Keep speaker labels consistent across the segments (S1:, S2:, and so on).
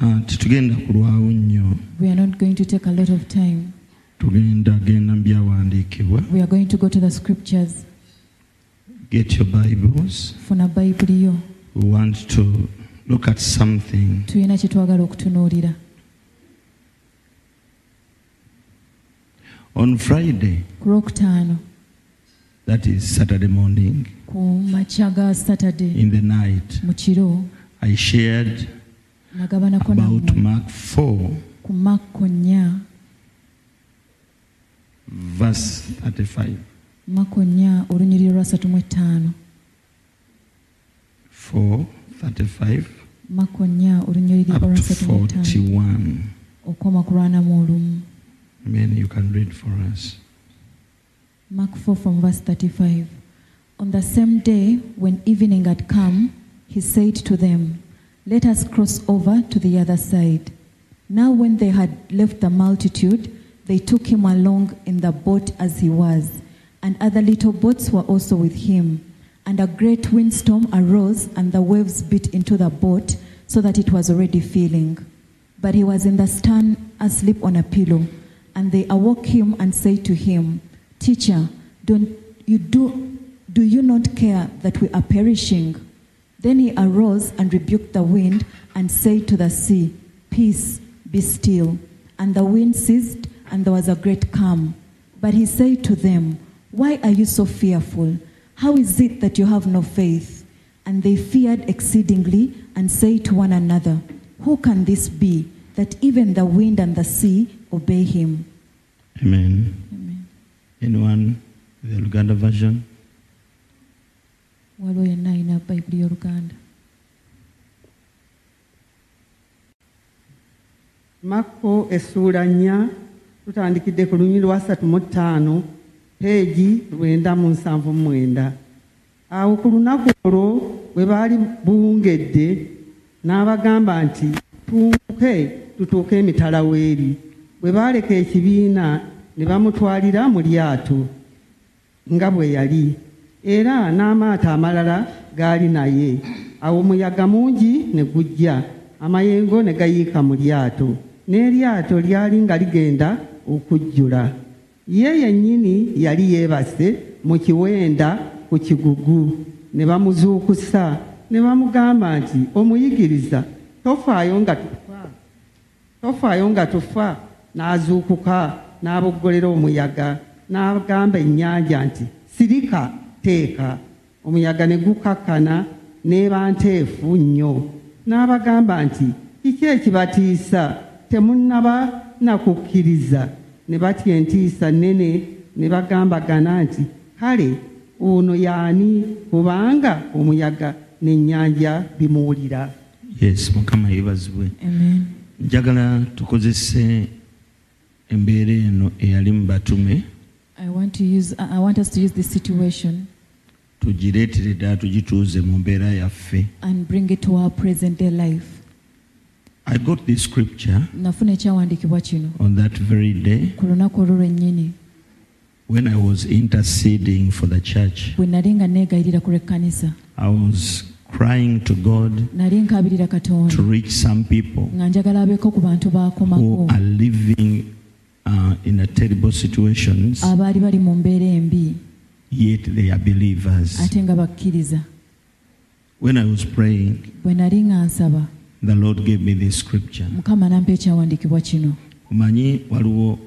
S1: Ah, tetugenda kulwawo nnyo
S2: We are not going to take a lot of time.
S1: tugenda genda mu byawandiikibwa
S2: We are going to go to the scriptures.
S1: get your bibles
S2: Funa Bayibuli yo
S1: we want to look at something
S2: tulina kye twagala okutunuulira.
S1: on friday
S2: Ku lwokutaano
S1: that is saturday morning
S2: ku makya ga Saturday
S1: in the night
S2: mu kiro
S1: i shared
S2: nagabanako
S1: about
S2: nammwe
S1: mark 4
S2: ku Makko nnya
S1: verse 35
S2: Makko nnya olunyiriri lwa ssatu mu ettaano
S1: 4 35
S2: Makko nnya olunyiriri
S1: up
S2: lwa
S1: to
S2: ssatu mu ettaano
S1: 41
S2: okoma ku lwanamu olumu.
S1: Amen. You can read for us.
S2: Mark 4 from verse 35. On the same day, when evening had come, he said to them, Let us cross over to the other side. Now, when they had left the multitude, they took him along in the boat as he was, and other little boats were also with him. And a great windstorm arose, and the waves beat into the boat, so that it was already filling. But he was in the stern, asleep on a pillow. And they awoke him and said to him, Teacher, don't you do, do you not care that we are perishing? Then he arose and rebuked the wind and said to the sea, Peace, be still. And the wind ceased, and there was a great calm. But he said to them, Why are you so fearful? How is it that you have no faith? And they feared exceedingly and said to one another, Who can this be that even the wind and the sea obey him?
S1: Amen.
S2: Amen.
S1: Anyone? The Luganda version?
S2: waliwo yenna alina bayibuli y'oluganda
S3: Makko essuula nnya tutandikidde ku lunyiri lwa ssatu mu ttaano peegi lwenda mu nsanvu mu mwenda awo ku lunaku olwo bwe baali buwungedde n'abagamba nti tuwunguke tutuuke emitala w'eri bwe baaleka ekibiina ne bamutwalira mu lyato nga bwe yali era n'amaato amalala gaali naye awo omuyaga mungi ne gujja amayengo ne gayiika mu lyato n'eryato lyali nga ligenda okujjula ye yennyini yali yeebase mu kiwenda ku kigugu ne bamuzuukusa ne bamugamba nti omuyigiriza tofaayo nga tufa tofaayo nga tufa n'azuukuka n'aboggolera omuyaga n'agamba ennyanja nti sirika teeka omuyaga ne gukakkana n'eba nteefu nnyo n'abagamba nti kiki ekibatiisa temunnaba nakukkiriza ne batya entiisa nnene ne bagambagana nti kale ono y'ani kubanga omuyaga n'ennyanja bimuwulira
S1: Yes, Mukama yebazibwe.
S2: amen
S1: Njagala tukozese embeera eno eyali mu batume
S2: i want to use i I want us to use this situation
S1: tugireetere ddala tugituuze mu mbeera yaffe.
S2: and bring it to our present day life
S1: I got this scripture
S2: nafuna ekyawandiikibwa kino
S1: on that very day
S2: ku lunaku olwo lwennyini
S1: when I was interceding for the church.
S2: bwe nali nga neegayirira ku lw'ekkanisa
S1: I was crying to God
S2: nali nkaabirira katonda
S1: to reach some people
S2: nga njagala abeeko ku bantu baakomako
S1: who are living uh, in a terrible situations.
S2: abaali bali mu mbeera embi
S1: yet they are believers.
S2: ate nga bakkiriza
S1: When I was praying,
S2: bwe nali nga nsaba
S1: the Lord gave me this scripture.
S2: mukama nampa ekyawandiikibwa kino
S1: Omanyi waliwo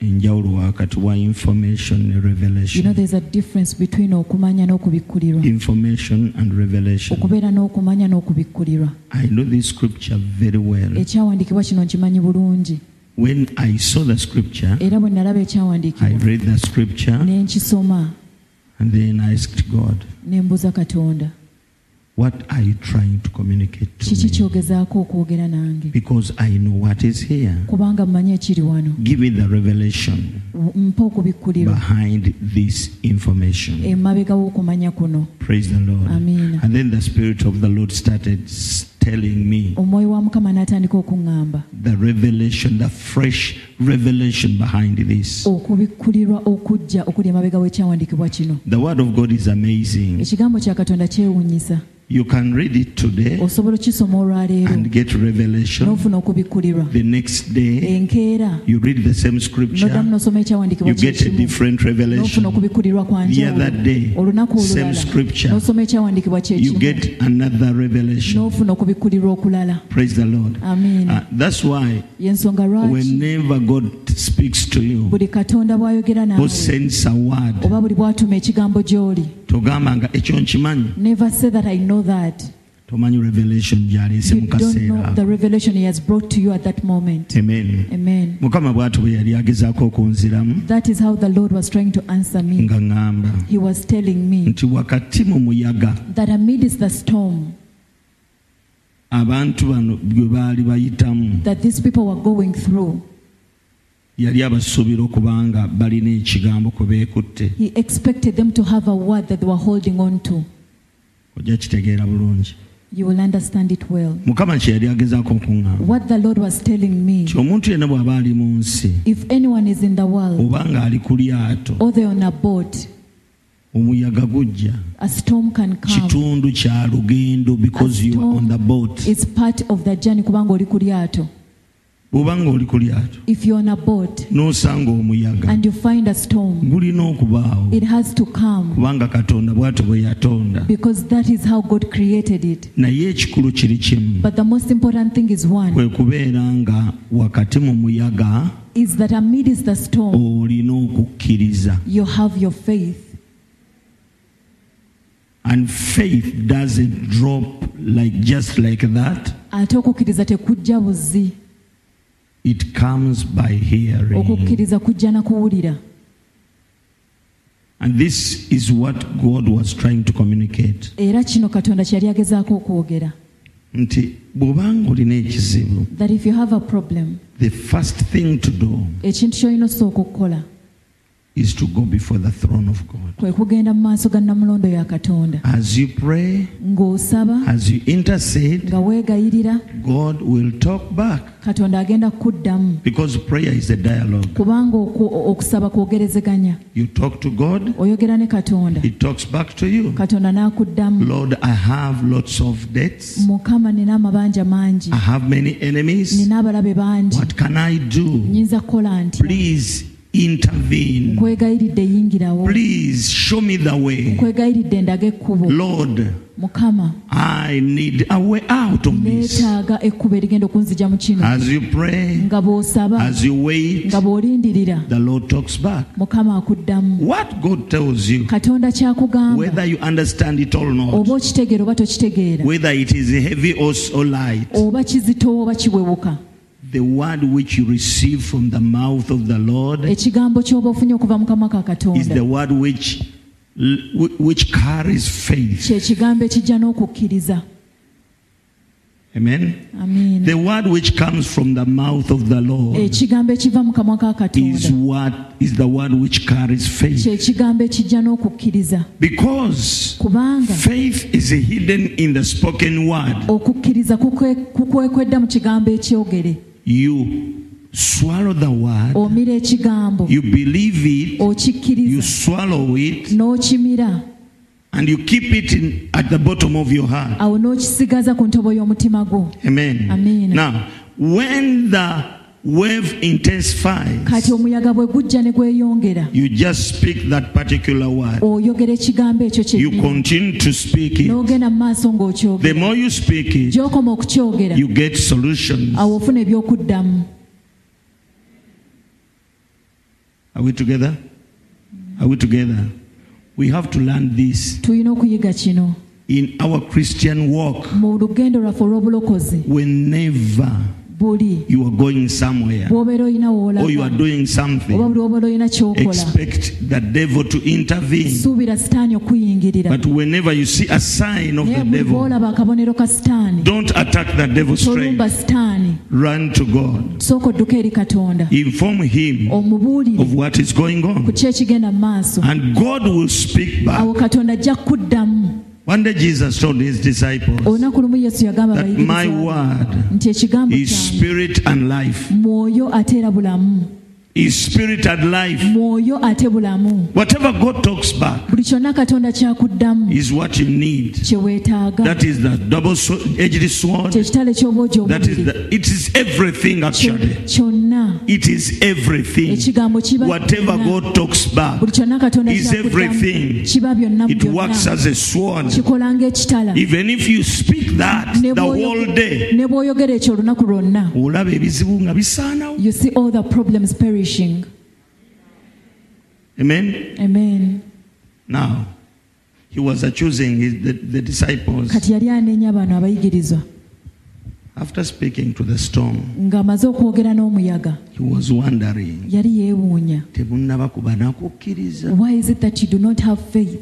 S1: enjawulo wakati wa information ne
S2: you know
S1: revelation.
S2: there's a difference between okumanya n'okubikkulirwa
S1: Information and revelation.
S2: okubeera n'okumanya n'okubikkulirwa
S1: I know this scripture very well.
S2: ekyawandiikibwa kino nkimanyi bulungi
S1: When I saw the scripture,
S2: era bwe nalaba
S1: I
S2: ekyawandiikibwa
S1: read the scripture
S2: ne nkisoma
S1: and then I asked God,
S2: ne mbuza katonda
S1: What are you trying to communicate
S2: kiki
S1: to me?
S2: kyogezaako okwogera nange
S1: Because I know what is here.
S2: kubanga mmanyi ekiri wano
S1: Give me the revelation
S2: mpa okubikkulirwa
S1: behind this information.
S2: emabega w'okumanya kuno
S1: Praise the Lord.
S2: E Amen.
S1: And then the Spirit of the Lord started s- telling me
S2: omwoyo wa mukama n'atandika okuŋŋamba
S1: the revelation, the fresh revelation behind this.
S2: okubikkulirwa okujja okuli emabega w'ekyawandiikibwa kino
S1: The Word of God is amazing.
S2: ekigambo kya katonda kyewuunyisa
S1: You can read it today
S2: osobola okukisoma olwaleero
S1: and get revelation.
S2: n'ofuna okubikkulirwa
S1: The next day,
S2: enkeera
S1: you read the same
S2: noddamu
S1: scripture,
S2: n'osoma ekyawandiikibwa
S1: you get a
S2: kyekimu
S1: different
S2: n'ofuna
S1: revelation.
S2: okubikkulirwa kwa
S1: The other day,
S2: njawulo olunaku
S1: same
S2: olulala
S1: scripture,
S2: n'osoma ekyawandiikibwa
S1: you
S2: kyekimu
S1: get another revelation.
S2: n'ofuna okubikkulirwa okulala
S1: Praise the Lord.
S2: amiina
S1: Uh, that's why
S2: yensonga lwaki
S1: whenever God speaks to you,
S2: buli katonda bw'ayogera
S1: who
S2: naawe
S1: sends a word,
S2: oba buli bw'atuma ekigambo gy'oli
S1: togambanga ekyo nkimanyi
S2: never say that i know that
S1: tomanyi revelation gy'aleese
S2: you
S1: mu
S2: don't know the
S1: kaseera
S2: revelation he has brought to you at that moment
S1: amen
S2: amen
S1: mukama bw'ati bwe yali agezaako okunziramu
S2: that is how the lord was trying to answer me
S1: nga ŋŋamba
S2: he was telling me
S1: nti wakati mu muyaga
S2: that amidst the storm
S1: abantu bano gwe baali bayitamu
S2: that these people were going through
S1: yali abasuubira okubanga balina ekigambo kwe beekutte
S2: he expected them to have a word that they were holding on to
S1: ojja kitegeera bulungi
S2: you will understand it well
S1: mukama kye yali agezaako okuŋŋamba
S2: what the lord was telling me
S1: ti omuntu yenna bw'aba ali mu nsi
S2: if anyone is in the world
S1: oba ng'ali ku lyato
S2: or they're on a boat
S1: omuyaga gujja
S2: a storm can come
S1: kitundu kya lugendo because you are on the boat
S2: it's part of the journey kubanga oli ku lyato
S1: bw'oba ng'oli ku lyato
S2: if you're on a boat
S1: n'osanga omuyaga
S2: and you find a storm
S1: gulina okubaawo
S2: it has to come
S1: kubanga katonda bw'atyo bwe yatonda
S2: because that is how god created it
S1: naye ekikulu kiri kimu
S2: but the most important thing is one
S1: kwe kubeera nga wakati mu muyaga
S2: is that amidst the storm
S1: olina okukkiriza
S2: you have your faith
S1: and faith doesn't drop like just like that
S2: ate okukkiriza tekujja buzzi
S1: it comes by hearing
S2: okukkiriza kujja na kuwulira
S1: and this is what god was trying to communicate
S2: era kino katonda kyeyali agezaako okwogera
S1: nti bw'obanga olina ekizibu
S2: that if you have a problem
S1: the first thing to do
S2: ekintu ky'olina osooka okukola
S1: is to go before the throne of god
S2: kwe kugenda mu maaso ga nnamulondo ya katonda
S1: as you pray
S2: ng'osaba
S1: as you intercede
S2: nga weegayirira
S1: god will talk back
S2: katonda agenda kukuddamu
S1: Because prayer is a dialogue.
S2: kubanga oku- okusaba kwogerezeganya
S1: You talk to God,
S2: oyogera ne katonda
S1: He talks back to you.
S2: katonda n'akuddamu
S1: Lord, I have lots of debts.
S2: mukama nina amabanja mangi
S1: I have many enemies.
S2: nina abalabe bangi
S1: Ah, What can I do?
S2: nyinza kukola nti
S1: Please intervene.
S2: nkwegayiridde yingirawo
S1: Please show me the way.
S2: nkwegayiridde ndaga ekkubo
S1: Lord,
S2: mukama
S1: I need a way out of this.
S2: neetaaga ekkubo erigenda okunzija mu kino
S1: As you pray,
S2: nga bw'osaba
S1: as you wait,
S2: nga bw'olindirira
S1: the Lord talks back.
S2: mukama akuddamu
S1: What God tells you,
S2: katonda kyakugamba
S1: whether you understand it or not,
S2: oba okitegeera oba tokitegeera
S1: whether it is heavy or, s- or light,
S2: oba kizitoowa oba kiwewuka
S1: The word which you receive from the mouth of the Lord
S2: ekigambo ky'oba ofunye okuva mu kamwa ka
S1: is
S2: katonda
S1: the word which which carries faith.
S2: kyekigambo ekijja n'okukkiriza
S1: Amen.
S2: amiina
S1: The word which comes from the mouth of the Lord
S2: ekigambo ekiva mu kamwa ka
S1: is
S2: katonda
S1: what is the word which carries faith.
S2: kyekigambo ekijja n'okukkiriza
S1: Because
S2: kubanga
S1: faith is hidden in the spoken word.
S2: okukkiriza kukwe- kukwekwedda mu kigambo ekyogere
S1: You swallow the word,
S2: omira ekigambo
S1: you believe it, you
S2: okikkiriza
S1: swallow it,
S2: n'okimira
S1: and you keep it in, at the bottom of your heart.
S2: awo n'okisigaza ku ntobo y'omutima gwo
S1: Amen.
S2: Amen.
S1: Now, when the wave intensifies,
S2: kati omuyaga bwe gujja ne gweyongera
S1: you just speak that particular word.
S2: oyogera ekigambo ekyo
S1: You
S2: kyennyini
S1: continue to speak it.
S2: n'ogenda mu maaso
S1: The
S2: ng'okyogera
S1: more you speak it,
S2: gy'okoma okukyogera
S1: you get solutions.
S2: awo ofuna eby'okuddamu
S1: Are we together? Are we together? We have to learn this
S2: tulina okuyiga kino
S1: in our Christian walk.
S2: mu lugendo lwaffe olw'obulokozi
S1: Whenever
S2: buli
S1: you are going somewhere
S2: bw'obeera olina
S1: or you are
S2: woolaga
S1: doing
S2: oba
S1: something,
S2: buli obeera olina ky'okola
S1: expect the devil to intervene.
S2: suubira sitaani okuyingirira
S1: But whenever you see a sign of
S2: naye
S1: the
S2: buli
S1: devil,
S2: bw'olaba akabonero ka sitaani
S1: Don't attack the devil straight.
S2: tolumba sitaani
S1: Run to God.
S2: sooka odduka eri katonda
S1: Inform him of
S2: omubuulire
S1: what is going
S2: ku
S1: on.
S2: ki ekigenda mu maaso
S1: And God will speak back.
S2: awo katonda ajja kukuddamu
S1: One day Jesus told his disciples
S2: olunaku lumu yesu yagamba
S1: that my
S2: abayigiriza
S1: word
S2: nti ekigambo
S1: is
S2: kyange
S1: spirit and life.
S2: mwoyo ate era bulamu
S1: is spirit and life.
S2: mwoyo ate bulamu
S1: Whatever God talks back
S2: buli kyonna katonda kyakuddamu
S1: is what you need.
S2: kye weetaaga
S1: That is the double sw- edged sword.
S2: kyekitale ky'obwogi
S1: That is
S2: obubiri
S1: the, it is everything actually.
S2: Kyo- kyonna
S1: It is everything.
S2: ekigambo kiba
S1: Whatever
S2: byonna.
S1: God talks back,
S2: buli kyonna katonda
S1: is
S2: kyakuddamu.
S1: everything.
S2: kiba byonna mu
S1: it works
S2: byonna
S1: as a sword.
S2: kikola ng'ekitala
S1: Even if you speak that the
S2: Ne bw'oyo-
S1: whole day,
S2: ne bw'oyogera ekyo olunaku lwonna
S1: olaba ebizibu nga bisaanawo.
S2: you see all the problems perishing
S1: Amen.
S2: amen
S1: Now, he was accusing his, the, the disciples
S2: kati yali anenya bano abayigirizwa
S1: after speaking to the storm.
S2: ng'amaze okwogera n'omuyaga
S1: He was wondering.
S2: yali yeewuunya
S1: temunnabakuba nakukkiriza
S2: why is it that you do not have faith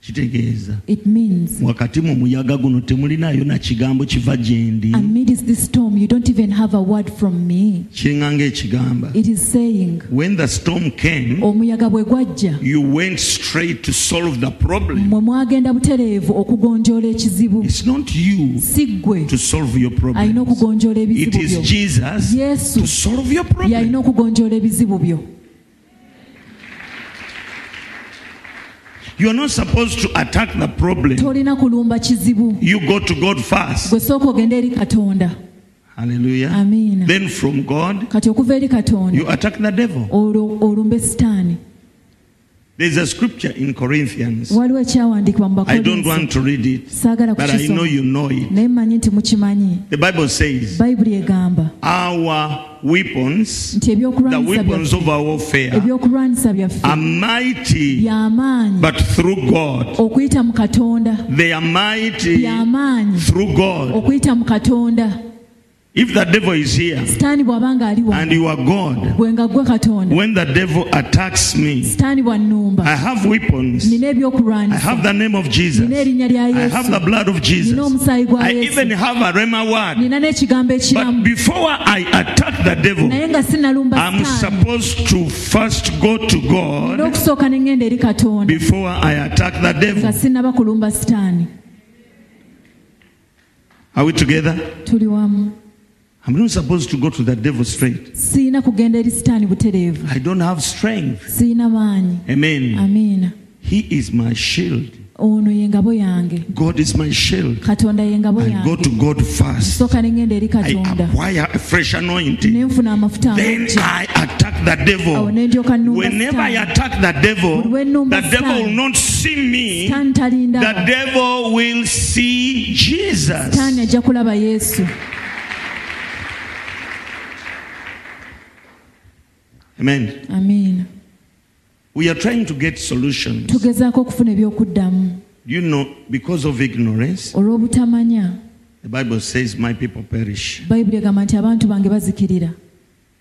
S1: kitegeeza
S2: it means
S1: wakati mu muyaga guno temulinaayo na kigambo kiva gye ndi
S2: amidst this storm you don't even have a word from me
S1: kiringa ng'ekigamba
S2: it is saying
S1: when the storm came
S2: omuyaga bwe gwajja
S1: you went straight to solve the problem
S2: mwe mwagenda butereevu okugonjoola ekizibu
S1: it's not you
S2: si ggwe
S1: to solve your
S2: alina
S1: problem
S2: okugonjoola
S1: it
S2: ebizibu
S1: is
S2: byo
S1: jesus
S2: yesu
S1: to solve your problem
S2: yalina okugonjoola ebizibu byo
S1: you're not supposed to attack the problem
S2: tolina kulumba kizibu
S1: you go to god first
S2: gwe sooka ogenda eri katonda
S1: hallelujah
S2: amiina
S1: then from god
S2: kati okuva eri katonda
S1: you attack the devil
S2: olwo olumbe sitaani
S1: there's a scripture in corinthians
S2: waliwo ekyawandiikibwa mu
S1: i don't
S2: bakolinsi
S1: want to read it
S2: saagala
S1: But I know
S2: kukisoma
S1: you know it.
S2: naye mmanyi nti mukimanyi
S1: The Bible says,
S2: bayibuli egamba
S1: Our weapons,
S2: nti
S1: the
S2: ebyokulwanyisa
S1: weapons
S2: byaffe-
S1: of our warfare,
S2: ebyokulwanyisa byaffe
S1: are mighty,
S2: byamaanyi
S1: but through God.
S2: okuyita mu katonda
S1: They are mighty
S2: byamaanyi
S1: through God.
S2: okuyita mu katonda
S1: If the devil is here
S2: sitaani bw'aba ng'ali wa
S1: and you are God,
S2: bwe nga ggwe katonda
S1: when the devil attacks me,
S2: sitaani bw'annumba
S1: I have weapons.
S2: nina
S1: I
S2: ebyokulwanyisa
S1: have the name of Jesus.
S2: nina erinnya lya
S1: I have the
S2: yesu
S1: blood of Jesus.
S2: nina omusaayi gwa
S1: I even
S2: yesu
S1: have a rhema word.
S2: nina n'ekigambo
S1: But
S2: ekiramu
S1: before I attack the devil,
S2: naye nga sinnalumba
S1: I'm
S2: sitaani
S1: supposed to first go to God
S2: nina okusooka ne ŋŋenda eri katonda
S1: before I attack the
S2: nga
S1: devil.
S2: sinnaba kulumba sitaani
S1: Are we together?
S2: tuli wamu
S1: I'm not supposed to go to the devil straight.
S2: siina kugenda eri sitaani butereevu
S1: I don't have strength.
S2: siina maanyi
S1: Amen.
S2: amiina
S1: He is my shield.
S2: ono ye ngabo yange
S1: God is my shield.
S2: katonda ye ngabo
S1: I go
S2: yange
S1: to God first.
S2: sooka ne ŋŋenda eri
S1: I
S2: katonda
S1: acquire a fresh anointing.
S2: ne nfuna amafuta
S1: Then
S2: amangi
S1: I attack the
S2: awo
S1: devil.
S2: ne ndyoka nnumba
S1: Whenever I
S2: sitaani
S1: attack the devil,
S2: Buli lwe nnumba
S1: the devil will
S2: Sitaani.
S1: not see me.
S2: sitaani
S1: The
S2: talindaba
S1: devil will see Jesus.
S2: sitaani ajja kulaba yesu
S1: Amen.
S2: amiina
S1: We are trying to get solutions.
S2: tugezaako okufuna ebyokuddamu
S1: You know, because of ignorance,
S2: olw'obutamanya
S1: The Bible says, My people perish.
S2: bayibuli egamba nti abantu bange bazikirira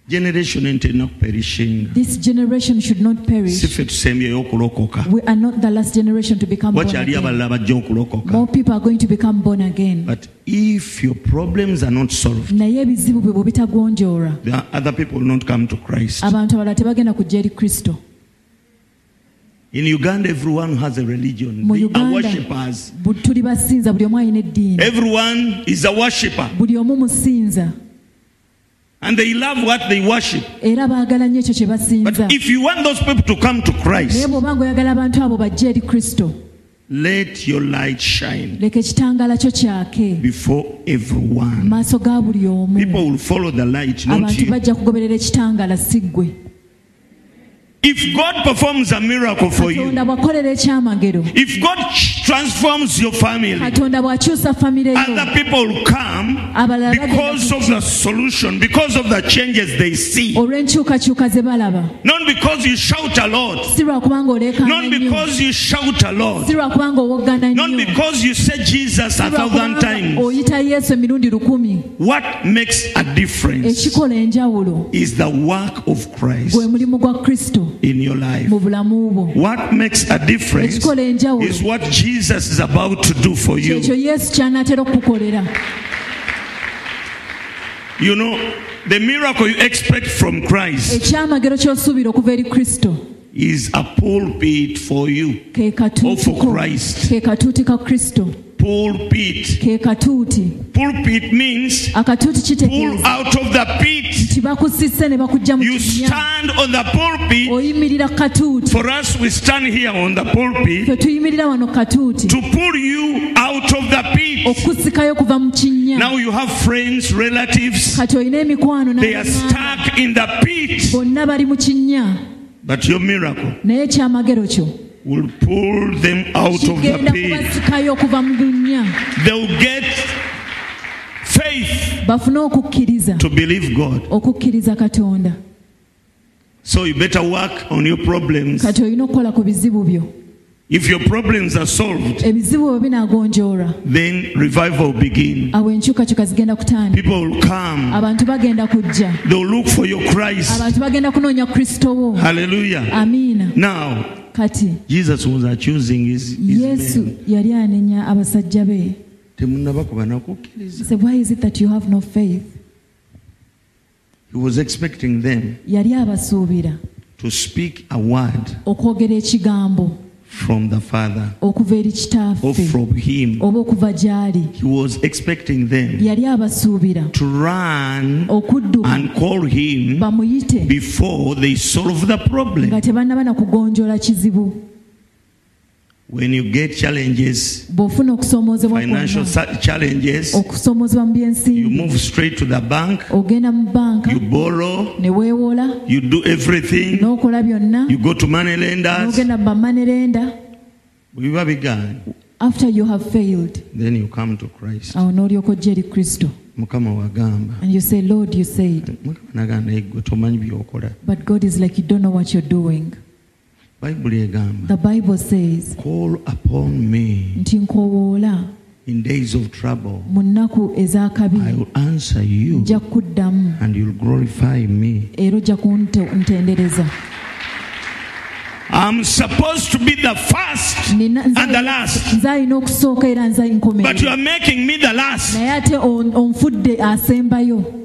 S1: Generation entena kuperishinga.
S2: this generation should not
S1: Si
S2: perish
S1: ffe tusemyeyo okulokoka.
S2: we are not the last generation to become born
S1: Wakyali
S2: again.
S1: abalala bajja okulokoka.
S2: more people are going to become born again
S1: But if your problems are not solved,
S2: naye ebizibu bwe bwe bitagonjoolwa
S1: the other people will not come to Christ.
S2: abantu abalala tebagenda kujja eri kristo
S1: In Uganda, everyone has a religion.
S2: Mu
S1: They are
S2: Uganda.
S1: worshippers.
S2: Bu- tuli basinza buli omu alina eddiini
S1: Everyone is a worshipper.
S2: buli omu musinza
S1: And they love what they worship.
S2: era baagala nnyo ekyo kye
S1: But
S2: basinza
S1: if you want those people to come to
S2: naye
S1: Christ,
S2: bw'oba ngaoyagala abantu abo bajje eri kristo
S1: let your light shine
S2: leka ekitangaala kyo kyake
S1: before
S2: mu
S1: everyone.
S2: maaso ga buli omu
S1: People will follow the light, not
S2: abantu
S1: you.
S2: bajja kugoberera ekitangaala si ggwe
S1: If God performs a miracle for you,
S2: katonda bw'akolera ekyamagero
S1: if God ch- transforms your family,
S2: katonda bw'akyusa famire yo
S1: other people will come
S2: abalala
S1: because
S2: bagenda
S1: of the solution, because of the changes they see.
S2: olw'enkyukakyuka ze balaba
S1: Not because you shout a lot,
S2: si lwa kubanga oleekaana
S1: not
S2: nnyo
S1: because you shout a lot,
S2: si lwa kubanga owoggana
S1: not
S2: nnyo
S1: because you say Jesus a
S2: Si lwa
S1: thousand
S2: kubanga
S1: times.
S2: oyita yesu emirundi lukumi
S1: What makes a difference
S2: ekikola enjawulo
S1: is the work of Christ
S2: gwe mulimu gwa kristo
S1: in your life.
S2: mu bulamu bwo
S1: What makes a difference
S2: ekikola enjawulo
S1: is what Jesus is about to do for you.
S2: kyekyo yesu ky'anaatera okukukolera
S1: You know, the miracle you expect from Christ
S2: ekyamagero ky'osuubira okuva eri kristo
S1: is a pulpit for you
S2: ke
S1: or for
S2: katuutiko
S1: Christ.
S2: ke katuuti ka kristo
S1: pulpit.
S2: ke katuuti
S1: Pulpit means pull
S2: akatuuti kitegeeza
S1: out of the pit.
S2: nti bakusisse ne bakuggya mu
S1: You
S2: kinya
S1: stand on the pulpit.
S2: oyimirira ku katuuti
S1: For us, we stand here on the pulpit
S2: ffe tuyimirira wano ku katuuti
S1: to pull you out of the pit.
S2: okkusikayo kuva mu kinnya
S1: Now you have friends, relatives.
S2: kati olina emikwano
S1: They are
S2: n'abaliraana.
S1: stuck in the pit.
S2: bonna bali mu kinnya
S1: But your miracle
S2: naye ekyamagero kyo
S1: will pull them out of the
S2: kigenda
S1: pit.
S2: kubasikayo okuva mu binnya
S1: They will get faith
S2: bafune okukkiriza
S1: to believe God.
S2: okukkiriza katonda
S1: So you better work on your problems.
S2: kati olina okukola ku bizibu byo
S1: If your problems are solved,
S2: ebizibu bwe binaagonjoolwa
S1: then revival will begin.
S2: awo enkyukakyuka zigenda kutandika
S1: People will come.
S2: abantu bagenda kujja
S1: They'll look for your Christ.
S2: abantu bagenda kunoonya kristo wo
S1: Hallelujah.
S2: amiina
S1: Now,
S2: kati
S1: Jesus was accusing his, his
S2: yesu
S1: men.
S2: yali anenya abasajja be He
S1: Temunnabakubanako.
S2: said, why is it that you have no faith
S1: He was expecting them
S2: yali abasuubira
S1: to speak a word
S2: okwogera ekigambo
S1: from the Father
S2: okuva eri
S1: or
S2: kitaffe
S1: from Him.
S2: oba okuva gy'ali
S1: He was expecting them
S2: yali abasuubira
S1: to run
S2: okudduka
S1: and call Him
S2: bamuyite
S1: before they solve the problem.
S2: nga tebannabana kugonjola kizibu
S1: When you get challenges,
S2: bw'ofuna okusoomoozebwa
S1: financial
S2: kwonna
S1: sa- challenges,
S2: okusoomoozebwa mu
S1: you
S2: byensimbi
S1: move straight to the bank,
S2: ogenda mu banka
S1: you borrow,
S2: ne weewola
S1: you do everything,
S2: n'okola byonna
S1: you go to money lenders.
S2: n'ogenda mu bamanerenda
S1: Bwe biba bigaanye,
S2: after you have failed
S1: Then you come to Christ.
S2: awo n'olyoka ojja eri kristo
S1: Mukama wagamba.
S2: and you say lord you said
S1: Mukama nagamba naye gwe tomanyi byokola.
S2: but god is like you don't know what you're doing
S1: Bayibuli egamba.
S2: the bible says
S1: Call upon me
S2: nti nkoowoola
S1: in days of trouble.
S2: mu nnaku
S1: I
S2: ez'akabi
S1: will answer you
S2: nja kuddamu
S1: and you'll glorify me.
S2: era ojja kuntendereza
S1: I'm supposed to be the first
S2: Nina- nze-
S1: and the last.
S2: nze alina okusooka era nze
S1: But you are
S2: nkomerera
S1: making me the last.
S2: naye ate on- onfudde asembayo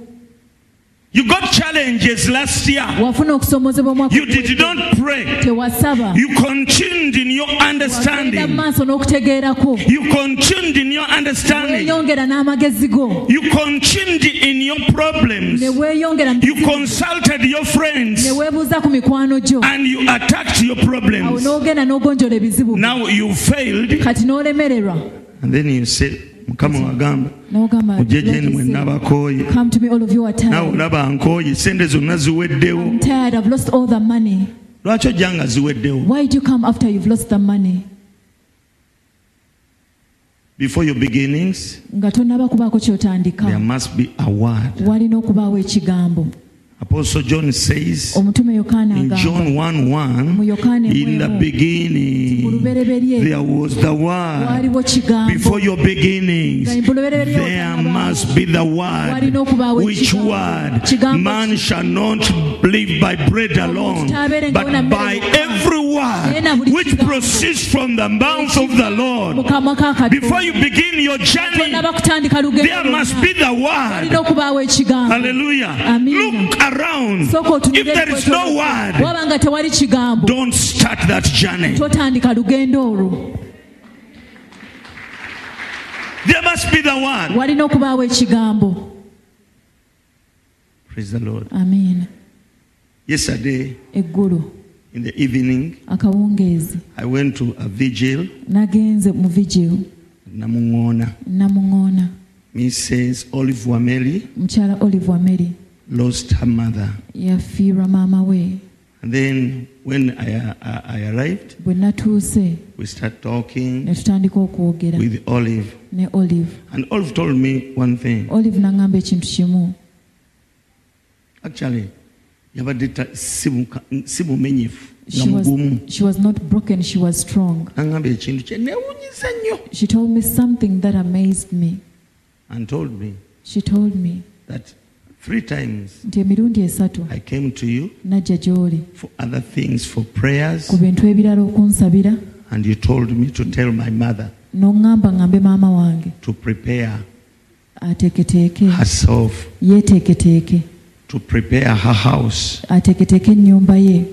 S1: You got challenges last year.
S2: wafuna okusoomozebwa omwaka
S1: You did not pray.
S2: tewasaba
S1: You continued in your
S2: wagenda mu
S1: understanding.
S2: maaso n'okutegeerako
S1: You continued in your understanding.
S2: weeyongera n'amagezi go
S1: You continued in your problems.
S2: ne weeyongera mu
S1: You
S2: bizibu,
S1: consulted your friends
S2: ne weebuuza ku mikwano gyo
S1: and you attacked your
S2: awo
S1: problems.
S2: n'ogenda n'ogonjola ebizibu
S1: Now you failed.
S2: kati n'olemererwa
S1: And then you said, Mukama wagamba,
S2: n'ogamba
S1: mujje
S2: Lord,
S1: gyeni
S2: you
S1: mwenna
S2: said,
S1: bakooye.
S2: come to me all of you are
S1: Naawe
S2: tired
S1: olaba nkooye, sente zonna ziweddewo.
S2: I'm tired I've lost all the money
S1: Lwaki ojja nga ziweddewo?
S2: why did you come after you've lost the money
S1: Before your beginnings,
S2: nga tonnaba kubaako
S1: there
S2: ky'otandika
S1: must be a word.
S2: walina okubaawo ekigambo
S1: Apostle John says
S2: omutume yokaana
S1: in
S2: agamba
S1: John 1 1,
S2: mu yokaana
S1: in the
S2: emu emu, mu
S1: beginning,
S2: lubereberye
S1: there was the word.
S2: waaliwo kigambo
S1: Before your beginnings,
S2: Nga mulubereberye
S1: there
S2: otabaawo.
S1: must be the word.
S2: Walina okubaawo
S1: Which
S2: ekigambo.
S1: word?
S2: Kigambo
S1: Man shall not live by bread alone,
S2: taabeerenga
S1: but
S2: wona mmere
S1: by
S2: yokka.
S1: every
S2: Naye na
S1: word
S2: buli
S1: which
S2: kigambo.
S1: proceeds from the mouth of the
S2: mu
S1: Lord.
S2: kamwa ka
S1: Before
S2: katonda
S1: you begin your journey,
S2: tonnaba kutandika
S1: there
S2: lugendo
S1: must be the word.
S2: walina okubaawo ekigambo
S1: Hallelujah.
S2: Amina.
S1: Look around.
S2: sooka
S1: If
S2: otunule
S1: there is no word,
S2: waba nga tewali kigambo
S1: don't start that journey.
S2: totandika lugendo olwo
S1: There must be the word.
S2: walina okubaawo ekigambo
S1: Praise the Lord.
S2: amiina
S1: Yesterday
S2: eggulu
S1: in the evening,
S2: akawungeezi
S1: I went to a vigil
S2: nagenze mu vigiyo
S1: namuŋŋoona
S2: namuŋoona
S1: mrs olive wameli
S2: mukyala olive ameri
S1: lost her mother
S2: yafiirwa maama we
S1: and then when I, I, I arrived
S2: bwe natuuse
S1: we start talking
S2: ne tutandika okwogera
S1: with olive
S2: ne olive
S1: and olive told me one thing
S2: olive n'aŋŋamba ekintu kimu
S1: actually yabadde ta- si muka- si mumenyefu nga
S2: She was,
S1: mugumu
S2: she was not broken she was strong
S1: naŋŋamba ekintu kye neewunyiza nnyo
S2: she told me something that amazed me
S1: and told me
S2: she told me
S1: that three times
S2: nti emirundi esatu
S1: i came to you
S2: najja gy'oli
S1: for other things for prayers
S2: ku bintu ebirala okunsabira
S1: and you told me to tell my mother
S2: n'oŋŋamba ŋŋambe maama wange
S1: to prepare
S2: ateeketeeke
S1: herself
S2: yeeteeketeeke
S1: to prepare her house.
S2: ateeketeeke ennyumba ye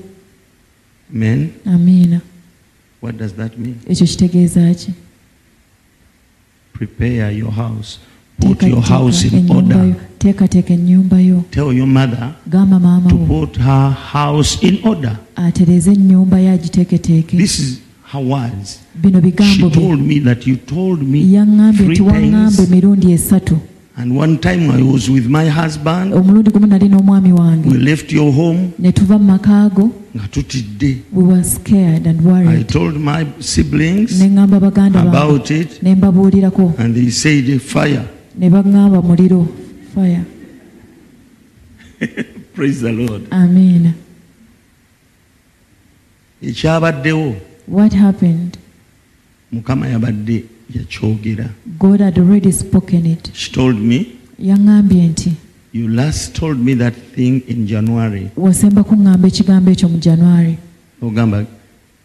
S1: Amen.
S2: amiina
S1: What does that mean?
S2: ekyo kitegeeza ki
S1: prepare your house, put your house
S2: Teekateeka
S1: in
S2: ennyumba yo
S1: order.
S2: teekateeka ennyumba yo
S1: Tell your mother
S2: gamba maama
S1: to
S2: wo
S1: put her house in order.
S2: atereze ennyumba ye agiteeketeeke
S1: This is her words.
S2: bino bigambo
S1: She
S2: bye
S1: told me that you told me
S2: yaŋŋambye
S1: three
S2: nti waŋŋamba
S1: times.
S2: emirundi esatu
S1: And one time I was with my husband.
S2: omulundi gumu nali n'omwami wange
S1: We left your home.
S2: ne tuva mu makaago
S1: nga tutidde.
S2: we were scared and
S1: I
S2: worried
S1: told my siblings
S2: ne ŋŋamba baganda bange
S1: about it,
S2: ne mbabuulirako
S1: and they said, Fire.
S2: ne baŋŋamba muliro fire
S1: Praise the Lord.
S2: amiina
S1: ekyabaddewo
S2: what happened
S1: mukama yabadde yakyogera
S2: god had already spoken it
S1: she told me
S2: yaŋŋambye nti
S1: you last told me that thing in january
S2: wasemba kuŋŋamba ekigambo ekyo mu january
S1: ogamba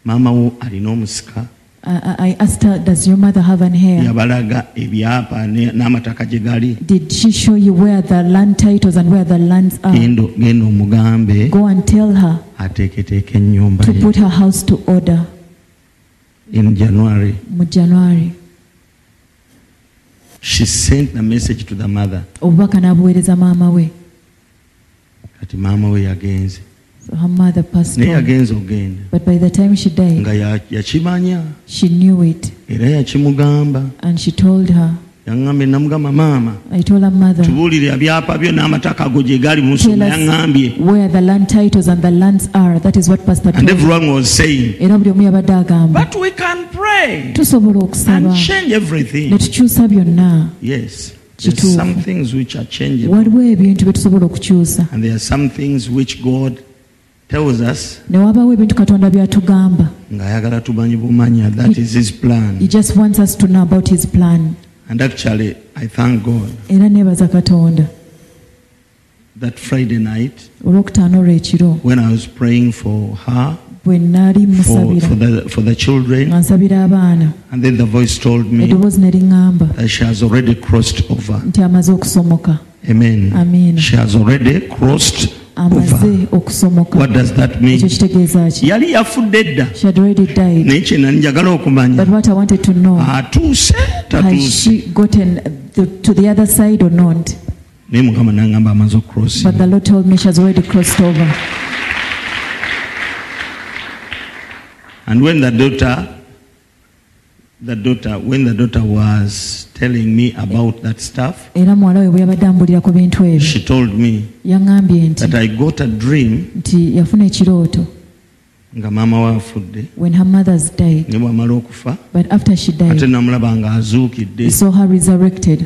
S1: maama wo alina omusika
S2: I- I, I asked her, does your mother have an hair?
S1: yabalaga ebyapa ne- n'amataka gye gali
S2: Did she show you where the land titles and where the lands are?
S1: genda genda omugambe
S2: Ah. Go and tell her
S1: ateeketeeka ennyumba
S2: to
S1: ye
S2: put her house to order
S1: in january
S2: mu January.
S1: she sent the message to the mother
S2: Obubaka n'abuweereza maama we.
S1: kati maama we yagenze
S2: So her mother passed
S1: naye
S2: on.
S1: yagenze ogenda
S2: But by the time she died,
S1: nga ya- yakimanya
S2: she knew it
S1: era yakimugamba
S2: and she told her.
S1: yaŋŋambye namugamba maama
S2: I told her mother,
S1: tubuulire ebyapa byo n'amataka go gye gali mu
S2: tell
S1: nsoma
S2: us
S1: yaŋŋambye
S2: where the land titles and the lands are. That is what Pastor
S1: and
S2: told her.
S1: everyone was saying
S2: Era buli omu yabadde agamba.
S1: but we can pray
S2: Tusobola
S1: and
S2: okusaba
S1: change
S2: ne
S1: everything
S2: tukyusa byonna.
S1: yes
S2: Kituufu.
S1: there's some things which are changeable
S2: Waliwo ebintu bye tusobola okukyusa.
S1: and there are some things which god tells us
S2: ne wabaawo ebintu katonda by'atugamba
S1: ng'ayagala tumanyi bumanya that is his
S2: he
S1: plan
S2: just wants us to know about his plan
S1: and actually i thank god
S2: era neebaza katonda
S1: that friday night
S2: olwokutaano olwekiro
S1: when i was praying for her
S2: bwe
S1: for,
S2: naali musabira
S1: for, the, for the children
S2: nga nsabira abaana
S1: and then the voice told me
S2: eddoboozi ne liŋŋamba
S1: that she has already crossed over
S2: nti amaze okusomoka
S1: amen
S2: Amen.
S1: she has already crossed
S2: amaze
S1: over
S2: okusomoka
S1: what does that mean
S2: ekyo kitegeeza ki
S1: yali yafudde edda
S2: she had already died
S1: naye kyenali njagala okumanya
S2: but what i wanted to know
S1: atuuse
S2: has
S1: Ah, tatuuse
S2: she gotten the, to the other side or not
S1: naye mukama nangamba amaze okucross
S2: but the lord told me she has already crossed over
S1: and when the daughter the daughter when the daughter was telling me about that stuff
S2: era muwala we bwe yabadde ambulira ku bintu ebyo
S1: she told me
S2: yaŋŋambye nti
S1: that i got a dream
S2: nti yafuna ekirooto
S1: nga maama we afudde
S2: when her mother's died
S1: ne bwamala okufa
S2: but after she
S1: ate
S2: died
S1: namulaba nga
S2: he
S1: azuukidde
S2: saw her resurrected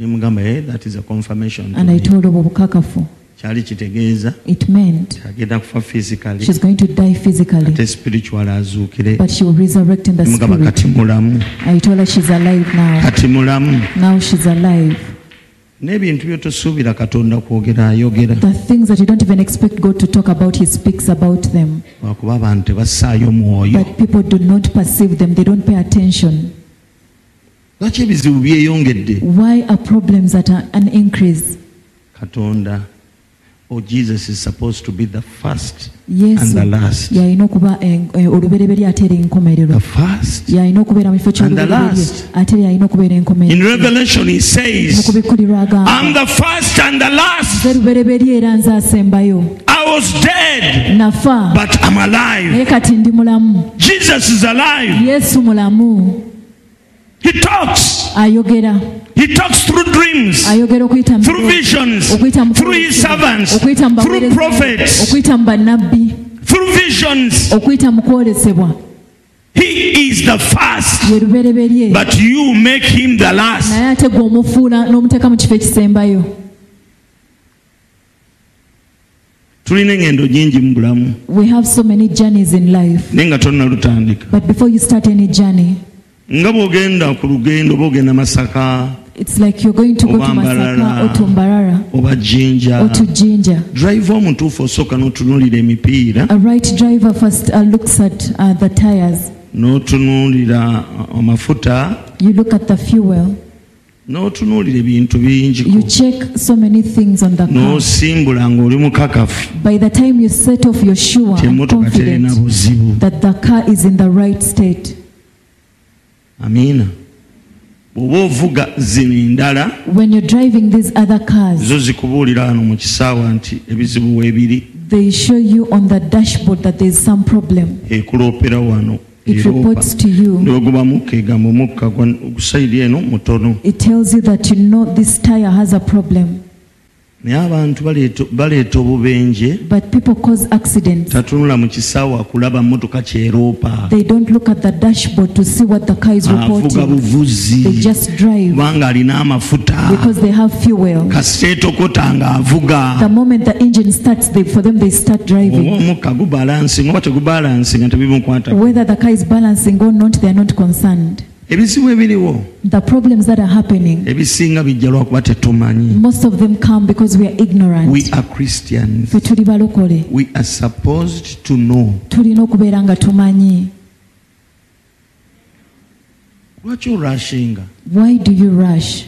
S1: nemugamba "Eh, that is a confirmation to
S2: and i
S1: me."
S2: told obo bukakafu
S1: kyali kitegeeza
S2: it meant
S1: agenda kufa physically
S2: she's going to die physically
S1: ate spiritual azuukire
S2: but she will resurrect in the
S1: mugamba kati
S2: spirit
S1: mulamu
S2: i told her she's alive now
S1: kati mulamu
S2: now she's alive
S1: n'ebintu byotosuubira katonda kwogera ayogera
S2: the things that you don't even expect god to talk about he speaks about them
S1: lwakuba abantu tebassaayo mwoyo
S2: but people do not perceive them they don't pay attention
S1: lwaki ebizibu byeyongedde
S2: why are problems at a- an increase
S1: katonda o jesus is supposed to be the first and
S2: yesu
S1: the last
S2: yalina okuba en- eh, olubereberye ate era enkomerero
S1: the first
S2: yalina okubeera mu kifo
S1: And the
S2: ky'olubereberye
S1: last.
S2: ate era yalina okubeera
S1: in
S2: enkomerero
S1: revelation he
S2: mu
S1: says
S2: kubikkulirwa
S1: i'm
S2: agamba
S1: the first and the
S2: ze
S1: last
S2: lubereberye era nze asembayo
S1: i was dead
S2: nafa
S1: but i'm alive
S2: naye kati ndi mulamu
S1: jesus is alive
S2: yesu mulamu
S1: he talks
S2: ayogera
S1: he talks through dreams
S2: ayogera okuyita mu
S1: through visions,
S2: okuyita mu
S1: through his servants,
S2: okuyita mu
S1: through
S2: baweereza
S1: prophets,
S2: okuyita mu bannabbi
S1: through visions.
S2: okuyita mu kwolesebwa
S1: He is the first,
S2: ye lubereberye
S1: but you make him the last.
S2: naye ate gwe omufuula n'omuteeka mu kifo ekisembayo
S1: tulina engendo nyingi mu bulamu
S2: we have so many journeys in life
S1: naye nga tonnalutandika
S2: but before you start any journey
S1: nga bw'ogenda ku lugendo oba ogenda masaka
S2: it's like you're going to go to
S1: Oba
S2: masaka
S1: Mbarara.
S2: or to mbarara
S1: oba
S2: or
S1: jinja
S2: to jinja
S1: drive omutuufu osooka n'otunuulira emipiira
S2: A right driver first uh, looks at uh, the tires.
S1: n'otunuulira amafuta
S2: You look at the fuel.
S1: n'otunuulira ebintu bingi
S2: You check so many things on the car.
S1: n'osimbula ng'oli mukakafu
S2: By the time you set off, you're sure and
S1: temmotoka terina
S2: confident
S1: buzibu
S2: that the car is in the right state.
S1: amiina bw'oba ovuga zino endala
S2: When you're driving these other cars,
S1: zo zikubuulira wano mu kisaawa nti ebizibu weebiri
S2: they show you on the dashboard that there's some problem.
S1: ekuloopera wano
S2: It reports to
S1: ne
S2: you.
S1: bwe guba mukka egamba omukka gwa- ogusayidi eno mutono
S2: It tells you that you know this tire has a problem.
S1: naye abantu baleeta- baleeta obubenje
S2: But people cause accidents.
S1: tatunula mu kisaawe akulaba mmotoka kyeroopa
S2: They don't look at the dashboard to see what the car
S1: Ah,
S2: is
S1: avuga
S2: reporting. They
S1: buvuzi
S2: just drive
S1: kubanga alina amafuta
S2: because they have fuel.
S1: kasita etokota ng'avuga
S2: The moment the engine starts, they, for them, they start
S1: oba
S2: driving.
S1: omukka gubalansinga oba tegubalansinga tebimukwata
S2: Whether the car is balancing or not, they are not concerned.
S1: ebizibu ebiriwo
S2: The problems that are happening,
S1: ebisinga bijja lwakuba tetumanyi
S2: most of them come because we are ignorant.
S1: we are christians
S2: Ffe tuli balokole
S1: we are supposed to know
S2: tulina okubeera nga tumanyi
S1: lwaki orashinga
S2: why do you rush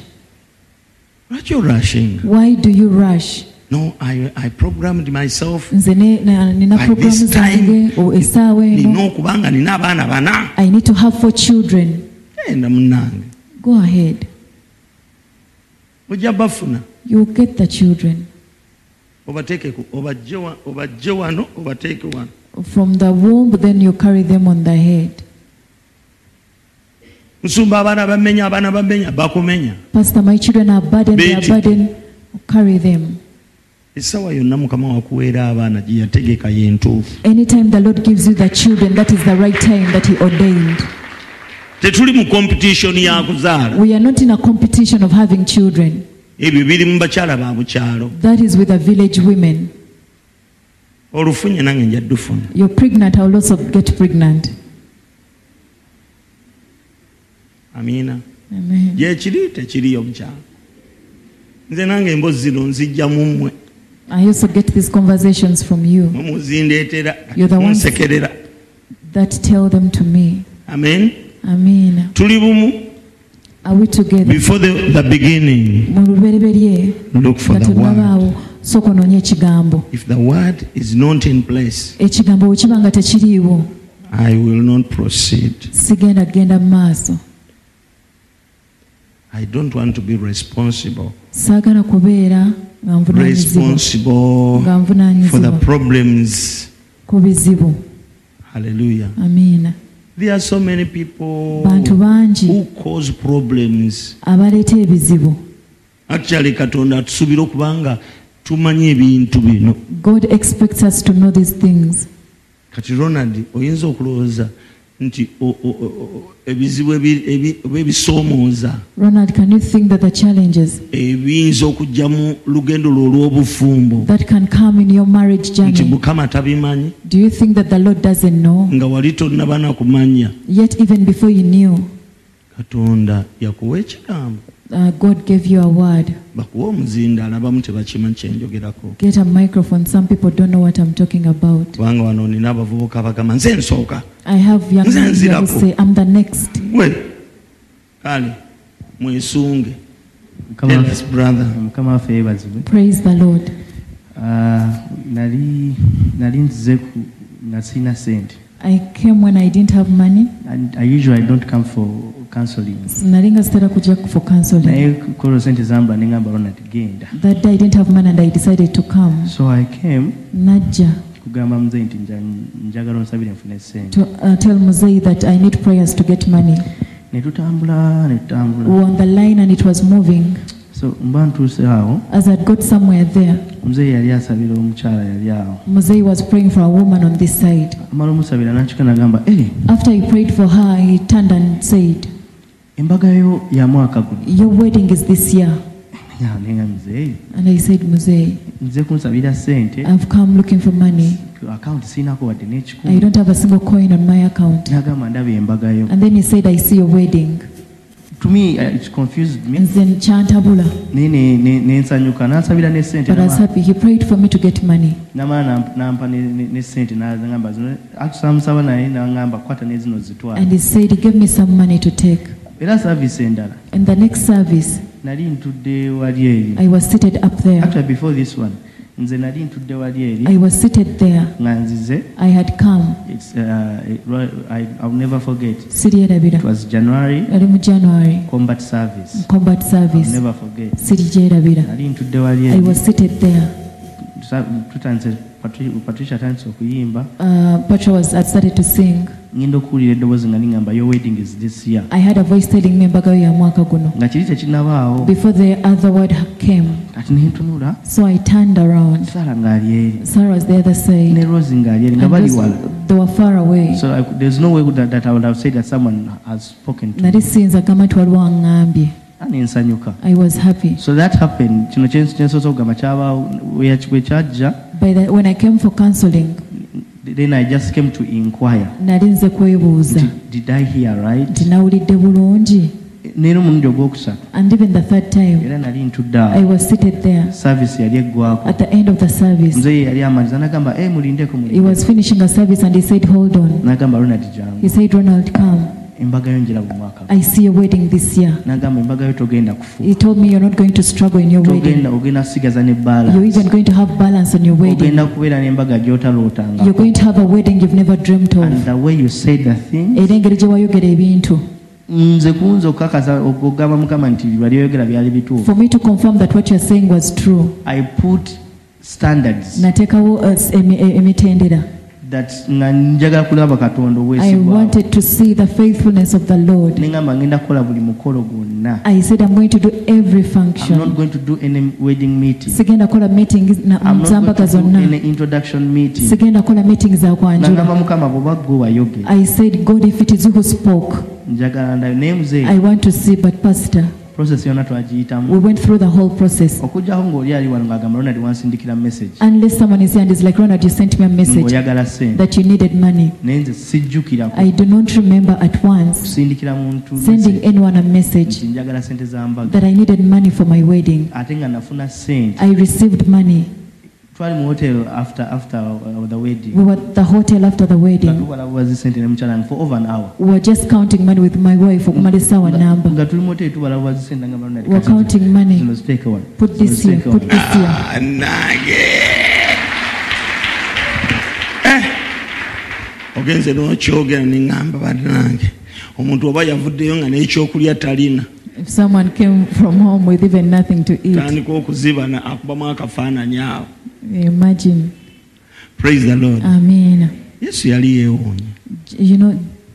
S1: lwaki orashinga
S2: why do you rush
S1: no I, i programmed myself
S2: nze ne- na- nina
S1: By this
S2: programu zange o- essaawa
S1: nina
S2: eno
S1: okubanga nina abaana bana
S2: i need to have four children
S1: enda munange
S2: go ahead
S1: ojja bafuna
S2: you will get the children
S1: obateeke ku- obajje wa- obajje wano obateeke wano
S2: from the womb then you carry them on the head
S1: nsumba abaana bamenya abaana bamenya bakumenya
S2: pastor my children are burdened they are
S1: Beeti.
S2: burdened carry them
S1: essaawa yonna mukama wakuweera abaana gye yategeka yentuufu
S2: anytime the lord gives you the children that is the right time that he ordained
S1: tetuli mu kompetitioni yakuzaala
S2: we are not in a competition of having children
S1: ebyo biri mu bakyala ba bukyalo
S2: that is with the village women
S1: olufunye nange nja ddufuna
S2: You're pregnant, I'll also get pregnant.
S1: amiina
S2: Amen.
S1: gyekiri tekiriyo bukyalo nze nange emboozi zino nzijja mu mmwe
S2: I also get these conversations from you
S1: muzindeetera
S2: You're the one-
S1: munsekerera
S2: that tell them to me.
S1: amen
S2: Amen.
S1: tuli bumu
S2: Are we together?
S1: before the, the beginning
S2: Mu lubereberye
S1: look for
S2: nga
S1: the word
S2: tonnabaawo sooka onoonye ekigambo
S1: if the word is not in place
S2: ekigambo bwe kiba E nga tekiriiwo
S1: i will not proceed
S2: sigenda kgenda mu maaso
S1: i don't want to be responsible
S2: saagala kubeera nga nvunaanyizibwa
S1: responsible
S2: nga
S1: for the
S2: nvunaanyizibwa
S1: problems
S2: ku bizibu
S1: hallelujah
S2: amiina
S1: there are so many people
S2: bantu bangi
S1: who cause problems
S2: abaleeta ebizibu
S1: actually katonda atusuubira okubanga tumanyi ebintu bino
S2: god expects us to know these things
S1: kati ronald oyinza okulowooza nti o- o- o- o- ebizibu ebi- ebi- oba ebisoomooza
S2: ronald can you think that the challenges
S1: ebiyinza okujja mu lugendo lwo olw'obufumbo
S2: that can come in your marriage
S1: nti
S2: journey.
S1: mukama tabimanyi
S2: Do you think that the Lord doesn't know?
S1: nga wali tonnaba na kumanya
S2: Yet, even before you knew,
S1: katonda yakuwa ekigambo
S2: uh, God gave you a word.
S1: bakuwa omuzindaala abamu tebakimanyi kyenjogerako
S2: Get a microphone. Some people don't know what I'm talking about.
S1: kubanga wano nina abavubuka abagamba nze nsooka
S2: I have young men here who
S1: Nzanzirako.
S2: say, I'm the next.
S1: gwe kale mwesunge
S4: Mukama
S1: Ellis
S4: waffe-
S1: brother
S4: mukama waffe yeebazibwe
S2: Praise the Lord.
S4: eh? Ah, nali nali nzize ku- nga sirina sente
S2: I came when I didn't have money.
S4: And I usually don't come for counseling
S2: Nalinga sitera kuja for counseling.
S4: naye kolo sente zamba nengamba ronald genda
S2: That day I didn't have money and I decided to come.
S4: so i came
S2: Najja
S4: kugamba muzeyi nti nja- njagala onsabire nfune sente
S2: to uh, tell Muzei that I need prayers to get money.
S4: netutambula
S2: We
S4: netutambula
S2: were on the line and it was moving.
S4: so mba ntuuse awo
S2: As I'd got somewhere there,
S4: omuzeeyi yali asabira omukyala yali awo
S2: Mosei was praying for a woman on this side.
S4: amala omusabira nakyuka nagamba "Eh,
S2: After he prayed for her, he turned and said,
S4: embaga yo ya mwaka guno
S2: Your wedding is this year.
S4: Ya, nenga muzeeyi
S2: And I said, Mosei,
S4: nze kunsabira sente
S2: I've come looking for money.
S4: akawunti siinako wadde
S2: I
S4: n'ekikumi
S2: don't have a single coin on my account.
S4: nagamba ndaba embaga yo
S2: And then he said, I see your wedding.
S4: to me uh, it confused me
S2: And then Chantabula.
S4: naye ne- ne- nensanyuka nansabira ne sente
S2: But I was happy. He prayed for me to get money.
S4: namala nampa ne- ne ne sente nagamba zino akusamusaba naye nagamba kwata nezino zitwala
S2: And he said, He gave me some money to take.
S4: era service endala
S2: And the next service,
S4: nali ntudde wali eri
S2: I was seated up there.
S4: actually before this one nze nali ntudde wali eri
S2: I was seated there.
S4: nga nzize
S2: I had come.
S4: It's, uh, it, I, I'll never forget. It
S2: sirierabira
S4: was January
S2: yali mu january
S4: combat service.
S2: combat
S4: I'll
S2: service
S4: never forget.
S2: sirigyerabira
S4: Nali ntudde wali
S2: i
S4: eri,
S2: was seated there
S4: tusa- tutandise Patri- Patricia atandise okuyimba
S2: uh, patra was had started to sing
S4: ngenda okuwulira eddoboozi nga liŋŋamba your wedding is this year
S2: i had a voice telling me embaga yo ya mwaka guno
S4: nga kiri tekinnabaawo
S2: before the other word came
S4: kati nentunula
S2: so i turned around
S4: saala ng'ali eri
S2: sarah was the other
S4: ne
S2: side
S4: rosi ng'ali eri nga
S2: And
S4: bali
S2: those-
S4: wala
S2: they were far away
S4: so I, could- there's no way that, that I would have said that someone has spoken to
S2: nali
S4: me
S2: sinza kama nti waliwo aŋŋambye
S4: Era ne nsanyuka
S2: i was happy
S4: so that happened kino kye kye nsoose okugamba kyabaawo bwe kyajja
S2: by the, when i came for counseling
S4: then I just came to inquire
S2: nali nze kwebuuza
S4: Did, did I hear right?
S2: nti nawulidde bulungi
S4: Neera omulundi ogwokusatu
S2: and even the third time
S4: era nali ntudde
S2: i
S4: awo
S2: was seated there
S4: saavisi yali eggwako
S2: At the end of the service,
S4: muzeeyi yali amaliza n'agamba e mulindeko
S2: he
S4: mulindeko
S2: was finishing a service and he said, Hold on.
S4: n'agamba ronald
S2: He
S4: jangu
S2: said, Ronald, come.
S4: embaga yo njira mu mwaka
S2: I see a wedding this year.
S4: n'agamba embaga yo togenda kufuuka
S2: He told me, You're not going to struggle in your
S4: togenda
S2: wedding.
S4: ogenda kusigaza ne
S2: You're even
S4: balance
S2: going to have balance on your wedding.
S4: ogenda kubeera n'embaga gy'otalootanga
S2: You're going to have a wedding you've never dreamt
S4: and
S2: of.
S4: the way you said the thing
S2: Era engeri gye wayogera ebintu
S4: nze kunza okukakasa okugamba mukama nti bali oyogera byali bituufu
S2: for me to confirm that what you're saying was true
S4: i put standards
S2: nateekawo uh, emi- e- emitendera
S4: that nga njagala kulaba katonda
S2: i
S4: obwesigwa
S2: wanted to see the faithfulness of the lord
S4: neŋamba ngenda kukola buli mukolo gwonna
S2: i said i'm going to do every
S4: i'm not
S2: function
S4: going to do any wedding meeting
S2: sigenda kukola meeting na-
S4: i'm not
S2: zambaga
S4: going to do
S2: zonna
S4: any introduction meeting
S2: sigenda kukola meeting za kwanjula
S4: nagamba mukama bwoba gwe wayoge
S2: I said, God, if it is you who spoke,
S4: njagala ndayo naye
S2: I
S4: muzeeyi
S2: want to see. But, Pastor,
S4: process yonna
S2: we
S4: twagiyitamu
S2: went through the whole process.
S4: okugjaho ng'oli ali wano ng'agamba ronald wansindikira message
S2: Unless someone is here and is like, Ronald, you sent me a message
S4: ng'oyagala sente
S2: that you needed money.
S4: naye nze sijjukirako
S2: I do not remember at once
S4: kusindikira muntu
S2: sending
S4: message
S2: anyone a
S4: nti
S2: message
S4: njagala sente za mbaga
S2: that I needed money for my wedding.
S4: ate nga nafuna sente
S2: I received money.
S4: twali mu hotel after, after uh, the wedding
S2: We were at the hotel after the wedding.
S4: nga tubala sente ne mukyala wange for over an hour
S2: We were just counting money with my wife, Malisawa Namba.
S4: nga tuli mu hotel tubala buwazi sente nga balonda
S2: We were counting money.
S4: zino ziteeke wano
S2: Put this
S4: Zino
S2: here,
S4: ziteeke
S2: put
S4: wano.
S2: this here.
S1: Ah, Eh, ogenze n'okyogera neŋŋamba bannange omuntu oba yavuddeyo nga n'ekyokulya talina
S2: If someone came from home with even nothing to eat,
S1: tandika okuzibana akubamu akafaananyi awo
S2: imagine.
S1: praise the lord
S2: Amen.
S1: yesu yali yeewuunya
S2: You know,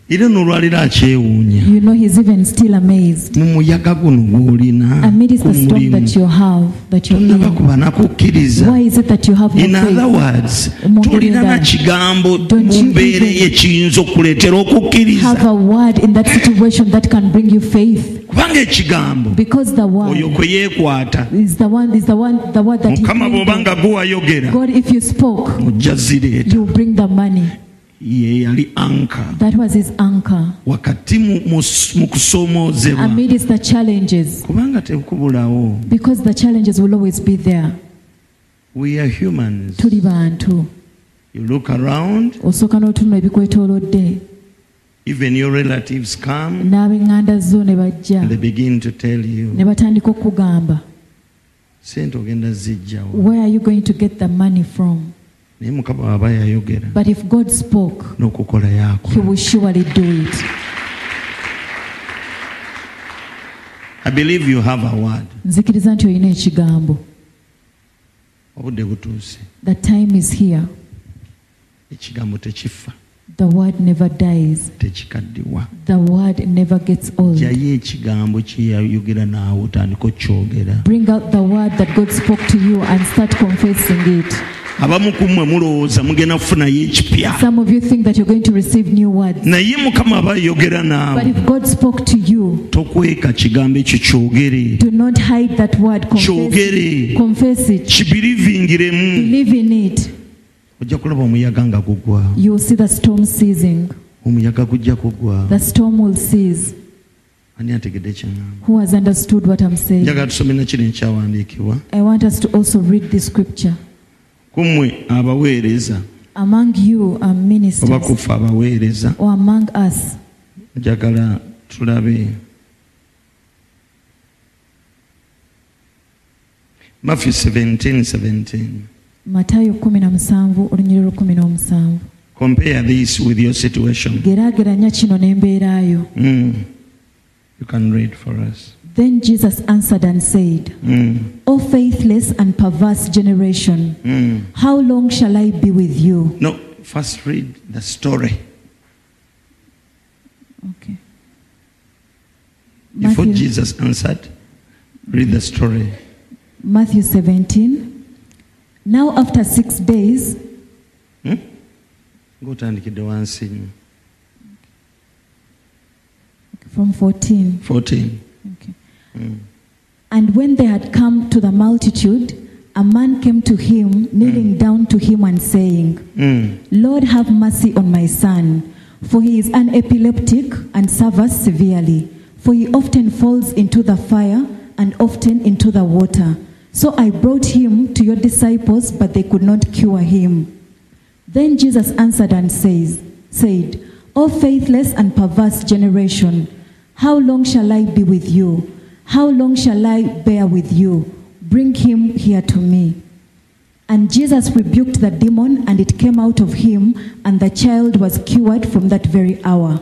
S1: era n'olwaliro akyewuunya
S2: you know, he's even still amazed.
S1: mu muyaga guno gw'olina
S2: Amidst the storm
S1: kumulimu
S2: that you have, that you're
S1: tonnaba
S2: in,
S1: kubanako kkiriza
S2: why is it that you have
S1: in
S2: no
S1: other
S2: faith?
S1: words
S2: Mu
S1: tolina na
S2: Ngeri
S1: kigambo
S2: Don't
S1: mu
S2: you
S1: mbeera
S2: even-
S1: ekiyinza okuleetera okukkiriza
S2: Have a word in that situation that can bring you faith,
S1: kubanga ekigambo
S2: because the
S1: oyo
S2: word
S1: kwe yeekwata
S2: is the one is the one the word that he
S1: mukama bw'oba
S2: created.
S1: nga guwayogera
S2: God. If you spoke,
S1: ojja zireeta
S2: you bring the money.
S1: ye yali anka
S2: That was his anchor.
S1: wakati mu, mu, mu kusoomoozebwa
S2: Amidst the challenges,
S1: kubanga tekubulawo
S2: because the challenges will always be there.
S1: we are humans
S2: Tuli bantu.
S1: you look around
S2: Osooka n'otunula ebikwetoolodde,
S1: even your relatives come
S2: n'ab'eŋŋanda zo ne bajja.
S1: and they begin to tell you
S2: ne batandika okugamba
S1: sente ogenda zijjawo
S2: where are you going to get the money from
S1: naye mukama waba yayogera
S2: but if god spoke
S1: n'okukola
S2: he
S1: yakola
S2: will surely do it
S1: i believe you have a word
S2: nzikiriza nti olina ekigambo
S1: obudde butuuse
S2: the time is here
S1: ekigambo tekifa
S2: the word never dies
S1: tekikaddiwa
S2: the word never gets old
S1: jayo ekigambo kyeyayogera naawe otandika okyogera
S2: bring out the word that god spoke to you and start confessing it
S1: abamu ku mmwe mulowooza mugenda kufunayo ekipya
S2: some of you think that you're going to receive new words
S1: naye mukama aba yayogera
S2: but
S1: naawe
S2: if god spoke to you
S1: tokweka kigambo ekyo kyogere
S2: do not hide that word confess
S1: Kyogere.
S2: it, confess it.
S1: kibirivingiremu
S2: believe in it
S1: ojja kulaba omuyaga nga gugwa
S2: you'll see the storm ceasing
S1: omuyaga gujja kugwa
S2: the storm will cease
S1: ani ategedde kyeŋamba
S2: who has understood what I'm saying.
S1: njagala tusome na kino ekyawandiikibwa
S2: I want us to also read this scripture.
S1: ku mmwe abaweereza
S2: Among you are
S1: oba
S2: ministers,
S1: kufe abaweereza
S2: or among us,
S1: njagala tulabe matthew 17 17
S2: matayo 17 olunyiriro 17
S1: Compare this with your situation.
S2: geraageranya kino n'embeera yo
S1: Mm. You can read for us.
S2: then jesus answered and said
S1: Mm.
S2: o faithless and perverse generation
S1: Mm.
S2: how long shall i be with you
S1: No, first read the story
S2: okay.
S1: before
S2: Matthew-
S1: Jesus answered. Read the story.
S2: Matthew 17. Now, after six days,
S1: Hmm? ng'otandikidde wansi nnyo
S2: from 14,
S1: 14
S2: okay.
S1: Mm.
S2: and when they had come to the multitude, a man came to him, kneeling down to him and saying,
S1: Mm.
S2: Lord, have mercy on my son, for he is an epileptic and suffers severely. For he often falls into the fire and often into the water. So I brought him to your disciples, but they could not cure him. Then Jesus answered and says, said, O faithless and perverse generation, how long shall I be with you? How long shall I bear with you? Bring him here to me. And Jesus rebuked the demon, and it came out of him, and the child was cured from that very hour.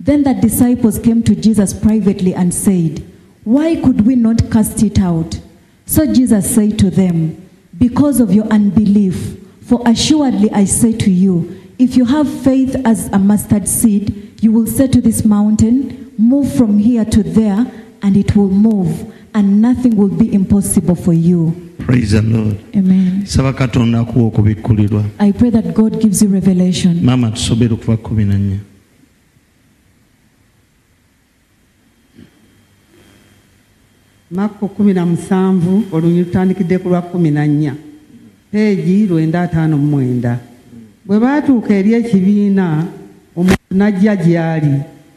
S2: Then the disciples came to Jesus privately and said, Why could we not cast it out? So Jesus said to them, Because of your unbelief. For assuredly I say to you, if you have faith as a mustard seed, you will say to this mountain, Move from here to there, and it will move, and nothing will be impossible for you.
S1: praise the lord
S2: Amen.
S1: saba katonda akuwa okubikkulirwa
S2: I pray that God gives you revelation.
S1: maama tusobera okuba kumi na nnya
S3: makko kumi na musanvu olunyiri lutandikidde ku lwa kumi na nnya peegi lwenda ataano mu mwenda bwe baatuuka eri ekibiina omuntu n'ajja gy'ali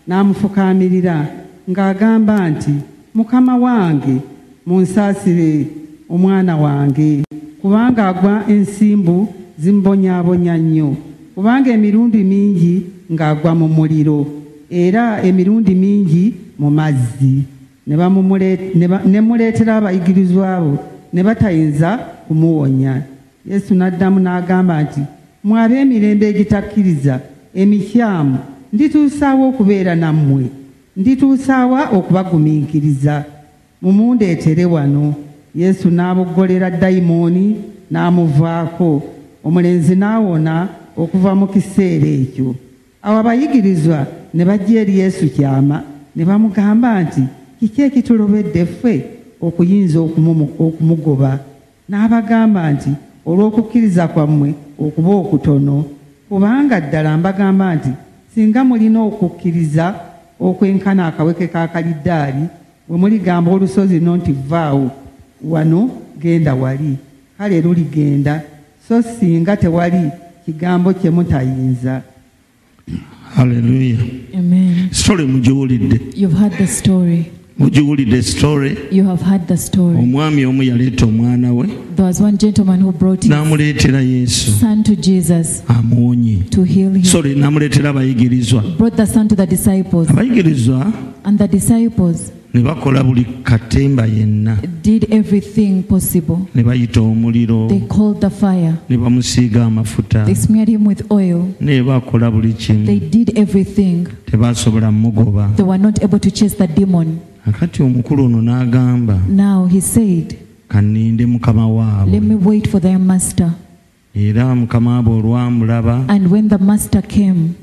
S3: n'amufukaamirira ng'agamba nti mukama wange munsaasire omwana wange kubanga agwa ensimbu zimbonyaabonya nnyo kubanga emirundi mingi ng'agwa mu muliro era emirundi mingi mu mazzi ne bamumule- ne ba- ne muleetera abayigirizwa abo ne batayinza kumuwonya yesu n'addamu n'agamba nti mwe ab'emirembe egitakkiriza emikyamu ndituusaawa okubeera nammwe ndituusaawa okubagumiikiriza mumundeetere wano yesu n'abuggolera dayimooni n'amuvaako omulenzi n'awona okuva mu kiseera ekyo awo abayigirizwa ne bajja eri yesu kyama ne bamugamba nti kiki ekitulobedde ffe okuyinza okumu- okumugoba n'abagamba nti olw'okukkiriza kwammwe okuba okutono kubanga ddala mbagamba nti singa mulina okukkiriza okwenkana akaweke ka kalidaali bwe muligamba olusozi no nti vaawo wano genda wali kale luligenda so singa tewali kigambo kye mutayinza
S1: haleluya
S2: Amen.
S1: story mugiwulidde
S2: You've heard the story.
S1: mugiwulidde story
S2: You have heard the story.
S1: omwami omu yaleeta omwana we
S2: There was one gentleman who brought his
S1: n'amuleetera yesu
S2: son to Jesus
S1: amuwonye
S2: to heal him.
S1: sorry n'amuleetera abayigirizwa
S2: Brought the son to the disciples,
S1: abayigirizwa
S2: and the disciples
S1: ne bakola buli katemba yenna
S2: did everything possible.
S1: ne bayita omuliro
S2: They called the fire,
S1: ne bamusiiga amafuta
S2: they smeared him with oil,
S1: ne bakola buli
S2: they
S1: kimu
S2: did everything.
S1: tebaasobola mugoba
S2: They were not able to chase the demon.
S1: akati omukulu ono n'agamba
S2: Now he said,
S1: kaninde mukama
S2: Let me
S1: waabwe
S2: wait for their master.
S1: era mukama waabwe olwamulaba
S2: And when the master came,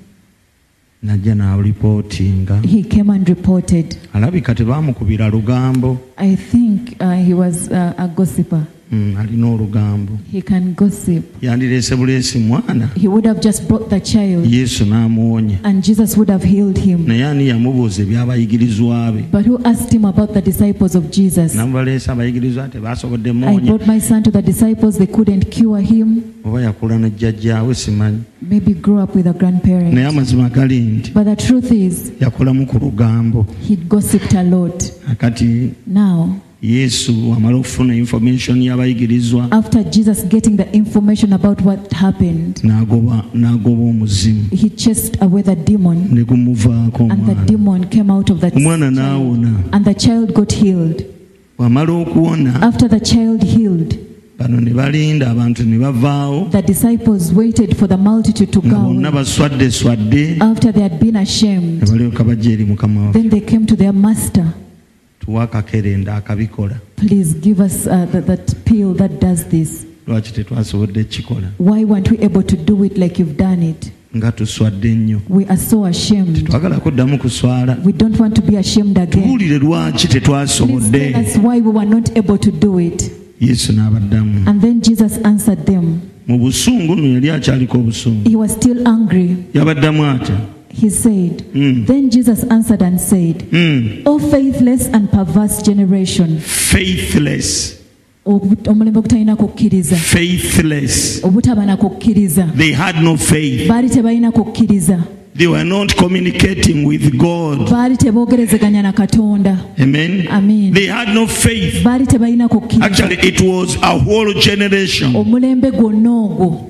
S1: najja n'alipootinga
S2: he came and reported.
S1: alabika tebaamukubira lugambo
S2: I think uh, he was uh, a gossiper.
S1: Mm, alina olugambo
S2: He can gossip.
S1: yandireese buleesi mwana
S2: He would have just brought the child
S1: yesu n'amuwonya
S2: and Jesus would have healed him.
S1: naye ani yamubuuza ebyabayigirizwa be
S2: But who asked him about the disciples of Jesus?
S1: namubaleese abayigirizwa tebasobodde
S2: I
S1: muwonya
S2: brought my son to the disciples, they couldn't cure him.
S1: oba yakula na jjajjaawe simanyi
S2: Maybe grew up with a grandparent.
S1: naye amazima gali nti
S2: But the truth is,
S1: yakolamu ku lugambo
S2: he gossiped a lot.
S1: akati
S2: Now,
S1: yesu amala okufuna information y'abayigirizwa
S2: after Jesus getting the information about what happened,
S1: n'agoba n'agoba omuzimu
S2: he chased away the demon,
S1: ne gumuvaako
S2: and the
S1: omwana
S2: demon came out of that
S1: omwana
S2: child,
S1: n'awona
S2: and the child got healed.
S1: bw'amala okuwona
S2: After the child healed,
S1: bano ne balinda abantu ne bavaawo
S2: The disciples waited for the multitude to
S1: nga
S2: go
S1: bonna
S2: away.
S1: baswadde swadde
S2: after they had been
S1: ne
S2: ashamed.
S1: balyoka bajja eri mukama waffe
S2: Then they came to their master.
S1: tuwa akakerenda akabikola
S2: Please give us uh, that, that pill that does this.
S1: lwaki tetwasobodde kukikola
S2: Why weren't we able to do it like you've done it?
S1: nga tuswadde ennyo
S2: We are so ashamed.
S1: twagala kuddamu kuswala
S2: We don't want to be ashamed again.
S1: tubuulire lwaki
S2: Please
S1: tetwasobodde
S2: tell us why we were not able to do it.
S1: yesu n'abaddamu
S2: And then Jesus answered them.
S1: mu busungu no yali akyaliko obusungu
S2: He was still angry.
S1: yabaddamu ata
S2: He said,
S1: Mm.
S2: Then Jesus answered and said,
S1: Mm.
S2: O faithless and perverse generation,
S1: faithless
S2: obu- omulembe ogutalina kukkiriza,
S1: faithless
S2: obutaba na kukkiriza,
S1: they had no faith
S2: baali tebalina kukkiriza,
S1: they were not communicating with god
S2: baali teboogerezeganya na Katonda,
S1: amen
S2: Amen.
S1: they had no faith
S2: baali tebalina kukkiriza.
S1: actually it was a whole generation
S2: Omulembe gwonna ogwo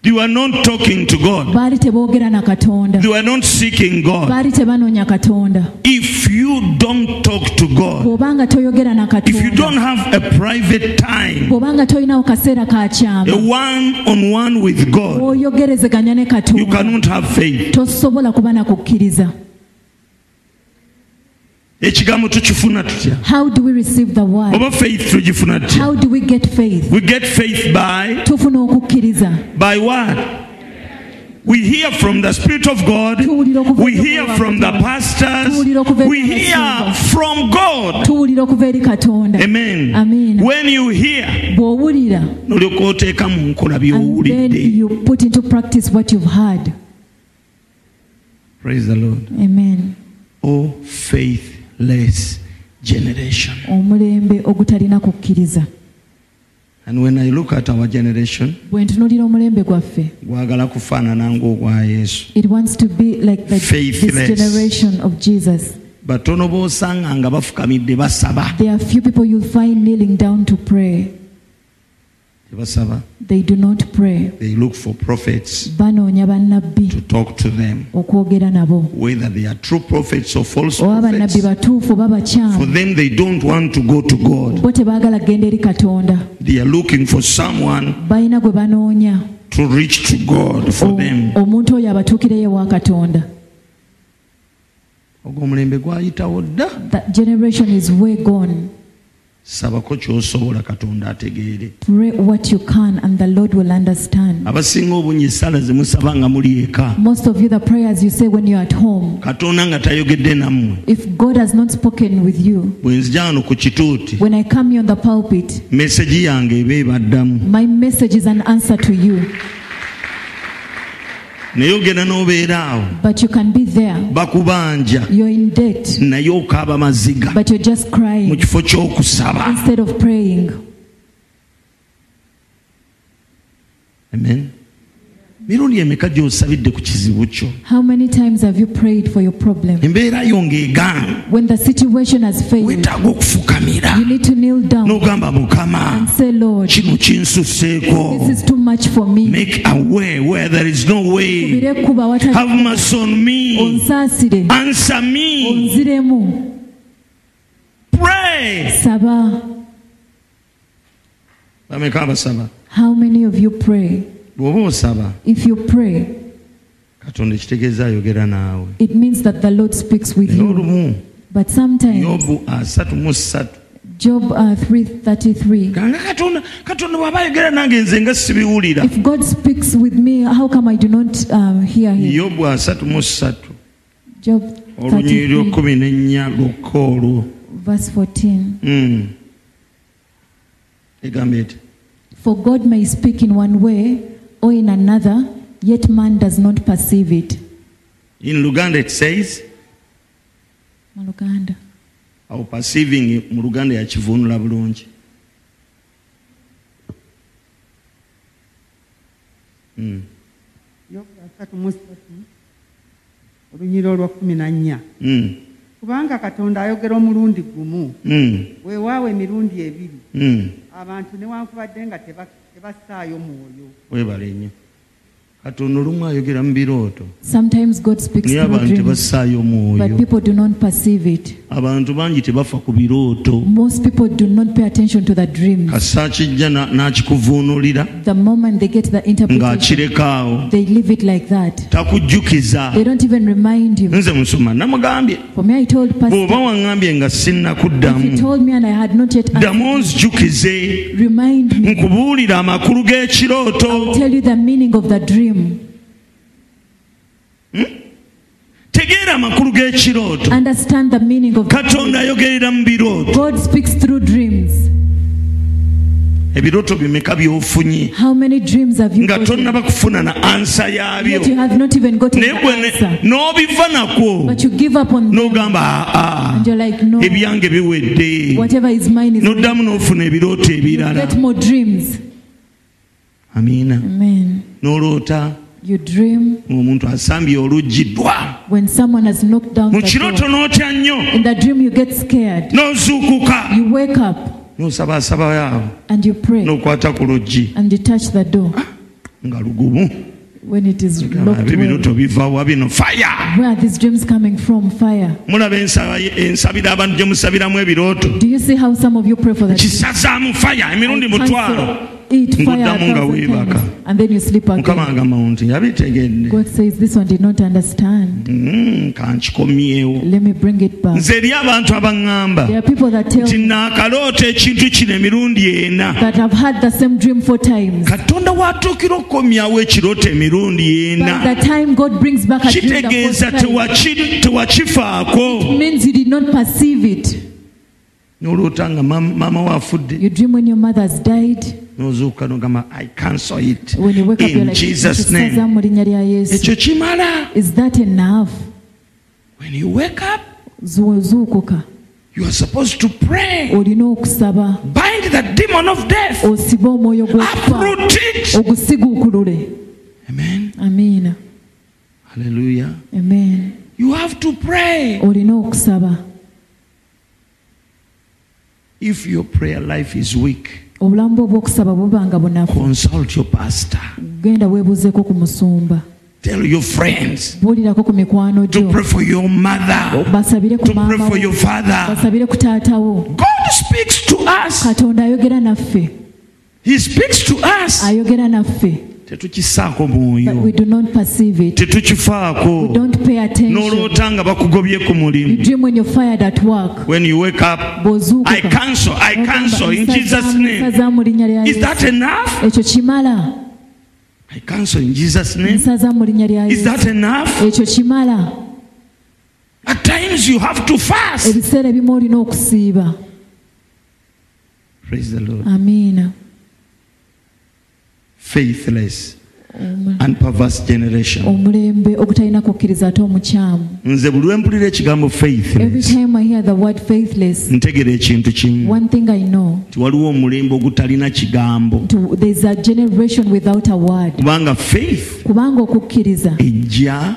S1: they were not talking to god
S2: baali teboogera na Katonda,
S1: they were not seeking god
S2: baali tebanoonya Katonda.
S1: if you don't talk to god
S2: Bw'obanga toyogera na
S1: if you
S2: Katonda,
S1: don't have a private time
S2: bw'obanga toyinawo kaseera ka kyama,
S1: a one on one with god
S2: oyogerezeganya ne
S1: you
S2: Katonda,
S1: cannot have faith
S2: tosobola kuba na kukkiriza.
S1: ekigambo tukifuna tutya
S2: How do we receive the word?
S1: oba faith tugifuna tutya
S2: How do we get faith?
S1: we get faith by
S2: Tufuna okukkiriza.
S1: by what we hear from the spirit of god
S2: Tuwulira okuva
S1: we
S2: eri
S1: hear
S2: Mukama
S1: from the pastors
S2: Tuwulira okuva eri
S1: we hear
S2: abasumba.
S1: from god
S2: Tuwulira okuva eri Katonda.
S1: amen
S2: Amen.
S1: when you hear
S2: Bw'owulira,
S1: nolyoka oteeka mu nkola
S2: and then
S1: byowulidde
S2: you put into practice what you've heard.
S1: praise the lord
S2: Amen.
S1: o faithless generation
S2: Omulembe ogutalina kukkiriza.
S1: and when i look at our generation
S2: Bwe ntunuulira omulembe gwaffe,
S1: gwagala kufaanana ng'ogwa yesu
S2: it wants to be like the, this
S1: Faithless.
S2: generation of Jesus.
S1: batono boosanga nga bafukamidde basaba
S2: There are few people you'll find kneeling down to pray.
S1: tebasaba
S2: They do not pray.
S1: they look for prophets
S2: Banoonya
S1: to
S2: bannabbi
S1: talk to them
S2: okwogera nabo.
S1: whether they are true prophets or false
S2: Oba bannabbi
S1: prophets
S2: batuufu oba
S1: for
S2: bakyamu.
S1: them they don't want to go to god
S2: Bo tebaagala kgenda eri Katonda.
S1: they are looking for someone
S2: Balina gwe banoonya.
S1: to reach to god for them
S2: O- Omuntu oyo abatuukireyo ewa Katonda.
S1: ogwo omulembe gwayitawo dda
S2: That generation is way gone.
S1: sabako kyosobola katonda ategeere
S2: Pray what you can and the Lord will understand.
S1: abasinga obungi essala ze musaba nga muli eka
S2: Most of you, the prayers you say when you're at home,
S1: katonda nga tayogedde nammwe
S2: if God has not spoken with you,
S1: bwe nzija wano ku kituuti
S2: when I come here on the pulpit,
S1: mesegi yange eba ebaddamu
S2: my message is an answer to you.
S1: naye ogenda n'obeera awo
S2: But you can be there.
S1: bakubanja
S2: You're in debt,
S1: naye okaaba maziga
S2: but you're just
S1: mu
S2: crying
S1: kifo ky'okusaba
S2: instead of praying.
S1: Amen. mirundi emeka gy'osabidde ku kizibu kyo
S2: How many times have you prayed for your problem?
S1: embeera yo ng'egaana
S2: When the situation has failed,
S1: weetaaga okufukamira
S2: you need to kneel down
S1: n'ogamba
S2: and
S1: mukama
S2: say, Lord,
S1: kino kinsuseeko
S2: this is too much for me.
S1: make a way where there is no way
S2: Kubire kuba watali-
S1: have mercy on me
S2: onsaasire
S1: answer me
S2: onziremu
S1: pray
S2: saba
S1: bameka abasaba
S2: how many of you pray
S1: bw'oba osaba
S2: if you pray
S1: katonda ekitegeeza ayogera naawe
S2: it means that the lord speaks with
S1: naye
S2: you
S1: olumu
S2: but sometimes
S1: yobu asatu mu ssatu
S2: job uh, 333
S1: nga katonda katonda bw'aba ayogera nange nze nga sibiwulira
S2: if god speaks with me how come i do not um, hear him
S1: yobu asatu mu ssatu
S2: job
S1: olunyiri
S2: 33
S1: lw'ekkumi n'ennya lwokka olwo
S2: verse 14
S1: Mm. egamba eti
S2: for god may speak in one way or in another yet man does not perceive it
S1: in luganda it says
S2: mu luganda
S1: awo perceiving mu luganda yakivuunula bulungi Mm.
S3: yobu asatu mu ssatu olunyira olwa kumi na nnya
S1: Mm.
S3: kubanga katonda ayogera omulundi gumu
S1: Mm.
S3: weewaawo emirundi ebiri
S1: Mm.
S3: abantu newankubadde nga teba- tebassaayo mwoyo
S1: webale nnyo katonda olumu ayogera mu birooto
S2: Sometimes God speaks
S1: naye
S2: through
S1: abantu
S2: dreams,
S1: tebassaayo
S2: but
S1: mwoyo
S2: people do not perceive it.
S1: abantu bangi tebafa ku birooto
S2: Most people do not pay attention to the dreams.
S1: kasa kijja na- n'akikuvuunulira
S2: The moment they get the interpretation,
S1: ng'akireka awo
S2: they leave it like that. They
S1: takujjukiza
S2: don't even remind you.
S1: nze musoma namugambye
S2: For me, I told Pastor,
S1: bw'oba waŋŋambye nga
S2: he
S1: sinnakuddamu
S2: told me and I had not yet answered.
S1: ddamu onzijukize
S2: Remind me,
S1: nkubuulira amakulu g'ekirooto
S2: tell you the meaning of the dream.
S1: tegeera amakulu g'ekirooto
S2: Understand the meaning of the
S1: katonda ayogerera mu birooto
S2: God speaks through dreams.
S1: ebirooto bimeka byofunye
S2: How many dreams have you
S1: nga
S2: gotten?
S1: tonnaba kufuna na ansa yaabyo
S2: Yet you have not even gotten
S1: naye
S2: the
S1: gwe ne-
S2: answer.
S1: n'obiva nakwo
S2: But you give up on them
S1: n'ogamba aa
S2: and you're like, no,
S1: Ah, ebyange biwedde
S2: whatever is mine is mine.
S1: n'oddamu n'ofuna ebirooto
S2: You
S1: ebirala
S2: get more dreams.
S1: amiina
S2: Amen.
S1: n'oloota
S2: You dream
S1: omuntu asambye oluggi dwa
S2: when someone has knocked down
S1: mu
S2: the
S1: kirooto
S2: door.
S1: n'otya nnyo
S2: In the dream, you get scared.
S1: n'ozuukuka
S2: You wake up
S1: n'osabaasaba yaabo
S2: and you pray
S1: n'okwata ku luggi
S2: and you touch the door
S1: nga lugubu
S2: when it is locked.
S1: Ng'abe
S2: Well.
S1: ebirooto biva wa bino faya
S2: Where are these dreams coming from? Fire.
S1: mulaba ensaba- ensabira abantu gye musabiramu ebirooto
S2: Do you see how some of you pray for that?
S1: kisazaamu faya emirundi mutwalo
S2: Eat fire a
S1: Ng'oddamu nga
S2: thousand
S1: weebaka.
S2: times, and then you sleep
S1: mukama
S2: again.
S1: agamba mu nti yabitegedde
S2: God says this one did not understand.
S1: Mm, kankikomyewo
S2: Let me bring it back.
S1: nze eri abantu abaŋŋamba
S2: There are people that tell
S1: nti naakaloota ekintu kino emirundi ena
S2: that have had the same dream four times.
S1: katonda watuukira okukomyawo ekirooto emirundi
S2: By
S1: ena
S2: the time God brings back a dream, the
S1: kitegeeza
S2: fourth time,
S1: tewaki- tewakifaako
S2: it means you did not perceive it.
S1: noloota nga mam- maama we afudde
S2: You dream when your mother has died.
S1: nozuuka nogamba i cancel it
S2: When you wake up, you're
S1: in
S2: like,
S1: jesus
S2: "Nchisaza
S1: name
S2: mu linnya lya Yesu."
S1: ekyo kimala
S2: Is that enough?
S1: when you wake up
S2: Zuuzuukuka.
S1: you are supposed to pray
S2: Olina okusaba.
S1: bind the demon of death
S2: Osibe omwoyo gw'okufa.
S1: uproot it
S2: Ogusiguukulule.
S1: amen
S2: Amiina.
S1: hallelujah
S2: Amen.
S1: you have to pray
S2: Olina okusaba.
S1: if your prayer life is weak
S2: Obulamu bwo obw'okusaba buba nga bunafu.
S1: consult your pastor
S2: Genda weebuuzeeko ku musumba.
S1: tell your friends
S2: Buulirako ku mikwano
S1: to
S2: gyo.
S1: pray for your mother
S2: basabire ku
S1: to pray
S2: maama
S1: for
S2: wo,
S1: your father
S2: basabire ku taata wo
S1: god speaks to us
S2: katonda ayogera naffe
S1: he speaks to us
S2: ayogera naffe
S1: tetukisaako
S2: but we
S1: mwoyo
S2: do not perceive it
S1: tetukifaako
S2: we don't pay attention
S1: noloota nga bakugobye ku
S2: you
S1: mulimu
S2: dream when you're fired at work
S1: when you wake up i
S2: bw'ozuukuka
S1: cancel i cancel in jesus name
S2: nsaza mu linnya lya
S1: is that
S2: yesu
S1: enough
S2: ekyo kimala
S1: i cancel in jesus name
S2: nsaza mu linnya lya
S1: is
S2: yesu
S1: that enough
S2: ekyo kimala
S1: at times you have to fast
S2: ebiseera ebimu olina okusiiba
S1: praise the lord
S2: amiina
S1: faithless
S2: Omu-
S1: and perverse
S2: Oh.
S1: generation
S2: omulembe ogutalina kukkiriza ate omukyamu
S1: nze buli lwempulira ekigambo
S2: every
S1: faithless
S2: time i hear the word faithless
S1: ntegera ekintu kimu
S2: one thing i know
S1: nti waliwo omulembe ogutalina kigambo
S2: to, there's a generation without a word
S1: kubanga faith
S2: kubanga okukkiriza
S1: ejja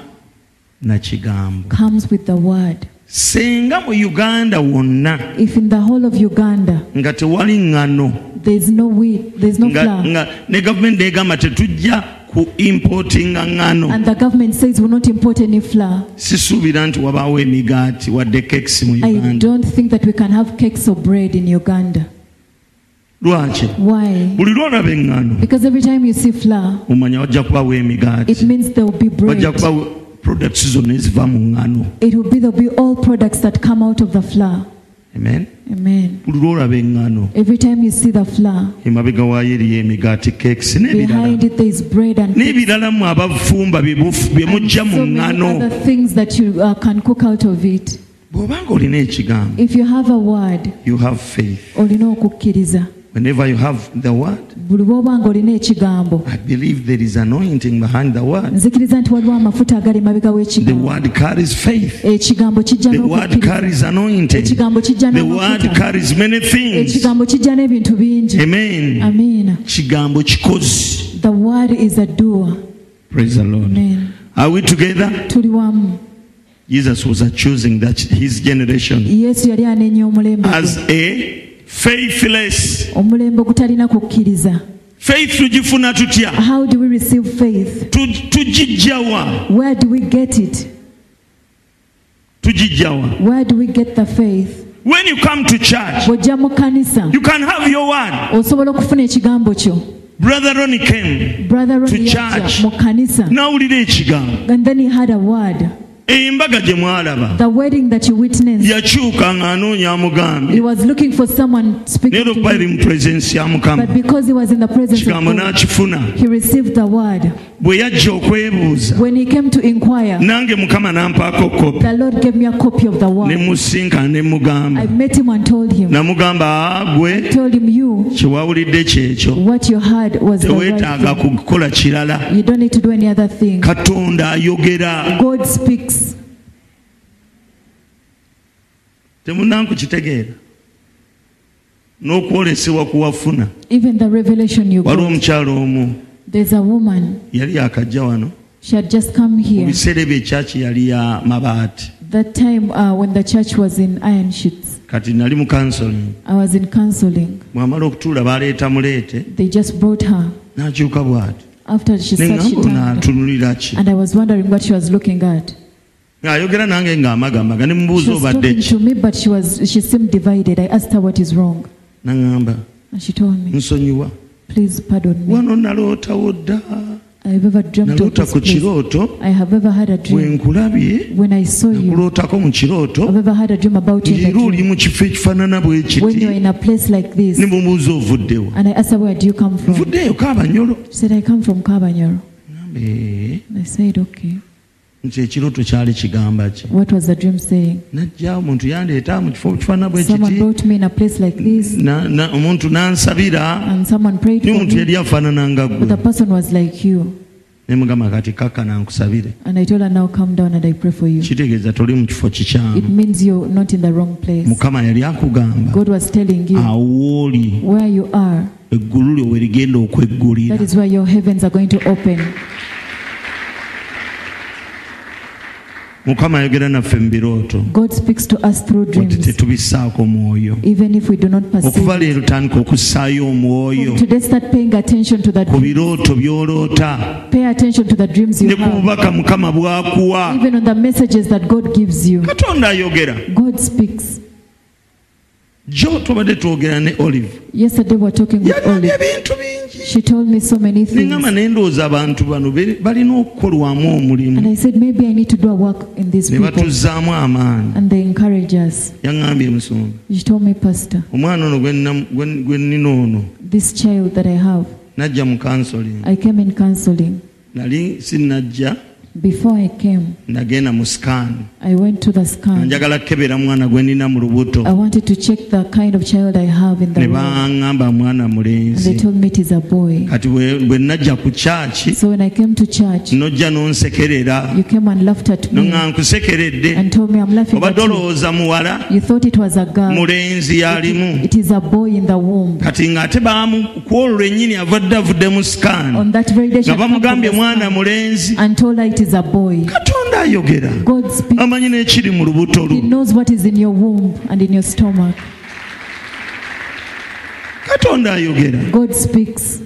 S1: na kigambo
S2: comes with the word
S1: singa mu uganda wonna
S2: if in the whole of uganda
S1: nga tewali ŋŋano
S2: there's no wheat there's no
S1: nga,
S2: flour
S1: nga, ne gavumenti negamba tetujja ku importinga ŋŋano
S2: and the government says we'll not import any flour
S1: sisuubira nti wabaawo emigaati wadde kekisi mu
S2: i
S1: uganda
S2: don't think that we can have cakes or bread in uganda
S1: lwaki
S2: why
S1: buli lwolaba eŋŋano
S2: because every time you see flour
S1: omanya wajja kubaawo
S2: it
S1: emigaati
S2: means there will be bread
S1: wajja kubaawo products zonna eziva mu ŋŋano
S2: it will be there will be all products that come out of the flour
S1: amen
S2: amen
S1: buli lwolaba eŋŋano
S2: every time you see the flour
S1: emabega waayo eriyo emigaati kekisi n'ebirala
S2: behind it there is bread and
S1: n'ebirala mu abafumba bye bufu- bye mujja mu
S2: so many other
S1: ŋŋano
S2: things that you uh, can cook out of it
S1: bw'obanga olina ekigambo
S2: if you have a word
S1: you have faith
S2: olina okukkiriza
S1: whenever you have the word
S2: buli bwobanga olina ekigambo
S1: i believe there is anointing behind the word
S2: nzikiriza nti waliwo amafuta agali mabega
S1: the
S2: w'ekigambo
S1: word carries faith
S2: ekigambo kijja
S1: the word
S2: n'okukkiriza
S1: carries anointing
S2: ekigambo kijja
S1: the word
S2: n'amafuta
S1: carries many things
S2: ekigambo kijja n'ebintu bingi
S1: amen
S2: amiina
S1: kigambo kikozi
S2: the word is a doer
S1: praise the lord
S2: amen
S1: are we together
S2: tuli wamu
S1: jesus was a choosing that his generation
S2: yesu yali anenya omulembe gwe.
S1: as a faithless
S2: omulembe ogutalina kukkiriza
S1: faith tugifuna tutya
S2: How do we receive faith?
S1: Tu- tugijjawa
S2: Where do we get it?
S1: tugijjawa
S2: Where do we get the faith?
S1: when you come to church
S2: bw'ojja mu kanisa
S1: you can have your word
S2: osobola okufuna ekigambo kyo
S1: brother ronnie came
S2: brother
S1: To
S2: Ronnie yajja
S1: church.
S2: mu kanisa
S1: n'awulira ekigambo
S2: and then he had a word
S1: embaga gye mwalaba
S2: the wedding that you witnessed
S1: yakyuka ng'anoonya
S2: he
S1: amugambye
S2: was looking for someone
S1: naye
S2: speaking to
S1: lwokuba eri
S2: him,
S1: mu puresensi ya
S2: but
S1: mukama
S2: because he was in the presence of
S1: ekigambo
S2: God
S1: n'akifuna
S2: he received the word
S1: bwe yajja okwebuuza
S2: when he came to inquire
S1: nange mukama nampaako kopi
S2: the Lord gave me a copy of the
S1: ne
S2: word
S1: musinka ne mugamba
S2: I met him and told him
S1: namugamba "Ah, gwe
S2: told him you
S1: kyewawulidde kyekyo
S2: what you heard was the
S1: teweetaaga
S2: right thing.
S1: kukola kirala
S2: you don't need to do any other thing
S1: katonda ayogera
S2: God speaks
S1: temunankukitegeera n'okwolesebwa kuwafuna
S2: even the revelation you
S1: waliwo
S2: got
S1: omukyala omu
S2: there's a woman
S1: yali yakajja wano
S2: She had just come
S1: mu
S2: here.
S1: biseera ebyo ekyaki yali ya mabaati
S2: That time uh, when the church was in iron sheets,
S1: kati nali mu kansoling
S2: I was in counseling.
S1: bwamala okutuula baleeta muleete
S2: They just brought her
S1: n'akyuka bw'ati
S2: after she
S1: ne
S2: said she
S1: ngamba ono
S2: turned.
S1: atunulira ki
S2: And I was wondering what she was looking at.
S1: ng'ayogera nange ng'amagamaga ne
S2: She
S1: mubuuza
S2: was
S1: obadde
S2: talking
S1: ki
S2: to me, but she was she seemed divided. I asked her what is wrong,
S1: naŋŋamba
S2: and she told me,
S1: nsonyiwa
S2: "Please pardon me.
S1: wano nalootawo dda
S2: I've ever dreamt of
S1: naloota
S2: this
S1: ku
S2: place.
S1: kirooto
S2: I have ever had a
S1: bwe
S2: dream
S1: nkulabye
S2: when I saw you.
S1: nakulootako mu kirooto
S2: I've ever had a dream about you. in
S1: era
S2: the
S1: oli
S2: dream.
S1: mu kifo ekifaanana bwe
S2: When you're
S1: kiti
S2: in a place like this,
S1: ne mumubuuza ovuddewo
S2: and I asked her, "Where do you come from?"
S1: nvuddeeyoko abanyolo
S2: She said, "I come from Kabanyoro."
S1: Ŋŋamba, "Eh."
S2: And I said, "Okay."
S1: nti ekirooto kyali kigamba ki
S2: What was the dream saying?
S1: najja omuntu yandeeta mu kifo ekifaanana bwe
S2: Someone
S1: kiti
S2: brought me in a place like this,
S1: na- na- omuntu n'ansabira
S2: and someone prayed
S1: naye
S2: for
S1: omuntu
S2: me.
S1: yali afaanana nga
S2: But
S1: gwe
S2: the person was like you.
S1: nemugamba kati kakkana nkusabire
S2: And I told her, Now calm down and I pray for you.
S1: kitegeeza toli mu kifo
S2: It
S1: kikyamu
S2: means you're not in the wrong place.
S1: mukama yali akugamba
S2: God was telling
S1: Ah.
S2: you
S1: awooli
S2: where you are,
S1: eggulu lyo we ligenda okweggulira
S2: that is where your heavens are going to open.
S1: mukama ayogera naffe mu birooto
S2: God speaks to us through
S1: oti
S2: dreams,
S1: tetubisaako mwoyo
S2: even if we do not perceive.
S1: okuva leero tandika okussaayo omwoyo
S2: From Today, start paying attention to the
S1: ku
S2: dream.
S1: birooto by'oloota
S2: Pay attention to the dreams
S1: ne
S2: you
S1: ku
S2: have,
S1: bubaka mukama bwakuwa
S2: even on the messages that God gives you.
S1: katonda ayogera
S2: God speaks.
S1: jo tubadde twogera ne olive
S2: Yesterday, we were talking with
S1: yagambye
S2: Olive.
S1: ebintu bingi
S2: She told me so many things.
S1: neŋama nendowooza abantu bano be- balina okukolwamu
S2: And
S1: omulimu
S2: I said, maybe I need to do a work in these
S1: ne
S2: people.
S1: batuzzaamu amaanyi
S2: And they encourage us.
S1: yaŋŋambye emusumba
S2: She told me, Pastor,
S1: omwana ono gwe nna- gwe- gwe nnina ono
S2: this child that I have,
S1: najja mu kansoling
S2: I came in counseling.
S1: nali sinnajja
S2: Before I came,
S1: nagenda mu sikaani
S2: I went to the scan.
S1: njagala kebera mwana gwe nina mu lubuto
S2: I wanted to check the kind of child I have in the
S1: ne
S2: world.
S1: baŋŋamba mwana
S2: And they
S1: mulenzi
S2: told me it is a boy.
S1: kati bwe bwe najja ku kyaki
S2: So when I came to church,
S1: nojja n'onsekerera
S2: you came and laughed at me
S1: noŋa nkusekeredde
S2: and told me I'm laughing at
S1: obadde
S2: you.
S1: olowooza muwala
S2: You thought it was a girl.
S1: mulenzi yalimu
S2: It is a boy in the womb.
S1: kati ng'ate baamu ku olwo lwennyini avadde avudde mu sikaani
S2: On that very day, she
S1: Hmm. nga
S2: had come from
S1: bamugambye
S2: the
S1: mwana
S2: scan
S1: mulenzi
S2: and told her it is a boy.
S1: katonda ayogera
S2: God speaks.
S1: amanyi n'ekiri mu lubuto
S2: He
S1: lwo
S2: knows what is in your womb and in your stomach.
S1: katonda ayogera
S2: God speaks.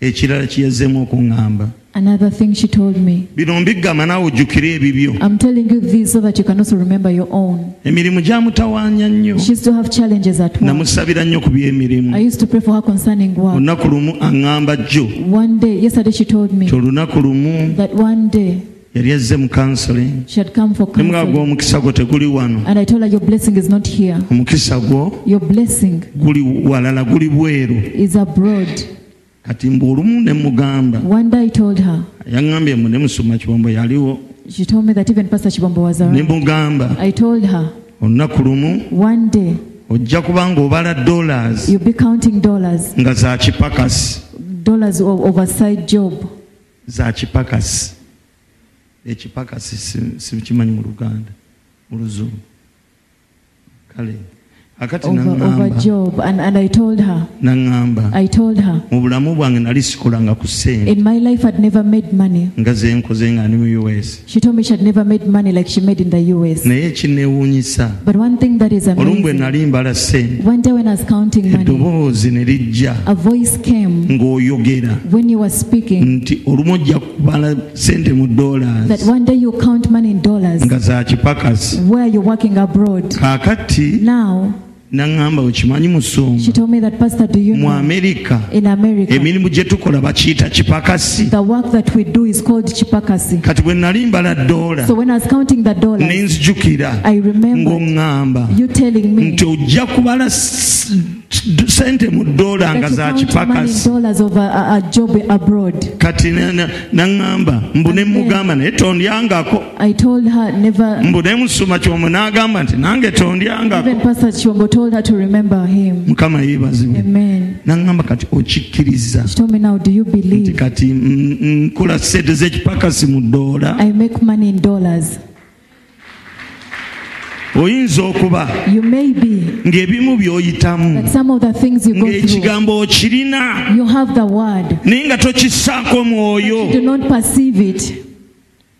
S1: ekirala kiyazeemu okuŋŋamba
S2: Another thing she told me.
S1: bino mbiggamba naawe ojjukire ebibyo
S2: I'm telling you this so that you can also remember your own.
S1: emirimu gyamutawaanya nnyo
S2: She used to have challenges at work.
S1: namusabira nnyo ku
S2: I
S1: by'emirimu
S2: used to pray for her concerning work.
S1: olunaku lumu aŋŋamba jjo
S2: One day, yesterday she told me
S1: ti olunaku lumu
S2: that one day
S1: yali azze mu kansoling
S2: she had come for
S1: nemwaga
S2: counseling.
S1: omukisa gwo teguli wano
S2: And I told her, Your blessing is not here.
S1: omukisa gwo
S2: Your blessing
S1: guli walala guli bweru
S2: is abroad.
S1: kati mbu olumu ne mugamba
S2: One day I told her,
S1: yaŋŋambye mu ne musuma kibombo yaliwo
S2: she told me that even Pastor Chibombo was
S1: ne
S2: around.
S1: mugamba
S2: I told her,
S1: olunaku lumu
S2: One day
S1: ojja kuba ng'obala dollars
S2: you'll be counting dollars,
S1: nga za kipakasi
S2: dollars of overside job.
S1: za E, kipakasi ekipakasi si- sikimanyi mu luganda mu luzungu kale akati
S2: over, over
S1: naŋŋamba
S2: Job. And, and I told her,
S1: naŋŋamba
S2: I told her,
S1: mu bulamu bwange nali sikolanga ku ssente
S2: in my life I'd never made money.
S1: nga ze nkoze nga ndi mu us
S2: She told me she'd never made money like she made in the US.
S1: naye ekinneewuunyisa
S2: But one thing that is
S1: olumu bwe
S2: amazing,
S1: nali mbala ssente
S2: one day when I was counting money,
S1: eddoboozi ne lijja
S2: a voice came
S1: ng'oyogera
S2: when you were speaking
S1: nti olumu ojja kubala ssente mu
S2: that
S1: dollars
S2: one day you count money in dollars
S1: nga za kipakasi
S2: where you're working abroad.
S1: kaakati
S2: Now,
S1: naŋŋamba okimanyi
S2: she
S1: musumba
S2: told me that, Pastor, do you
S1: mu
S2: know
S1: amerika
S2: in America,
S1: emirimu gye tukola bakiyita kipakasi
S2: the work that we do is called chipakasi.
S1: kati bwe nali mbala ddoola
S2: So when I was counting the
S1: ne
S2: dollars,
S1: nzijukira
S2: I remembered
S1: ng'oŋŋamba
S2: you telling me
S1: nti ojja kubala s- s- sente mu ddoola nga
S2: that you
S1: za
S2: count money in
S1: kipakasi
S2: dollars of a, a, a job abroad.
S1: kati na- na- naŋŋamba mbu ne mugamba naye tondyangako
S2: I told her never.
S1: mbu ne musuma kyomu n'agamba nti nange tondyangako
S2: Even Pastor Chiongo told her to remember him.
S1: mukama yeebazibwe
S2: Amen.
S1: naŋŋamba kati okikkiriza
S2: She told me now, do you
S1: nti
S2: believe
S1: kati mm, mm, nkola sente z'ekipakasi mu ddoola
S2: I make money in dollars?
S1: oyinza okuba
S2: You may be
S1: ng'ebimu
S2: that
S1: by'oyitamu
S2: some of the things you go through,
S1: ng'ekigambo okirina
S2: you have the word.
S1: naye nga tokissaako
S2: You do
S1: mwoyo
S2: not perceive it.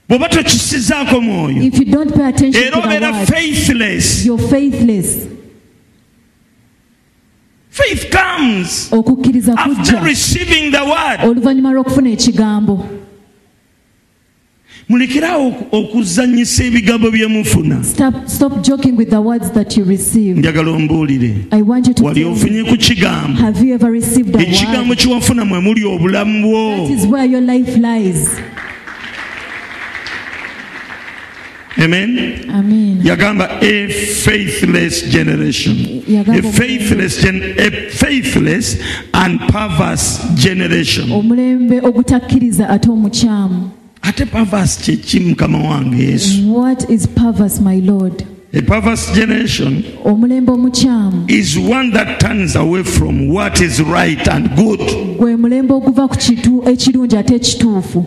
S1: bw'oba tokisizaako mwoyo
S2: If you don't pay attention to
S1: era obeera
S2: the word,
S1: faithless
S2: you're faithless.
S1: faith comes
S2: Okukkiriza
S1: after
S2: kujja
S1: receiving the word
S2: oluvannyuma lw'okufuna ekigambo.
S1: mulekerawo oku- okuzannyisa ebigambo bye mufuna
S2: Stop, stop joking with the words that you receive.
S1: njagala ombuulire
S2: I want you to
S1: wali
S2: tell me,
S1: ofunye ku kigambo
S2: have you ever received a word?
S1: ekigambo kye wafuna mwe muli obulamu bwo
S2: That is where your life lies.
S1: amen
S2: Amen.
S1: yagamba a faithless generation
S2: Yagamba
S1: a faithless, gen, a faithless and perverse
S2: Oh.
S1: generation
S2: Omulembe ogutakkiriza ate omukyamu.
S1: ate perverse kyeki mukama wange yesu
S2: What is perverse, my Lord?
S1: a perverse generation
S2: Omulembe omukyamu
S1: is one that turns away from what is right and good
S2: gwe mulembe oguva ku kitu ekirungi ate ekituufu.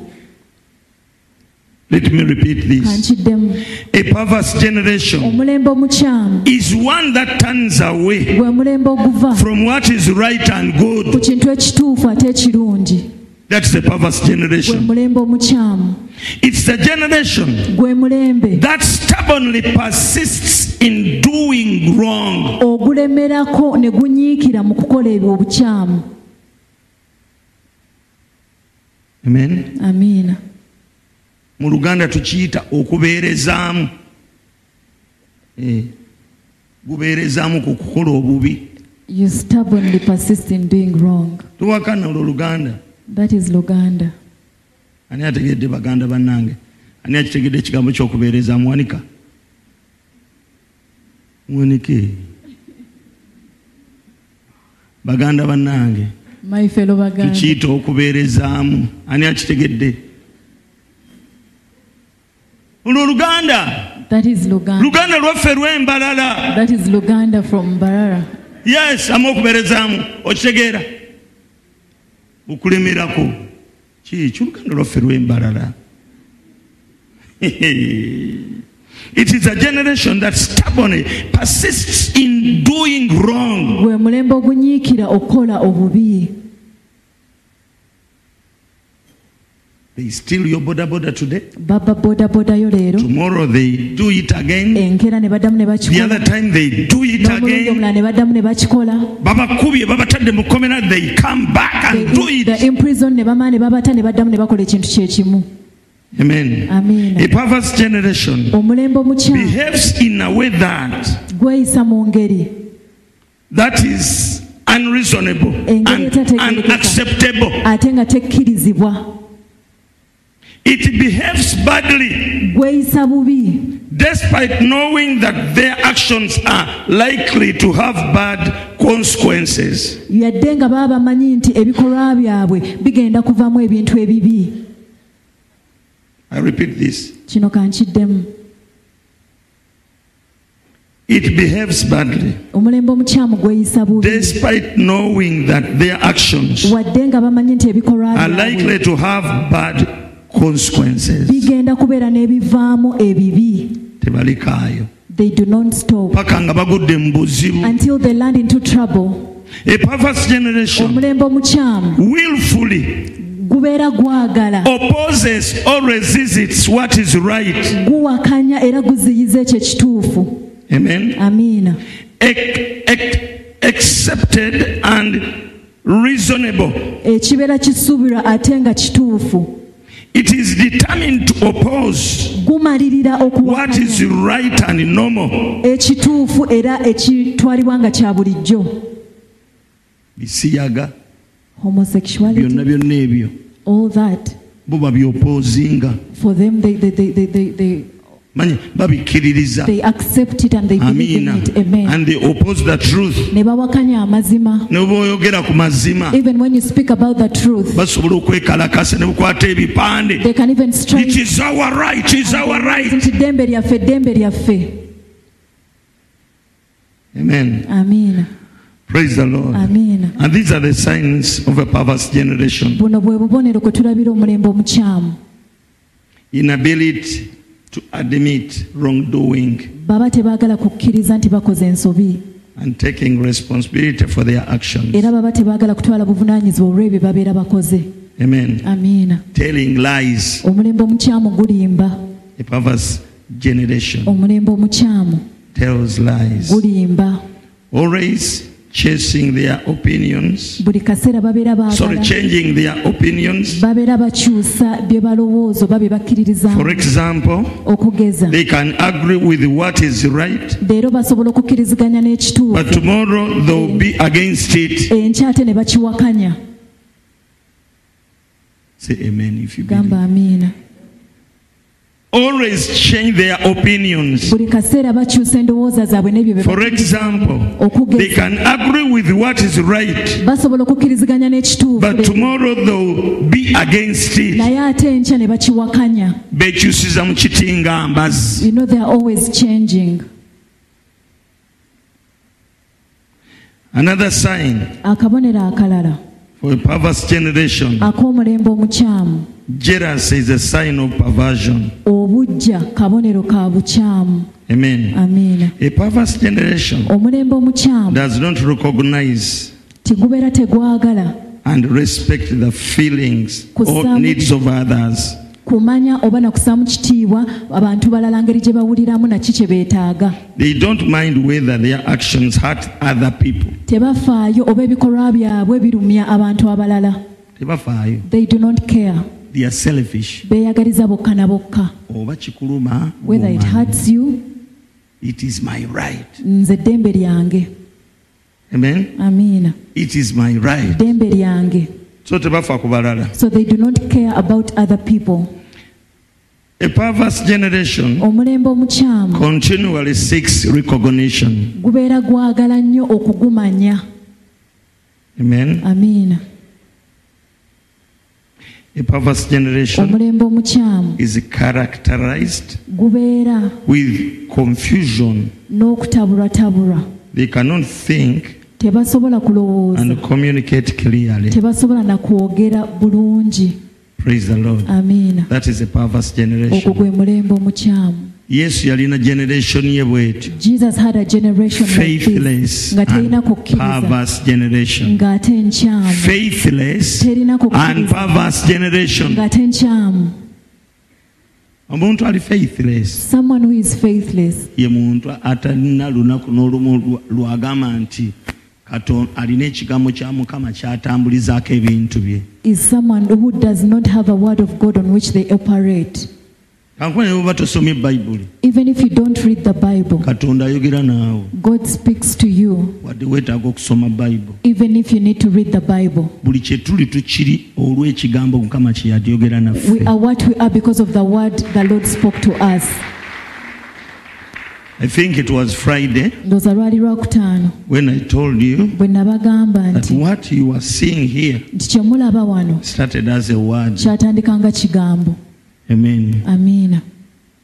S1: let me repeat
S2: Ka
S1: this
S2: nkiddemu.
S1: a perverse generation
S2: Omulembe omukyamu
S1: is one that turns away
S2: gwe mulembe oguva
S1: from what is right and
S2: ku
S1: good
S2: kintu ekituufu ate ekirungi.
S1: that's the perverse
S2: Gwe
S1: generation
S2: mulembe omukyamu
S1: it's the generation
S2: gwe mulembe
S1: that stubbornly persists in doing wrong.
S2: ogulemerako ne gunyiikira mu kukola ebyo obukyamu.
S1: Amen.
S2: Amiina.
S1: Mu Luganda tukiyita okubeerezaamu. Eh, gubeerezaamu ku kukola obubi.
S2: You stubbornly persist in doing wrong.
S1: Tuwakana olwo Luganda.
S2: That is Luganda.
S1: Ani ategedde baganda bannange? Ani akitegedde ekigambo ky'okubeerezaamu wanika? Muwanike. Baganda bannange
S2: My fellow Baganda.
S1: tukiyita okubeerezaamu. Ani akitegedde? Olwo Luganda.
S2: That is Luganda.
S1: luganda lwaffe lw'embalala
S2: That is Luganda from Barara.
S1: yes amu okuberezaamu okitegeera okulemerako kiki oluganda lwaffe lw'embalala it is a generation that stubbornly persists in doing wrong
S2: Gwe mulembe ogunyiikira okukola obubi.
S1: they steal your boda boda today
S2: Baba boda boda yo leero
S1: tomorrow they do it again
S2: enkeera ne baddamu ne
S1: the other
S2: bakikola.
S1: time they do it
S2: N'omulundi
S1: again
S2: omulala ne baddamu ne bakikola.
S1: babakubye babatadde mu komera they come back and do
S2: The
S1: it
S2: the imprison ne bamala ne babata ne baddamu ne bakola ekintu kye kimu.
S1: amen a
S2: Amiina.
S1: perverse generation
S2: Omulembe omukyamu
S1: behaves in a way that
S2: gweyisa mu ngeri
S1: that is unreasonable and
S2: Engeri etategeerekeka.
S1: unacceptable.
S2: ate nga tekkirizibwa.
S1: It behaves badly
S2: Gweyisa bubi
S1: despite knowing that their actions are likely to have bad consequences.
S2: yadde nga baba bamanyi nti ebikolwa byabwe bigenda kuvamu ebintu ebibi.
S1: I repeat this.
S2: Kino ka nkiddemu.
S1: It behaves badly
S2: omulembe omukyamu gweyisa bubi
S1: despite knowing that their actions
S2: wadde nga bamanyi nti ebikolwa
S1: are
S2: byabwe
S1: likely to have bad consequences.
S2: bigenda kubeera n'ebivaamu ebibi
S1: Tebalikayo.
S2: They do not stop
S1: paka nga bagudde mu buzibu
S2: until they land into trouble.
S1: a perverse generation
S2: Omulembe omukyamu
S1: willfully
S2: gubeera gwagala,
S1: opposes or resists what is right
S2: guwakanya era guziyiza ekyo ekituufu.
S1: amen
S2: Amiina.
S1: Ac- ac- accepted and reasonable
S2: Ekibeera kisuubirwa ate nga kituufu.
S1: it is determined to oppose
S2: Gumalirira
S1: what is
S2: okuwakanya
S1: right and normal
S2: ekituufu era ekitwalibwa nga kya bulijjo.
S1: bisiyaga byonna
S2: Homosexuality,
S1: byonna ebyo
S2: all that.
S1: bo babyopozinga
S2: For them, they, they, they, they, they, they,
S1: manye babikkiririza
S2: they accept it and they believe
S1: amiina
S2: in it. Amen.
S1: and they oppose the truth
S2: Ne bawakanya amazima.
S1: ne bwoyogera ku mazima
S2: Even when you speak about the truth,
S1: basobola okwekalakasa ne bukwata ebipande
S2: they can even strike.
S1: it is our right it is our right
S2: nti ddembe lyaffe eddembe lyaffe
S1: amen
S2: amiina
S1: praise the lord
S2: amiina
S1: and these are the signs of a perverse generation
S2: buno bwe bubonero kwe tulabira omulembe omukyamu
S1: inability to admit wrongdoing
S2: baba tebaagala kukkiriza nti bakoze ensobi
S1: and taking responsibility for their actions
S2: era baba tebaagala kutwala buvunaanyizibwa olw'ebyo babeera bakoze
S1: amen
S2: amiina
S1: telling lies
S2: omulembe omukyamu gulimba
S1: a perverse generation
S2: omulembe omukyamu
S1: tells lies
S2: gulimba
S1: always chasing their opinions
S2: buli kaseera babeera
S1: sorry
S2: baagala
S1: changing their opinions
S2: babeera bakyusa bye balowooza oba bye bakkiririza
S1: for example
S2: okugeza
S1: they can agree with what is right
S2: leero basobola okukkiriziganya n'ekituufu
S1: but tomorrow they'll be against it
S2: enkya ate ne bakiwakanya
S1: say amen if you
S2: gamba
S1: believe
S2: amiina
S1: always change their opinions
S2: buli kaseera bakyusa endowooza zaabwe n'ebyo bye
S1: for
S2: ba-
S1: example they
S2: okugeza
S1: can agree with what is right
S2: basobola okukkiriziganya n'ekituufu
S1: but tomorrow they'll be against it
S2: naye ate enkya ne bakiwakanya
S1: bekyusiza mu kitinga mbazzi
S2: you know they are always changing
S1: another sign
S2: akabonero akalala
S1: for a perverse generation
S2: ak'omulembe omukyamu
S1: jealousy is a sign of perversion
S2: obujja kabonero ka bukyamu
S1: amen
S2: amiina
S1: a perverse generation
S2: omulembe omukyamu
S1: does not recognize
S2: tegubeera tegwagala
S1: and respect the feelings or
S2: Kusama-
S1: needs of others.
S2: kumanya oba nakusaamu kitiibwa abantu balala ngeri gye bawuliramu naki kye beetaaga
S1: They don't mind whether their actions hurt other people.
S2: tebafaayo oba ebikolwa byabwe birumya abantu abalala
S1: tebafaayo
S2: they do not care
S1: they are selfish
S2: beeyagaliza bokka na bokka
S1: oba kikuluma
S2: whether it
S1: woman,
S2: hurts you
S1: it is my right
S2: nze ddembe lyange
S1: amen
S2: amiina
S1: it is my right
S2: ddembe lyange
S1: so tebafa ku balala
S2: so they do not care about other people
S1: a perverse generation
S2: omulembe omukyamu
S1: continually seeks recognition
S2: gubeera gwagala nnyo okugumanya
S1: amen
S2: amiina
S1: a perverse generation
S2: omulembe omukyamu
S1: is characterized
S2: gubeera
S1: with confusion
S2: n'okutabulwatabulwa
S1: they cannot think
S2: tebasobola kulowooza
S1: and communicate clearly
S2: tebasobola na kwogera bulungi
S1: praise the lord
S2: amiina
S1: that is a perverse
S2: ogwo
S1: generation
S2: gwe mulembe omukyamu
S1: yesu yalina generation ye bwetyo
S2: jesus had a generation like this,
S1: faithless
S2: nga terina
S1: and
S2: kukkiriza
S1: perverse generation
S2: ng'ate nkyamu
S1: faithless
S2: terina
S1: and
S2: kukkiriza
S1: perverse generation
S2: ng'ate nkyamu
S1: omuntu ali faithless
S2: someone who is faithless
S1: ye muntu atalina lunaku n'olumu lwa- lwagamba nti katon alina ekigambo kya mukama kyatambulizaako ebintu bye
S2: is someone who does not have a word of god on which they operate
S1: kankuba ne bwoba tosomye bayibuli
S2: even if you don't read the bible
S1: katonda ayogera naawe
S2: god speaks to you
S1: wadde weetaaga okusoma bayibuli
S2: even if you need to read the bible
S1: buli kye tuli tukiri olw'ekigambo mukama kye yatyogera naffe
S2: we are what we are because of the word the lord spoke to us
S1: i think it was friday
S2: ndowooza lwali lwakutaano
S1: when i told you
S2: bwe nabagamba
S1: that
S2: nti
S1: what you are seeing here
S2: nti kye mulaba wano
S1: started as a word
S2: kyatandika nga kigambo
S1: amen
S2: amiina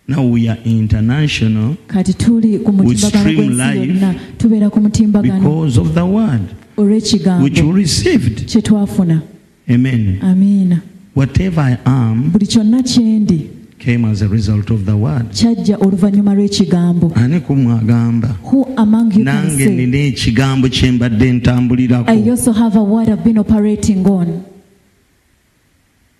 S1: now we are international
S2: kati tuli ku mutimbagano
S1: stream
S2: gw'ensi
S1: live
S2: yonna tubeera ku mutimbagano
S1: because of the word which
S2: olw'ekigambo
S1: you received
S2: kye twafuna
S1: amen
S2: amiina
S1: whatever i am
S2: buli kyonna kyendi
S1: came as a result of the word.
S2: kyajja oluvannyuma lw'ekigambo
S1: Ani kumwagamba?
S2: who among you can
S1: Nange
S2: say
S1: nina ekigambo kye mbadde
S2: I
S1: ntambulirako.
S2: also have a word I've been operating on.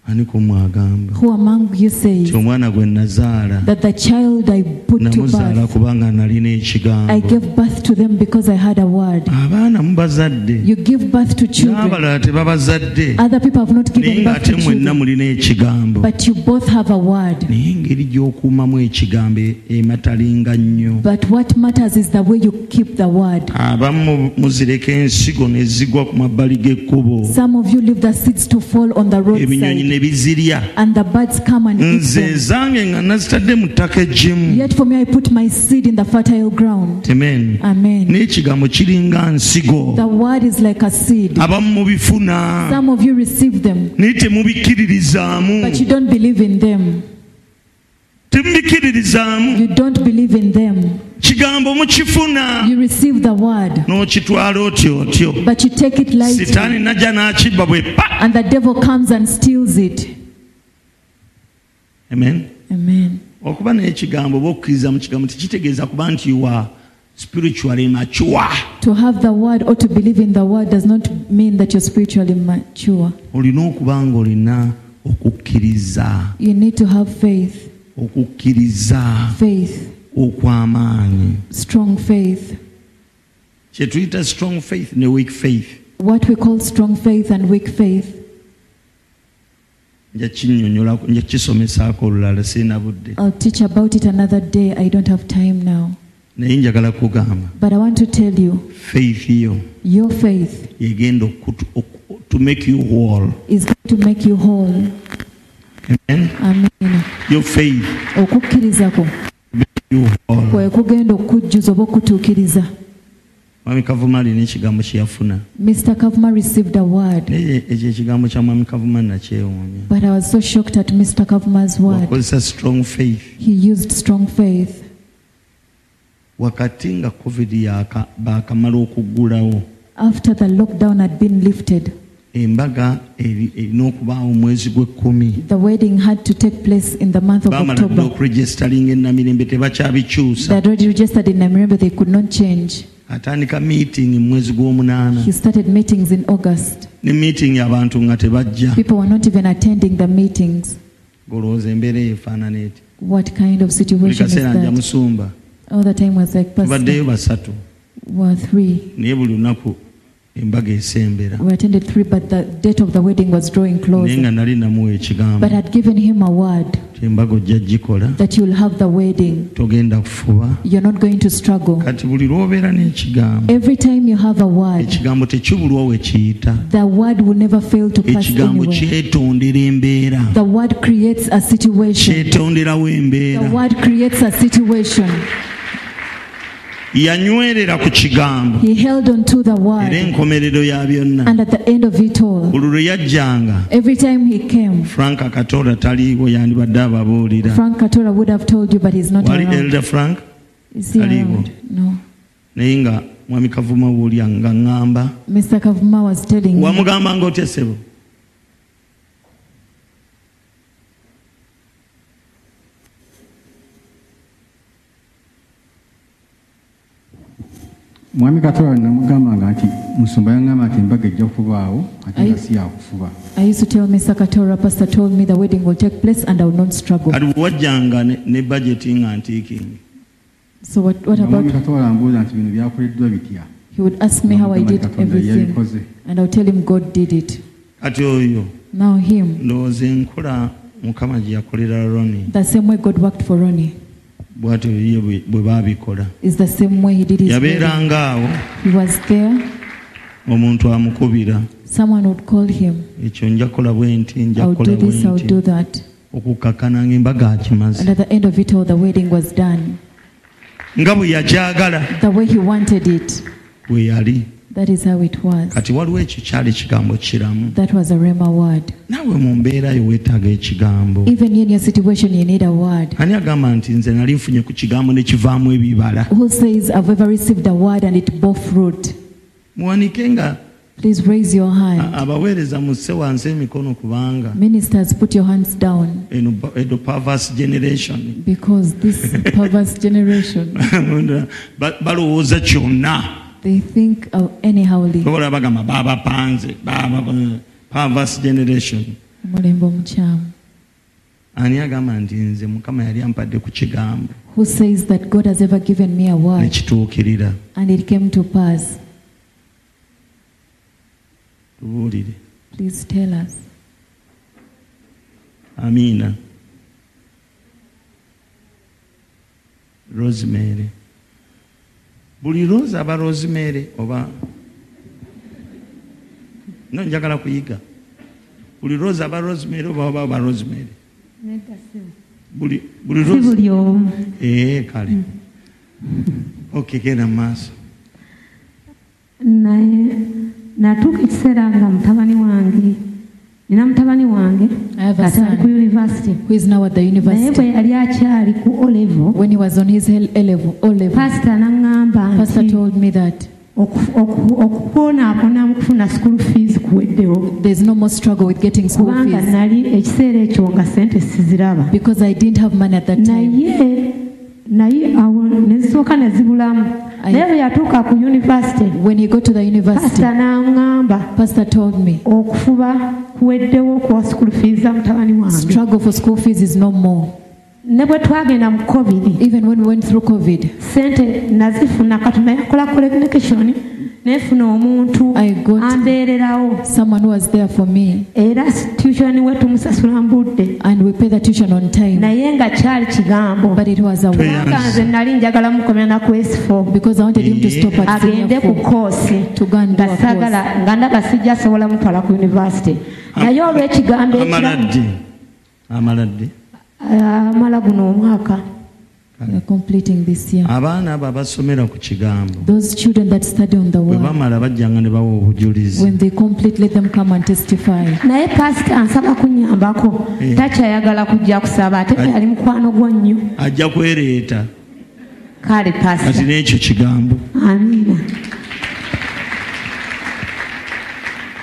S1: Ani kumwagamba?
S2: Who among you says
S1: Nti omwana gwe nazaala
S2: that the child I put to
S1: namuzaala
S2: birth,
S1: kubanga nalina
S2: I
S1: ekigambo.
S2: gave birth to them because I had a word.
S1: Abaana mubazadde
S2: You give birth to children.
S1: n'abalala tebabazadde
S2: Other people have not
S1: naye
S2: given birth
S1: ng'ate
S2: to
S1: mwenna
S2: children,
S1: mulina ekigambo.
S2: but you both have a word.
S1: naye engeri gy'okuumamu ekigambo e- ematalinga nnyo
S2: But what matters is the way you keep the word.
S1: abamu muzireka ensigo ne zigwa ku mabbali g'ekkubo
S2: Some of you leave the seeds to fall on the
S1: ebinyonyi
S2: roadside,
S1: ne bizirya
S2: and the birds come and eat
S1: nze
S2: them.
S1: ezange nga nazitadde mu ttaka eggimu
S2: Yet for me, I put my seed in the fertile ground.
S1: amen
S2: Amen.
S1: n'ekigambo kiringa nsigo
S2: The word is like a seed.
S1: abamu mubifuna
S2: Some of you receive them,
S1: naye temubikiririzaamu
S2: but you don't believe in them.
S1: temubikiririzaamu
S2: You don't believe in them.
S1: kigambo mukifuna
S2: You receive the word,
S1: n'okitwala otyo otyo
S2: but you take it lightly,
S1: sitaani najja n'akibba bwe pa
S2: and the devil comes and steals it.
S1: amen
S2: Amen.
S1: okuba n'ekigambo oba okukkiriza mu kigambo tekitegeeza kuba nti wa spiritually mature
S2: To have the word or to believe in the word does not mean that you're spiritually mature.
S1: olina okuba ng'olina okukkiriza
S2: You need to have faith,
S1: okukkiriza
S2: faith,
S1: okw'amaanyi
S2: strong faith.
S1: kye tuyita strong faith ne weak faith
S2: What we call strong faith and weak faith.
S1: nja kinnyonnyolako nja kisomesaako olulala siinabudde
S2: I'll teach about it another day. I don't have time now.
S1: naye njagala kugamba
S2: But I want to tell you
S1: faith yo
S2: your faith
S1: yegenda okutu- oku- to make you whole
S2: is going to make you whole.
S1: amen
S2: Amen.
S1: your faith
S2: okukkiriza kwo
S1: you whole
S2: kwe kugenda okujjuza oba okutuukiriza
S1: mwami kavuma alina ekigambo kye yafuna
S2: mr kavuma received a word
S1: naye ekyo ekigambo kya mwami kavuma nakyewuunya
S2: but i was so shocked at mr kavuma's word
S1: wakozesa strong faith
S2: he used strong faith
S1: wakati nga covid yaka- baakamala okuggulawo
S2: after the lockdown had been lifted
S1: embaga eri- erina okubaawo omwezi gw'ekkumi
S2: the wedding had to take place in the month of
S1: baamala dde
S2: october
S1: okuregisitalinga enamirembe
S2: they
S1: tebakyabikyusa
S2: had already registered in namirembe they could not change
S1: atandika meeting mu mwezi gw'omunaana
S2: he started meetings in august
S1: ne meeting abantu nga tebajja
S2: people were not even attending the meetings
S1: golowooza embeera eyo efaanana eti
S2: what kind of
S1: buli
S2: situation is
S1: kaseera nja
S2: that
S1: musumba
S2: all the time was like
S1: tubaddeyo
S2: pastor
S1: basatu
S2: were three
S1: naye buli lunaku embaga esembera
S2: We attended three, but the date of the wedding was drawing
S1: naye
S2: close.
S1: nga nali namuwa ekigambo
S2: But I'd given him a word
S1: ti embaga ojja gikola
S2: that you'll have the wedding.
S1: togenda kufuba
S2: You're not going to struggle.
S1: kati buli lwobeera n'ekigambo
S2: Every time you have a word,
S1: ekigambo tekibulwa we kiyita
S2: the word will never fail to pass
S1: ekigambo
S2: anywhere.
S1: kyetondera embeera
S2: The word creates a situation.
S1: kyetonderawo
S2: The
S1: embeera
S2: word creates a situation.
S1: yanywerera ku kigambo
S2: He held on to the
S1: era
S2: word,
S1: enkomerero ya byonna
S2: and at the end of it all,
S1: olwo lwe yajjanga
S2: every time he came,
S1: frank akatola taliiwo yandibadde ababuulira
S2: Frank Katora would have told you, but he's not
S1: wali
S2: around.
S1: elda frank
S2: Is he
S1: Aliwo.
S2: around? No.
S1: naye nga mwami kavuma wuulya nga ŋŋamba
S2: Mr. Kavuma was telling me.
S1: wamugamba nga otya sebo
S5: mwami katonda namugambanga nti musumba yaŋŋamba nti embaga ejja kubaawo ate nga si Oh, yakufuba
S2: I used to tell Mr. Katora, Pastor told me the wedding will take place and I will not struggle.
S1: kati bwe wajjanga ne- ne bajeti nga ntiikingi
S2: So what, what
S5: Nga mwami
S2: about, Oh,
S5: katonda ambuuza nti bino byakoleddwa bitya
S2: he would ask me how I did everything. And I'll tell him God did it.
S1: kati oyo
S2: Now him,
S1: ndowooza enkola mukama gye yakolera roni
S2: the same way God worked for Ronnie,
S1: bwatyo ye bwe- bwe baabikola
S2: is the same way he did his wedding.
S1: yabeeranga awo
S2: He was there,
S1: omuntu amukubira
S2: someone would call him,
S1: ekyo nja kukola bwe nti nja
S2: I'll
S1: kukola
S2: do this, I'll
S1: bwe
S2: do
S1: nti
S2: that.
S1: okukakkananga embaga
S2: And
S1: akimaze
S2: at the end of it all, the wedding was done.
S1: nga bwe yakyagala
S2: The way he wanted it,
S1: bwe yali
S2: that is how it was.
S1: kati waliwo ekyo kyali kigambo kiramu
S2: That was a Rema word.
S1: naawe mu mbeera yo weetaaga ekigambo
S2: Even in your situation, you need a word.
S1: ani agamba nti nze nali nfunye ku kigambo ne kivaamu ebibala
S2: Who says, I've ever received a word and it bore fruit?
S1: muwanike nga
S2: Please raise your hand.
S1: abaweereza musse wansi emikono kubanga
S2: Ministers, put your hands down
S1: eno ba- eno perverse generation
S2: because this perverse generation,
S1: Ba- balowooza kyonna
S2: they think of anyhowly.
S1: obola bagamba babapanze baba- perverse generation
S2: Omulembe omukyamu.
S1: ani agamba nti nze mukama yali ampadde ku kigambo
S2: Who says that God has ever given me a
S1: ne
S2: word
S1: kituukirira
S2: and it came to pass?
S1: tubuulire
S2: Please tell us.
S1: amiina rosemary buli rozi aba rosemary oba no njagala kuyiga buli rozi aba rosemary oba oba oba rosemary buli buli
S6: si
S1: rozi
S6: buli omu
S1: ee E, kale
S2: Hmm.
S1: okay genda mu maaso
S6: naye natuuka ekiseera nga mutabani wange nina mutabani wange
S2: I have a
S6: kati ali ku
S2: son.
S6: univasity
S2: Who is now at the
S6: naye
S2: university.
S6: bwe yali akyali ku olevo
S2: When he was on his hel- A level, O level,
S6: pasita naŋŋamba
S2: pastor
S6: nti
S2: told me that
S6: okukwonaakona mu kufuna school fees kuweddewo
S2: there's no more struggle with getting school
S6: kubanga
S2: fees
S6: nali ekiseera ekyo nga sente siziraba
S2: because I didn't have money at that time.
S6: naye naye
S2: Eh.
S6: awo nezisooka nezibulamu
S2: Ayi.
S6: naye bwe yatuuka ku univasity
S2: When he got to the university,
S6: pasita n'aŋŋamba
S2: pastor told me
S6: okufuba kuweddewo kwa school fees za mutabani wange
S2: struggle for school fees is no more.
S6: ne bwe twagenda mu covid
S2: Even when we went through COVID,
S6: sente nazifuna katuma yakola communication nefuna omuntu
S2: I got-
S6: ambeererawo
S2: someone who was there for me
S6: era tuition we tumusasula mbudde
S2: and we paid the tuition on time,
S6: naye nga kyali kigambo
S2: but it was a
S1: Prayer.
S2: work
S6: nga nze nali njagala mukomera na kwesifo
S2: because I wanted him to stop at
S6: agende
S2: senior
S6: ku
S2: four.
S6: koosi
S2: To go and do a
S6: nga sagala nga ndaba sijja sobola mutwala ku univasity naye olw'ekigambo ekiramu-
S1: amaladde amaladde
S6: Ah, amala guno omwaka
S2: We are completing this year.
S1: abaana abo abasomera ku kigambo
S2: Those children that study on the
S1: bwe
S2: word,
S1: bamala bajjanga ne bawa obujulizi
S2: when they complete, let them come and testify.
S6: naye pasita ansaba kunyambako
S1: Eh.
S6: takyayagala kujja kusaba ate
S1: Kati-
S6: yali mukwano gwo nnyo
S1: ajja kwereeta
S6: kale
S1: kati
S6: pasita
S1: n'ekyo kigambo
S6: amiina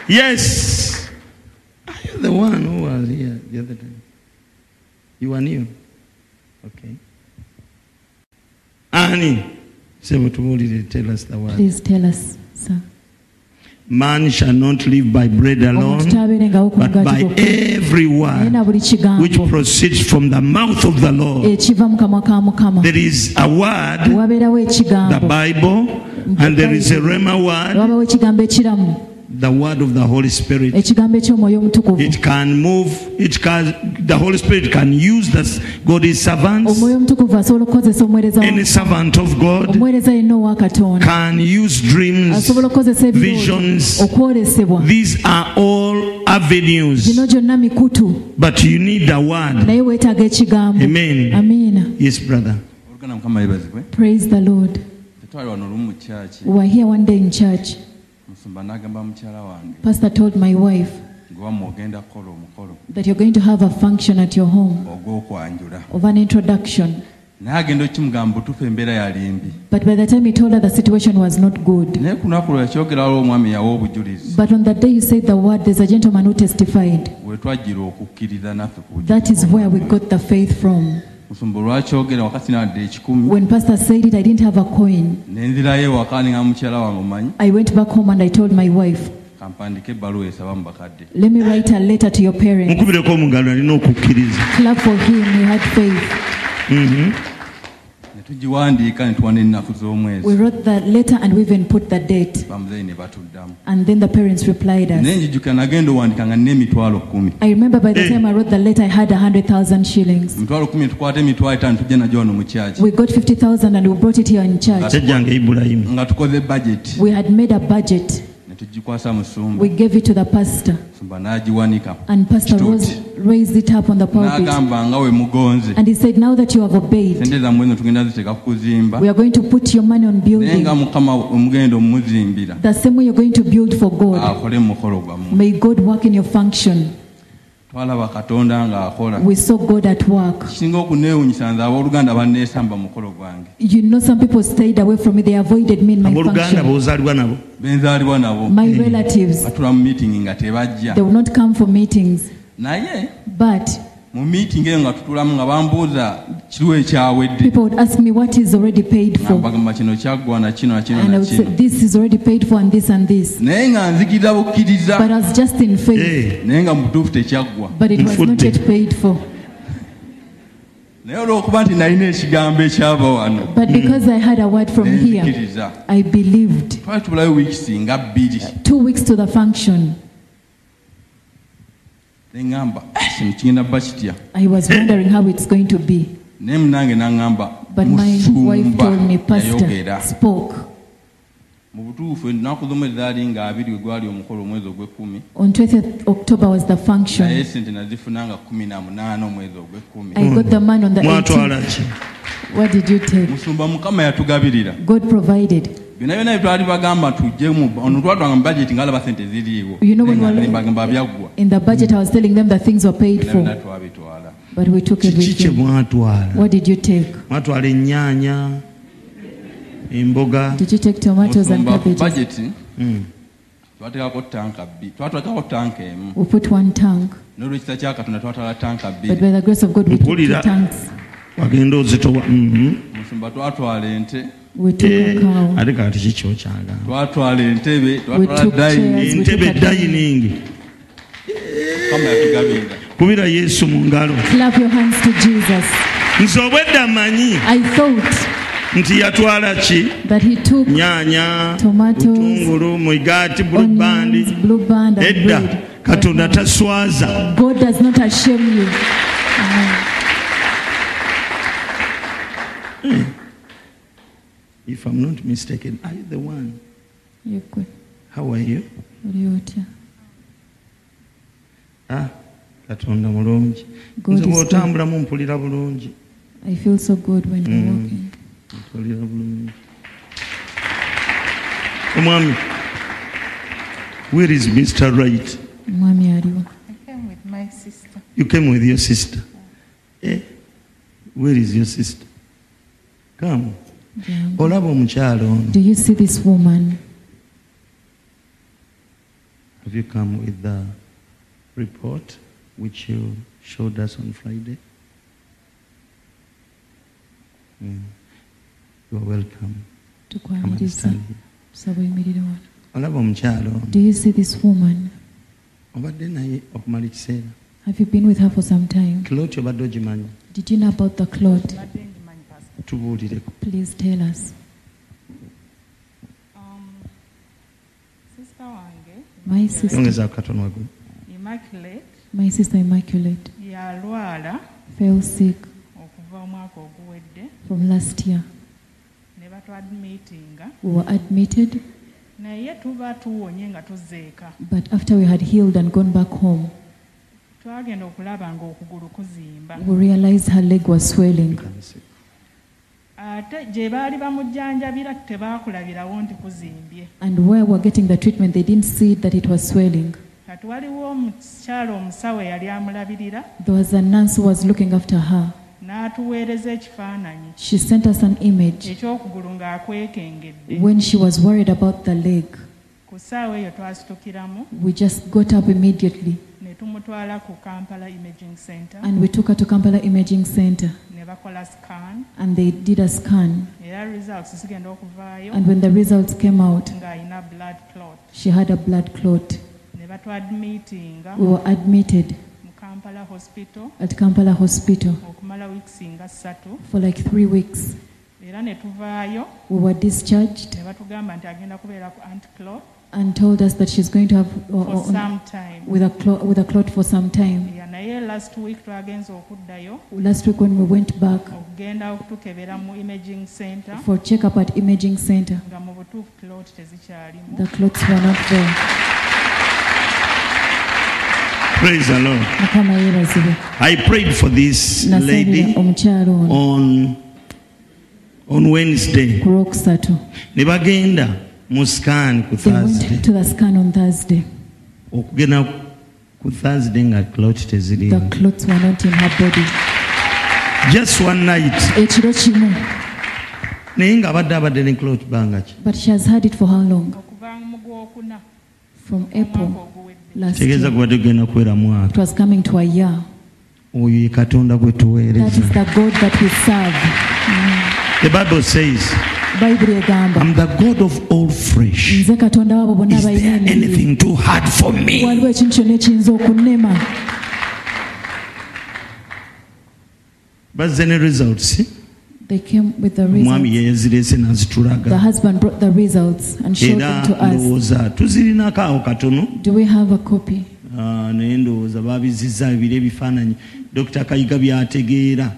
S1: yes are you the one who was here the other time you were new okay ani sebutubuulire tell us the word
S2: Please tell us, sir.
S1: man shall not live by bread alone
S2: Omuntu tabeerengawo ku
S1: but by
S2: mugaati gwokka,
S1: every
S2: naye
S1: word
S2: na buli
S1: which
S2: kigambo
S1: proceeds from the mouth of the Lord
S2: ekiva mu kamwa ka Mukama.
S1: there is a word
S2: Wabeerawo
S1: the
S2: ekigambo,
S1: Bible, and there is a Rhema word,
S2: wabawo ekigambo ekiramu,
S1: the word of the Holy Spirit.
S2: ekigambo eky'Omwoyo Omutukuvu.
S1: It can move, it can, the Holy Spirit can use this, God is servants,
S2: Omwoyo Omutukuvu asobola okukozesa omuweereza wa-
S1: any servant of God
S2: omuweereza yenna owa Katonda.
S1: can use dreams,
S2: Asobola okukozesa ebirooto,
S1: visions.
S2: okwolesebwa.
S1: These are all avenues,
S2: Gino gyonna mikutu,
S1: but you need the word.
S2: naye weetaaga ekigambo.
S1: Amen.
S2: Amiina.
S1: Yes, brother.
S7: oluganda mukama yebazibwe
S2: Praise the Lord.
S7: tetwali wano olumu mu kyaki
S2: We were here one day in church.
S7: musumba n'agamba mukyala wange
S2: Pastor told my wife
S7: ngewamwe ogenda kukola omukolo
S2: that you're going to have a function at your home
S7: ogw'okwanjula
S2: of an introduction.
S7: naye agenda okimugamba butuufu embeera yali mbi
S2: But by the time he told her, the situation was not good.
S7: naye ku lunaku lwe yakyogeralawo omwami yawa obujulizi
S2: But on that day, you said the word, there's a gentleman who testified.
S7: we twajjira okukkiriza naffe ku bujulizi
S2: That is where we got the faith from.
S7: musumba olwakyogera wakati nadde ekikumi
S2: When Pastor said it, I didn't have a coin.
S7: nenzirayo ewaka ninga mukyala wange omanyi
S2: I went back home and I told my wife,
S7: kampandika ebbaluwa esaba mu bakadde
S2: Let me write a letter to your parents.
S1: Mukubireko omugalo alina okukkiriza.
S2: Clap for him, he had faith.
S1: Mhm.
S7: ne tugiwandiika ne tuwa n'ennaku
S2: We
S7: z'omwezi
S2: wrote that letter and we even put the date.
S7: bamuzeyi ne batuddamu
S2: And then the parents replied us.
S7: naye njijukira nagenda owandiika nga n'emitwalo kkumi
S2: I remember by the time I wrote the letter, I had a hundred thousand shillings.
S7: emitwalo kumi tukwata emitwalo etaano tujja najjo wano mu kyaki
S2: We got fifty thousand and we brought it here in church.
S1: Jjajjange Ibulayimu.
S7: nga tukoze bajeti
S2: We had made a budget.
S7: ne tugikwasa musumba
S2: We Oh, gave it to the pastor,
S7: musumba n'agiwanika
S2: and pastor rose, raised it up on the pulpit.
S7: n'agamba nga we mugonze
S2: And he said, "Now that you have obeyed,
S7: sente zammwe eno tugenda ziteeka ku kuzimba
S2: we are going to put your money on
S7: naye nga
S2: building.
S7: mukama omugenda omumuzimbira
S2: The same way you're going to build for God.
S7: akole mu mukolo gwammwe
S2: May God work in your function."
S7: twalaba katonda ng'akola
S2: We saw God at work.
S7: kisinga okuneewunyisa nze abooluganda banneesamba mu mukolo gwange
S2: You know, some people stayed away from me, they avoided me in my
S1: abooluganda
S2: function.
S1: bozaalibwa nabo
S7: benzaalibwa nabo
S2: My relatives,
S7: batula mu miitingi nga tebajja
S2: they would not come for meetings,
S7: naye
S2: but
S7: mu miitingi eyo nga tutulamu nga bambuuza kiriwo ekyawedde
S2: people would ask me what is already paid
S7: Nga
S2: for.
S7: mbagamba kino kyaggwa na kino na kino
S2: And I
S7: na
S2: would say,
S7: kino
S2: this is already paid for and this and this.
S7: naye nga nzikiriza bukkiriza
S2: But I was just in faith,
S1: Eh,
S7: naye nga mutuufu tekyaggwa
S2: but it was not yet paid for.
S7: naye olw'okuba nti nalina ekigambo ekyava wano
S2: But because I had a word from here,
S7: nenzikiriza
S2: I believed.
S7: twali tubulayo wiikisi nga bbiri
S2: Two weeks to the function,
S7: neŋŋamba "Eh, kino kigenda bba kitya
S2: I was wondering how it's going to be.
S7: naye munange naŋŋamba
S2: But my wife
S7: musumba
S2: told me,
S7: yayogera
S2: Pastor spoke.
S7: mu butuufu ennaku z'omu ezaali nga abiri gwe gwali omukolo omwezi ogw'ekkumi
S2: On 20th October was the
S7: naye
S2: function.
S7: sente nazifuna nga kumi na munaana omwezi ogw'ekkumi
S2: I got the man on the 18th.
S1: mwatwala ki
S2: What did you take?
S7: musumba mukama yatugabirira
S2: God provided.
S7: byonna byonna bye twali bagamba tujje mu- ono twatwanga mu bajeti nga alaba sente ziriiwo
S2: You know when
S7: Naye nga
S2: we-
S7: mbagamba byaggwa
S2: In the budget, I was telling them that things were paid
S7: byonna byonna
S2: for,
S7: twabitwala
S2: but we took
S1: kiki kye
S2: everything.
S1: mwatwala
S2: What did you take?
S1: mwatwala ennyaanya emboga
S2: Did you take tomatoes and
S7: musumba ku
S2: cabbages?
S7: bajeti
S1: Mm.
S7: twateekako tanka bbiri twatwakako tanka emu
S2: We put one tank,
S7: n'olwekisa kya katonda twatwala tanka
S2: but
S7: bbiri
S2: by the grace of God, we took two
S1: Mpulira.
S2: tanks.
S1: wagenda ozitowa mhm.
S7: musumba twatwala ente
S2: We took
S1: Eh,
S2: a cow.
S1: ate kati kikyo kyagamba
S7: twatwala entebe
S2: took
S7: twatwala dayini
S2: chairs.
S1: entebe edayiningi
S7: mukama yatugabirira
S1: kubira yesu mu ngalo
S2: Clap your hands to Jesus.
S1: nze obwedda manyi
S2: I thought
S1: nti yatwala ki
S2: that he took
S1: nyaanya
S2: Tomatoes,
S1: butungulu muigaati bulubandi
S2: onions, blue band, and
S1: edda
S2: bread.
S1: katonda taswaza
S2: God does not ashame you.
S1: if i'm not mistaken are you the one
S2: You could.
S1: how are you
S2: oli otya?
S1: ah katonda mulungi
S2: God
S1: nze
S2: is
S1: bw'otambulamu mpulira bulungi
S2: I feel so good when you're
S1: Mm.
S2: walking.
S1: mpulira bulungi omwami where is mr right
S2: Mwami aliwo.
S8: I came with my sister.
S1: You came with your sister. Eh? Where is your sister? Come.
S2: Jangu.
S1: Olaba omukyalo ono.
S2: Do you see this woman?
S1: Have you come with the report which you showed us on Friday? Mm. You are welcome. Come and
S2: tukwaniriza
S1: stand here.
S2: saba oyimirire wano
S1: Olaba omukyalo ono.
S2: do you see this woman
S1: Obadde naye okumala ekiseera.
S2: have you been with her for some time
S1: Kilooti obadde ogimanyi.
S2: did you know about the clot
S1: Tubuulireko.
S2: please tell us
S8: Um, sister wange,
S2: my sister,
S1: Yongeza katono waggulu.
S8: Immaculate,
S2: my sister immaculate
S8: yalwala
S2: fell sick
S8: okuva omwaka oguwedde
S2: from last year
S8: ne batwadmitinga
S2: we were admitted
S8: naye tuba tuwonye nga tuzeeka
S2: but after we had healed and gone back home
S8: twagenda okulaba nga okugulu kuzimba
S2: we realized her leg was swelling
S8: ate gye baali bamujjanjabira tebaakulabirawo nti kuzimbye
S2: and where we were getting the treatment they didn't see that it was swelling
S8: kati waliwo omukyala omusawo eyali amulabirira
S2: there was a nurse who was looking after her
S8: n'atuweereza ekifaananyi
S2: she sent us an image
S8: ekyokugulu ng'akwekengedde
S2: when she was worried about the leg
S8: ku ssaawa eyo twasitukiramu
S2: We just got up immediately
S8: ne tumutwala ku kampala imaging center
S2: and we took her to Kampala Imaging Center
S8: ne bakola scan
S2: and they did a scan.
S8: era results zigenda okuvaayo
S2: And when the results came out,
S8: ng'alina blood clot
S2: she had a blood clot.
S8: ne batwadmitinga
S2: We were admitted
S8: mu kampala hospital
S2: at Kampala Hospital
S8: okumala wiikisi nga ssatu
S2: for like three weeks.
S8: era ne tuvaayo
S2: We were discharged
S8: ne batugamba nti agenda kubeera ku anticlot
S2: and told us that she's going to have or,
S8: for
S2: or,
S8: some time
S2: with, a clot, with a clot for some time.
S8: Ya, naye last week twagenza okuddayo
S2: Last week when we went back
S8: okugenda okutukebera mu imaging center
S2: for checkup at Imaging Center,
S8: nga mu butuufu clot tezikyalimu
S2: the clots were not there.
S1: Praise the Lord.
S2: Mukama yeebazibwe.
S1: I prayed for this
S2: Nasabira
S1: lady
S2: omukyala ono
S1: on on Wednesday
S2: ku lwokusatu
S1: ne bagenda mu scan ku
S2: They
S1: Thursday
S2: went to the scan on Thursday
S1: okugenda ku thursday nga clot
S2: the
S1: teziriimu
S2: clothes were not in her body
S1: just one night
S2: ekiro kimu
S1: naye ng'abadde abadde ne clot bbanga ki
S2: but she has had it for how long
S8: okuva mu gwokuna
S2: from
S8: omwaka
S2: april
S8: oguwedde
S2: last
S1: tegeeza
S2: year
S1: gubadde gugenda kuwera mwaka
S2: it was coming to a year
S1: oyo ye katonda gwe
S2: that is
S1: tuweereza
S2: the god that we serve Mm.
S1: the bible says
S2: bayibuli egamba
S1: am the god of all flesh
S2: nze katonda waabo bonna
S1: is there
S2: abalina emibiri
S1: anything too hard for me
S2: waliwo ekintu kyonna ekiyinza okunnema
S1: bazze ne results
S2: they came with the
S1: omwami
S2: results
S1: yeyazireese
S2: the
S1: n'azitulaga
S2: husband brought the results and showed them
S1: era
S2: to us
S1: ndowooza tuzirinako awo katono
S2: do we have a copy
S1: Ah, naye ndowooza babizizza ebiro ebifaananyi dokita kayiga byategeera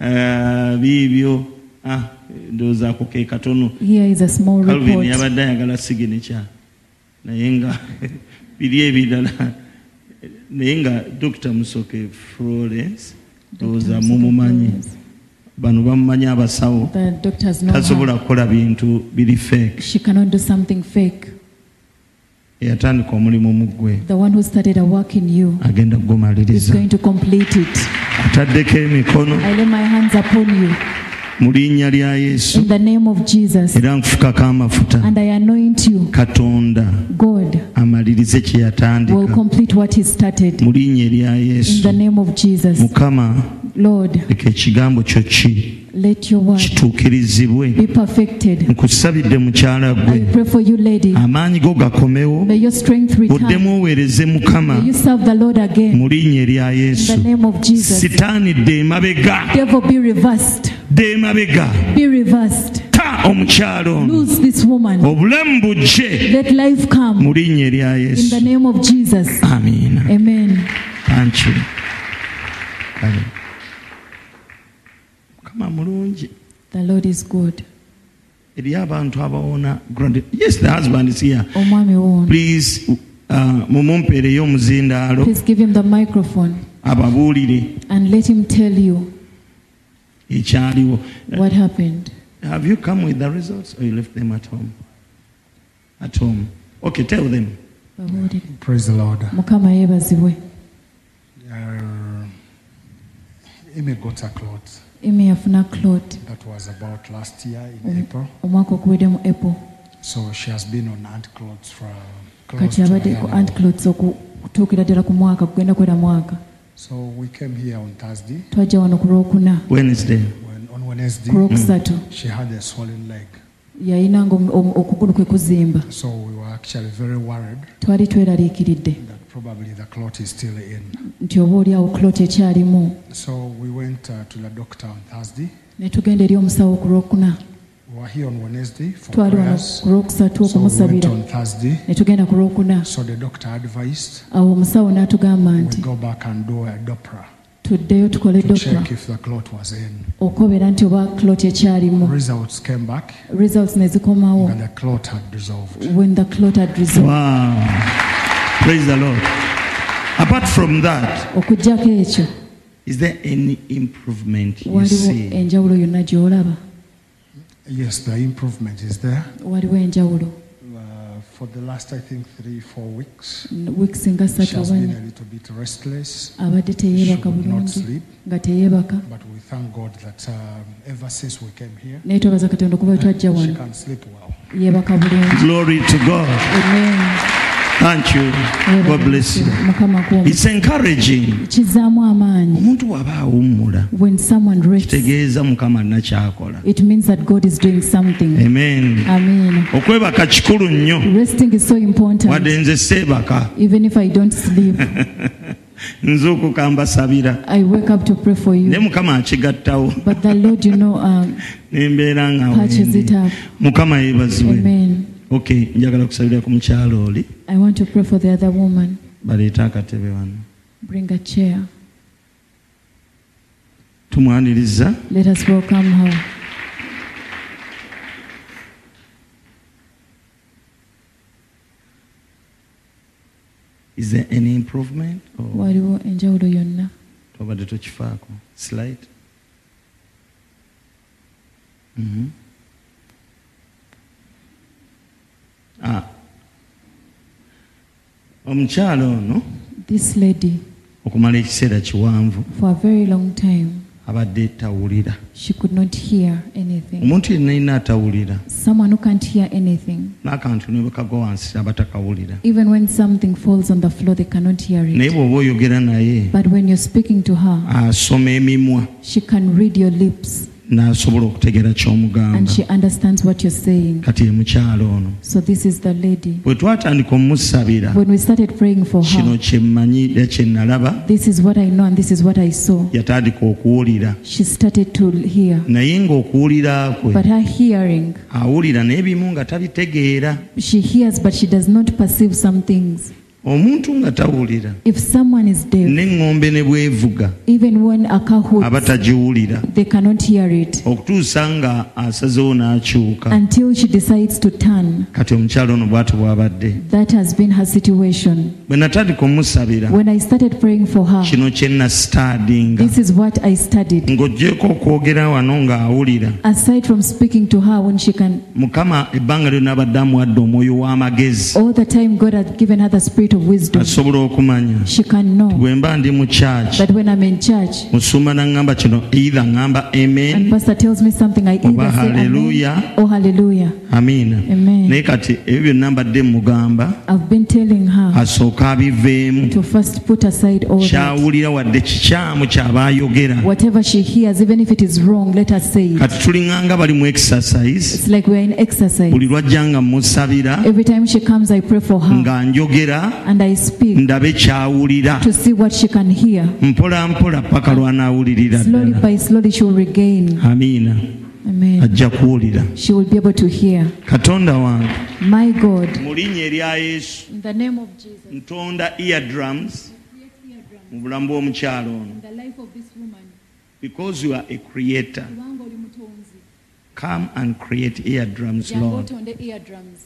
S1: Ah, biibyo Ah, ndowooza ako ke katono
S2: here is a small
S1: calvin
S2: report
S1: yabadde ayagala sigineca naye nga biri ebirala naye nga dokita musoke florence ndowooza
S2: Dr.
S1: mumumanyi
S2: Musoke-Florence.
S1: bano bamumanyi abasawo
S2: the doctor has no
S1: tasobola
S2: her.
S1: kukola bintu biri fake
S2: she cannot do something fake
S1: eyatandika omulimu mu ggwe
S2: the one who started a work in you
S1: agenda
S2: is
S1: gugumaliriza
S2: going to complete it
S1: ataddeko emikono
S2: i lay my hands upon you
S1: mu linnya lya yesu
S2: in the name of jesus
S1: era nkufukako amafuta
S2: and i anoint you
S1: katonda
S2: god
S1: amalirize kye
S2: will
S1: yatandika
S2: complete what he started
S1: mu linnya erya
S2: in the
S1: yesu
S2: name of jesus
S1: mukama
S2: lord
S1: leka ekigambo kyo ki
S2: let your word
S1: kituukirizibwe
S2: be perfected
S1: nkusabidde mukyala
S2: i
S1: gwe
S2: pray for you lady
S1: amaanyi go gakomewo
S2: may your strength return
S1: oddemu oweereze
S2: may
S1: mukama
S2: you serve the lord again
S1: mu linnya erya
S2: in the
S1: yesu
S2: name of jesus
S1: sitaani dde emabega
S2: devil be reversed
S1: dde emabega
S2: be reversed
S1: ta omukyala ono
S2: lose this woman
S1: obulamu bujje
S2: let life come
S1: mu linnya erya
S2: in
S1: yesu
S2: the name of jesus
S1: amiina
S2: amen
S1: Thank you. Kale. mukama mulungi
S2: the lord is good
S1: eri abantu abawona grandi- yes the husband is here
S2: omwami wuuno
S1: please uh, mumumpeereyo omuzindaalo
S2: please give him the microphone
S1: ababuulire
S2: and let him tell you
S1: ekyaliwo
S2: what happened
S1: have you come with the results or you left them at home at home okay tell them
S2: Babuulire.
S9: Praise the Lord.
S2: mukama yeebazibwe
S9: Uh, Amy got a clot
S2: emi yafuna clot
S9: that was about last year in
S2: Omu-
S9: April.
S2: omwaka oguwedde mu apple
S9: So she has been on aunt clots for close
S2: kati
S9: to
S2: abadde
S9: a
S2: ku
S9: year
S2: ant
S9: now.
S2: clots oku- okutuukira ddala ku mwaka kugenda kwera mwaka
S9: So we came here on Thursday.
S2: twajja wano ku lwokuna
S1: wednesday
S9: When, on
S2: ku
S9: Wednesday, Mm.
S2: lwokusatu
S9: she had a swollen leg.
S2: yayina nga omu- omu- okugulu kwe kuzimba
S9: So we were actually very worried
S2: twali tweraliikiridde
S9: that probably the clot is still in.
S2: nti oba oliawo clot ekyalimu
S9: So we went uh, to the doctor on Thursday.
S2: ne tugenda eri omusawo ku lwokuna
S9: We were here on Wednesday for
S2: twali wano
S9: prayers.
S2: ku lwokusatu
S9: So we went
S2: okumusabira
S9: on Thursday.
S2: ne tugenda ku lwokuna
S9: So the doctor advised
S2: awo omusawo n'atugamba nti
S9: we go back and do a Doppler
S2: tuddeyo tukole
S9: to
S2: dokula
S9: check if the clot was in.
S2: okobera nti oba clot ekyalimu
S9: Results came back
S2: results ne zikomawo
S9: and the clot had dissolved.
S2: when the clot had resolved
S1: wow praise the lord apart from that
S2: okuggyako ekyo
S1: Is there any improvement you
S2: waliwo
S1: see?
S2: enjawulo yonna gy'olaba
S9: Yes, the improvement is there.
S2: waliwo enjawulo
S9: Uh, for the last, I think, three, four weeks,
S2: wiiki nga
S9: she
S2: ssatu
S9: has
S2: oba
S9: been
S2: nnya
S9: a little bit restless,
S2: abadde teyeebaka
S9: She would not
S2: bulungi
S9: sleep.
S2: nga teyeebaka
S9: but we thank God that um, ever since we came here,
S2: naye twebaza katonda okuba twajja
S9: she
S2: wano
S9: can sleep well.
S2: yeebaka bulungi
S1: Glory to God.
S2: Amen.
S1: Thank you.
S2: Yeebaka
S1: God bless you.
S2: bulungi. mukama kuomu
S1: It's encouraging.
S2: kizzaamu amaanyi
S1: Omuntu bw'aba awummula
S2: when someone rests
S1: kitegeeza mukama alina ky'akola.
S2: it means that god is doing something
S1: Amen.
S2: amen
S1: Okwebaka kikulu nnyo.
S2: resting is so important
S1: Wadde nze seebaka.
S2: even if i don't sleep
S1: Nze okukamba sabira.
S2: i wake up to pray for
S1: Naye
S2: you
S1: mukama akigattawo
S2: but the lord you know um,
S1: ne mbeera nga
S2: Patches it
S1: wendi.
S2: up.
S1: Mukama yeebazibwe.
S2: amen
S1: Okay, njagala kusabira ku mukyalo oli.
S2: i want to pray for the other woman
S1: Baleete akatebe wano.
S2: bring a chair
S1: Tumwaniriza.
S2: let us welcome her
S1: Is there any improvement? Or...
S2: waliwo enjawulo yonna
S1: tobadde tokifaako slide Mhm. ah omukyala ono
S2: This lady,
S1: okumala ekiseera kiwanvu
S2: for a very long time,
S1: abadde tawulira
S2: she could not hear anything.
S1: omuntu yenna alina atawulira
S2: Someone who can't hear anything.
S1: n'akantu ne bwekagwa wansi aba takawulira
S2: Even when something falls on the floor, they cannot hear
S1: naye
S2: it.
S1: bw'oba oyogera naye
S2: But when you're speaking to her,
S1: asoma emimwa
S2: she can read your lips
S1: n'asobola okutegeera
S2: and
S1: ky'omugamba
S2: she understands what you're saying.
S1: kati ye mukyala ono
S2: So, this is the lady.
S1: bwe twatandika omusabira
S2: When we started praying for
S1: kino
S2: her,
S1: kyemmanyi era kye nalaba
S2: this is what I know and this is what I saw.
S1: yatandika okuwulira
S2: She started to hear.
S1: naye ng'okuwulira kwe
S2: But her hearing,
S1: awulira n'ebimu nga tabitegeera
S2: she hears but she does not perceive some things.
S1: omuntu nga tawulira
S2: If someone is deaf,
S1: n'eŋŋombe ne bwevuga
S2: even when a cow
S1: aba
S2: hoots,
S1: tagiwulira
S2: they cannot hear it
S1: okutuusa nga asazewo n'akyuka
S2: until she decides to turn.
S1: kati omukyala ono bw'ati bw'abadde
S2: That has been her situation.
S1: bwe natandika omusabira
S2: When I started praying for her,
S1: kino kye nasitaadinga
S2: this is what I studied.
S1: ng'oggyeko okwogera wano ng'awulira
S2: Aside from speaking to her when she can,
S1: mukama ebbanga lyonna abadde amuwadde omwoyo w'amagezi
S2: all the time God had given her the spirit of wisdom.
S1: asobola okumanya
S2: She can know
S1: bwe mba ndi mu kyaki
S2: that when I'm in church
S1: musumba n'aŋŋamba kino eitha ŋŋamba amen
S2: and pastor tells me something, I either
S1: Oba
S2: say
S1: hallelujah.
S2: Amen or hallelujah.
S1: amiina
S2: Amen.
S1: naye kati ebyo byonna mbadde mugamba
S2: I've been telling her
S1: asooke abiveemu
S2: to first put aside all that.
S1: kyawulira wadde kikyamu ky'abaayogera
S2: Whatever she hears, even if it is wrong, let her say it.
S1: kati tulinganga bali mu exercise
S2: It's like we're in exercise.
S1: buli lwajja nga musabira
S2: Every time she comes, I pray for her
S1: nga njogera
S2: and I speak
S1: ndabe kyawulira
S2: to see what she can hear.
S1: mpola mpola paka lwanaawulirira
S2: Slowly
S1: ddala
S2: by slowly, she will regain.
S1: amiina
S2: Amen.
S1: ajja kuwulira
S2: She will be able to hear.
S1: katonda wange
S2: My God,
S1: mu linnya erya yesu
S2: in the name of Jesus,
S1: ntonda eardrums mu bulamu bw'omukyalo ono
S2: the life of this woman,
S1: because you are a creator
S2: kubanga oli mutonzi,
S1: come and create eardrums
S2: jangu
S1: lord
S2: otonde eardrums,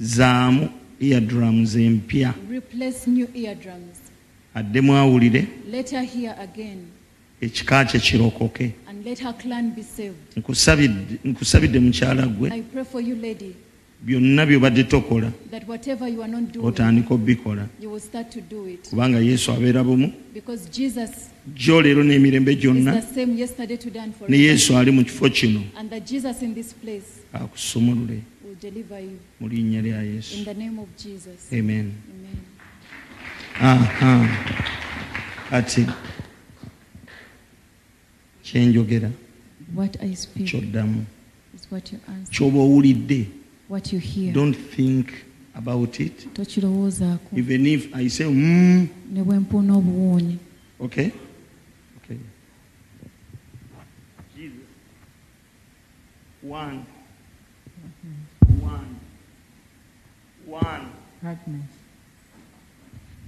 S1: zaamu eardrums empya
S2: replace new eardrums.
S1: addemu awulire
S2: Let her hear again
S1: ekika kye kirokoke
S2: and let her clan be saved.
S1: Nkusabidde- nkusabidde mukyala gwe
S2: I pray for you, lady,
S1: byonna by'obadde tokola
S2: that whatever you are not doing,
S1: otandika obikola
S2: you will start to do it.
S1: kubanga yesu abeera bumu
S2: Because Jesus
S1: gyo leero n'emirembe
S2: is the
S1: gyonna
S2: same yesterday, today, and forever.
S1: ne yesu ali mu kifo kino
S2: And that Jesus in this place
S1: akusumulule
S2: will deliver you.
S1: mu linnya lya
S2: In
S1: yesu
S2: the name of Jesus.
S1: amen
S2: Amen.
S1: Aha. kati kyenjogera
S2: What I speak
S1: kyoddamu
S2: is what you answer,
S1: kyoba owulidde
S2: what you hear.
S1: don't think about it
S2: tokirowoozaako
S1: even if i say mm,
S2: ne bwe mpuuna obuwuuni
S1: okay okay Jesus. one one one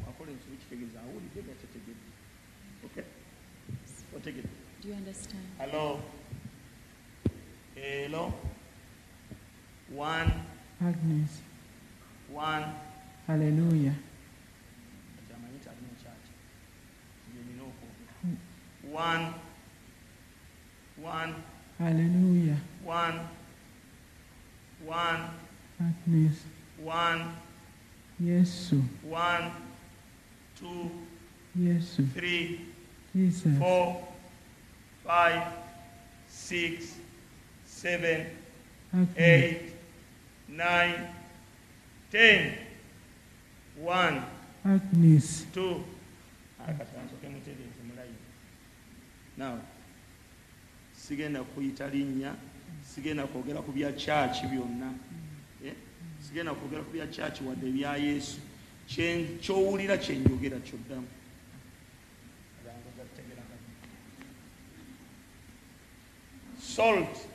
S1: wakola ensobi kitegeeza awulidde nga kitegeeza okay otegedde
S2: Do you understand?
S1: Hello. Hello. One.
S3: Agnes,
S1: One.
S3: haleluya.
S1: Kyamanyi tali mu kyaki. Bye nnina okwogera. One. One.
S3: Haleluya.
S1: One. One.
S3: Agnes,
S1: One.
S3: Yesu,
S1: One. Two.
S3: Yesu,
S1: Three.
S3: Jesus,
S1: Four. Five. Six. Seven. Eight. Nine. Ten. One.
S3: Agnes,
S1: two akatansoke mutereevu mulayini naw sigenda kuyita linnya sigenda kwogera ku bya kyaki byonna Eh? sigenda kwogera ku bya kyaki wadde ebya yesu Kye- kyowulira kyenjogera kyoddamu salt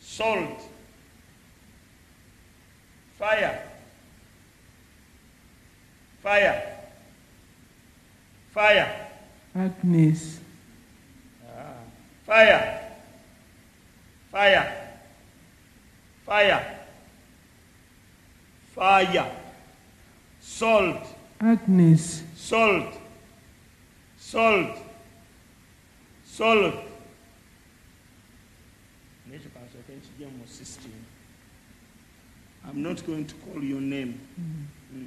S1: salt fire fire fire
S3: Agnes,
S1: Fire. Fire. Fire. Fire. Salt.
S3: Agnes,
S1: Salt. Salt. Salt. N'ekyo kansooke nkigye mu system. I'm not going to call your name. Mm.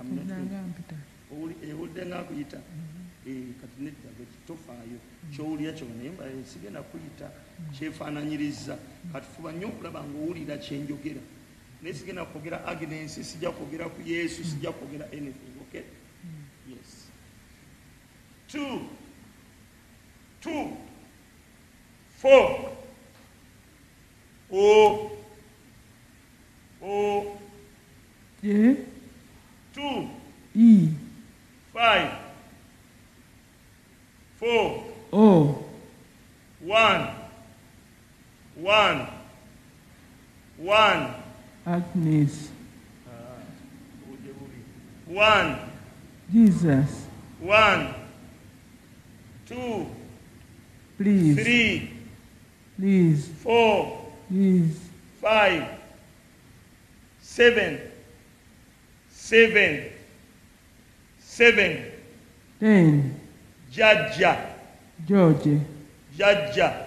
S10: I'm not good.
S11: nangaampita
S10: Owuli- ewulidde nga akuyita
S2: Mm-hmm.
S10: Eh, kati nedda bwe tofaayo kyowulira kyo naye mba eh, sigenda kuyita kyefaananyiriza
S2: Mm-hmm.
S10: katufuba nnyo okulaba ng'owulira kyenjogera naye sigenda kwogera agnes sijja kwogera ku yesu
S2: Mm-hmm.
S10: sijja kwogera anything okay yes two two four o o
S11: ye
S10: two
S11: i
S10: five four
S11: o
S10: One. One. One.
S11: agnes
S10: One.
S11: jesus
S10: One. Two.
S11: please
S10: Three.
S11: please
S10: Four.
S11: please
S10: Five. Seven. Seven. Seven.
S11: ten
S10: Jaja.
S11: george
S10: Jaja.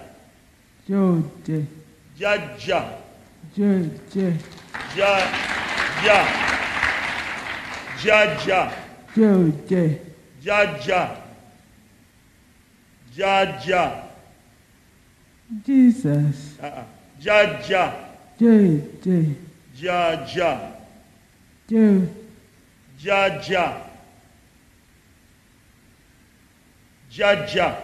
S11: george
S10: Jaja.
S11: george
S10: Jaja. Jaja.
S11: george
S10: Jaja. Jaja.
S11: jesus
S10: Uh-uh. Jaja.
S11: george
S10: Jaja.
S11: george
S10: Jaja. Jaja.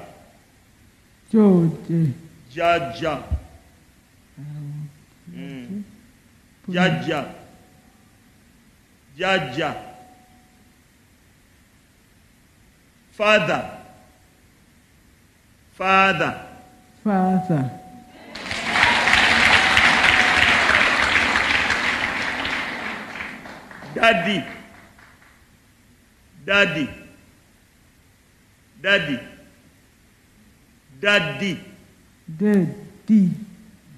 S11: george
S10: Jaja. Mm. Jaja. Jaja. Father. Father.
S11: father
S10: Daddy. Daddy. Daddy. Daddy.
S11: daddy
S10: Daddy.
S11: d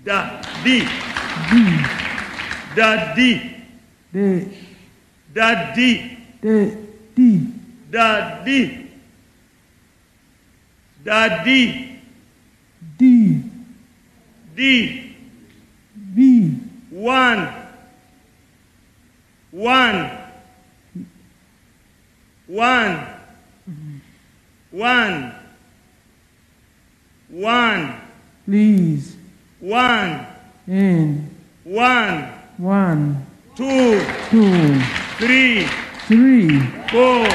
S10: Daddy.
S11: d
S10: Daddy.
S11: daddy
S10: Daddy. Daddy.
S11: d
S10: D.
S11: b
S10: One. One. One. One. One.
S11: please
S10: One.
S11: and
S10: One.
S11: one
S10: Two.
S11: two
S10: Three.
S11: three
S10: Four.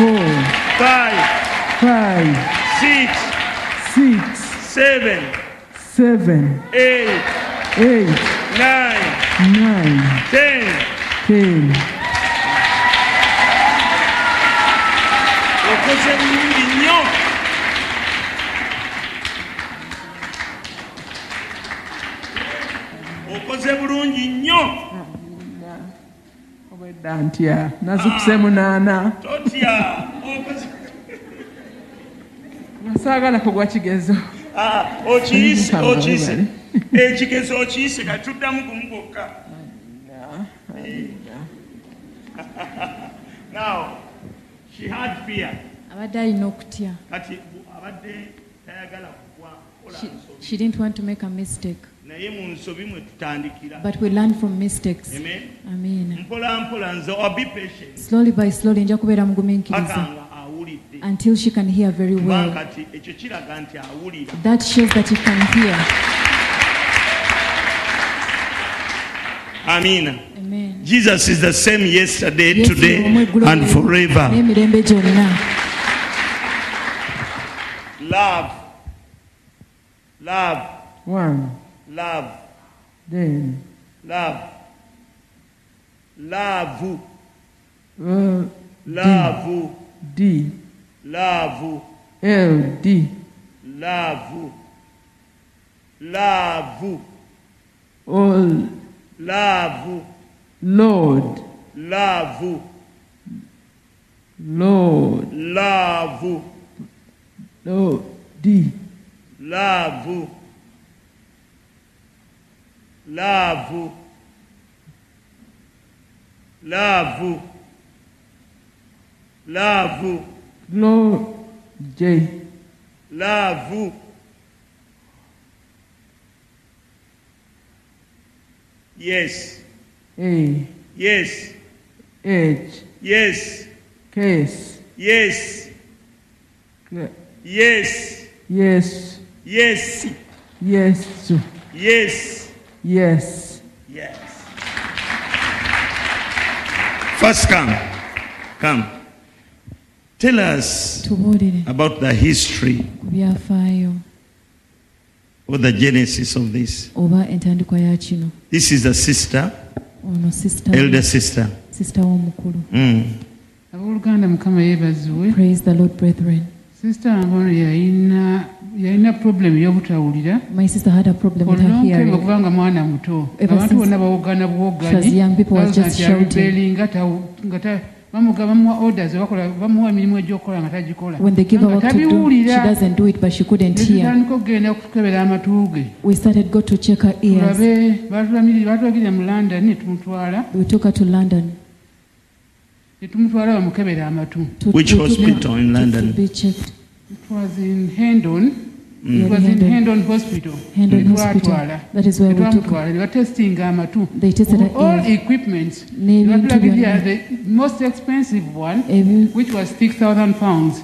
S11: four
S10: Five.
S11: five
S10: Six.
S11: six
S10: Seven.
S11: seven
S10: Eight.
S11: eight
S10: Nine.
S11: nine
S10: Ten.
S11: ten
S10: okoze bulungi nnyo okoze bulungi nnyo
S11: obwedda ntya nazikuse munaana
S10: totya okoze
S11: nga saagala kugwa kigezo
S10: Ah, Eh, okiyise okiyise ekigezo okiyise kati tuddamu gumu gwokka now she had fear
S2: abadde alina okutya
S10: kati abadde tayagala kugwa kola
S2: She-
S10: nsobi
S2: she didn't want to make a mistake
S10: naye mu nsobi mwe tutandikira
S2: but we learn from mistakes
S10: amen
S2: amen
S10: mpola mpola nze or be patient
S2: slowly by slowly nja kubeera
S10: paka
S2: mugumiikiriza
S10: nga awulidde
S2: until she can hear very
S10: kuba
S2: well
S10: nkati ekyo kiraga nti awulira
S2: that shows that he can hear
S10: amina
S2: amen
S10: jesus is the same yesterday
S2: Yesu
S10: today
S2: omwe eggulo
S10: and
S2: lwe-
S10: forever
S2: n'emirembe gyonna
S10: love love
S11: one
S10: love
S11: then
S10: love love
S11: uh,
S10: love
S11: d
S10: love
S11: l d
S10: love love
S11: o
S10: love
S11: lord
S10: love
S11: lord
S10: love
S11: lo d
S10: Love. Love. Love. Love.
S11: lo j
S10: Love. Yes.
S11: a
S10: Yes.
S11: h
S1: Yes.
S10: case,
S1: Yes.
S10: cla-
S1: Yes.
S10: yes,
S1: Yes.
S10: yes,
S1: Yes.
S10: yes.
S1: Yes. First, come. Come. Tell us
S2: tubuulire
S1: about the history
S2: ku byafaayo
S1: or the genesis of this.
S2: oba entandikwa ya kino
S1: This is the sister,
S2: ono sisita
S1: elder sister.
S2: sisita w'omukulu
S1: Mm.
S11: abooluganda mukama yeebazibwe
S2: praise the lord brethren
S11: sisita wange ono yalina yalina purobulemu y'obutawulira
S2: my sister had a problem with her
S11: olnonkeba
S2: hearing
S11: okubanga mwana muto
S2: Ever
S11: abantu
S2: since
S11: bonna bawogana
S2: she was young, people was just shouting.
S11: bamuwa orders bakola bamuwa emirimu egy'okukola nga tagikola
S2: when they give her
S11: Nga
S2: work to do she
S11: tabiwulira
S2: doesn't do it but she couldn't hear
S11: netutandika okugenda okukebera amatu ge
S2: we started go to check her ears
S11: tulabe batulagirira mu london netumutwala
S2: we took her to london
S11: netumutwala bamukebera amatu
S2: to,
S1: Which
S2: we took her
S1: hospital in
S2: to-
S1: London?
S2: to be checked
S11: It was in Hendon.
S2: Mm.
S11: It was in
S2: Hendon.
S11: Hendon Hospital.
S2: Hendon Hospital.
S11: Twatwala.
S2: That is where we took her.
S11: Twamutwala. They were testing amatu.
S2: They tested her
S11: all
S2: ears.
S11: equipments. They were
S2: n'ebintu byonna
S11: the most expensive one,
S2: ebi-
S11: which was six thousand pounds.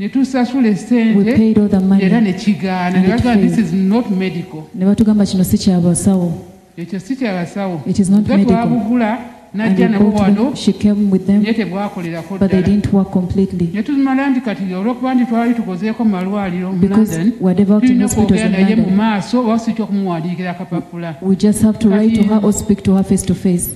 S11: Ne tusasula
S2: we
S11: esente
S2: paid all the money
S11: era ne kigaana
S2: And
S11: ne
S2: it
S11: bagamba this
S2: failed.
S11: is not medical.
S2: ne batugamba kino si kyabasawo
S11: Ekyo si kyabasawo.
S2: It is not
S11: Nga
S2: medical.
S11: twabugula
S2: and we
S11: n'ajja nabwo
S2: brought
S11: wano
S2: them, she came with them
S11: ye tebwakolerako
S2: but they
S11: ddala.
S2: didn't work completely
S11: Ne tumala nti kati olw'okuba nti twali tukozeeko mu malwaliro mu
S2: because
S11: London
S2: we are developed in
S11: tulina
S2: hospitals
S11: okwogera
S2: in
S11: naye mu
S2: London
S11: maaso oba si kyokumuwandiikira akapapula
S2: we just have to write to her or speak to her face to face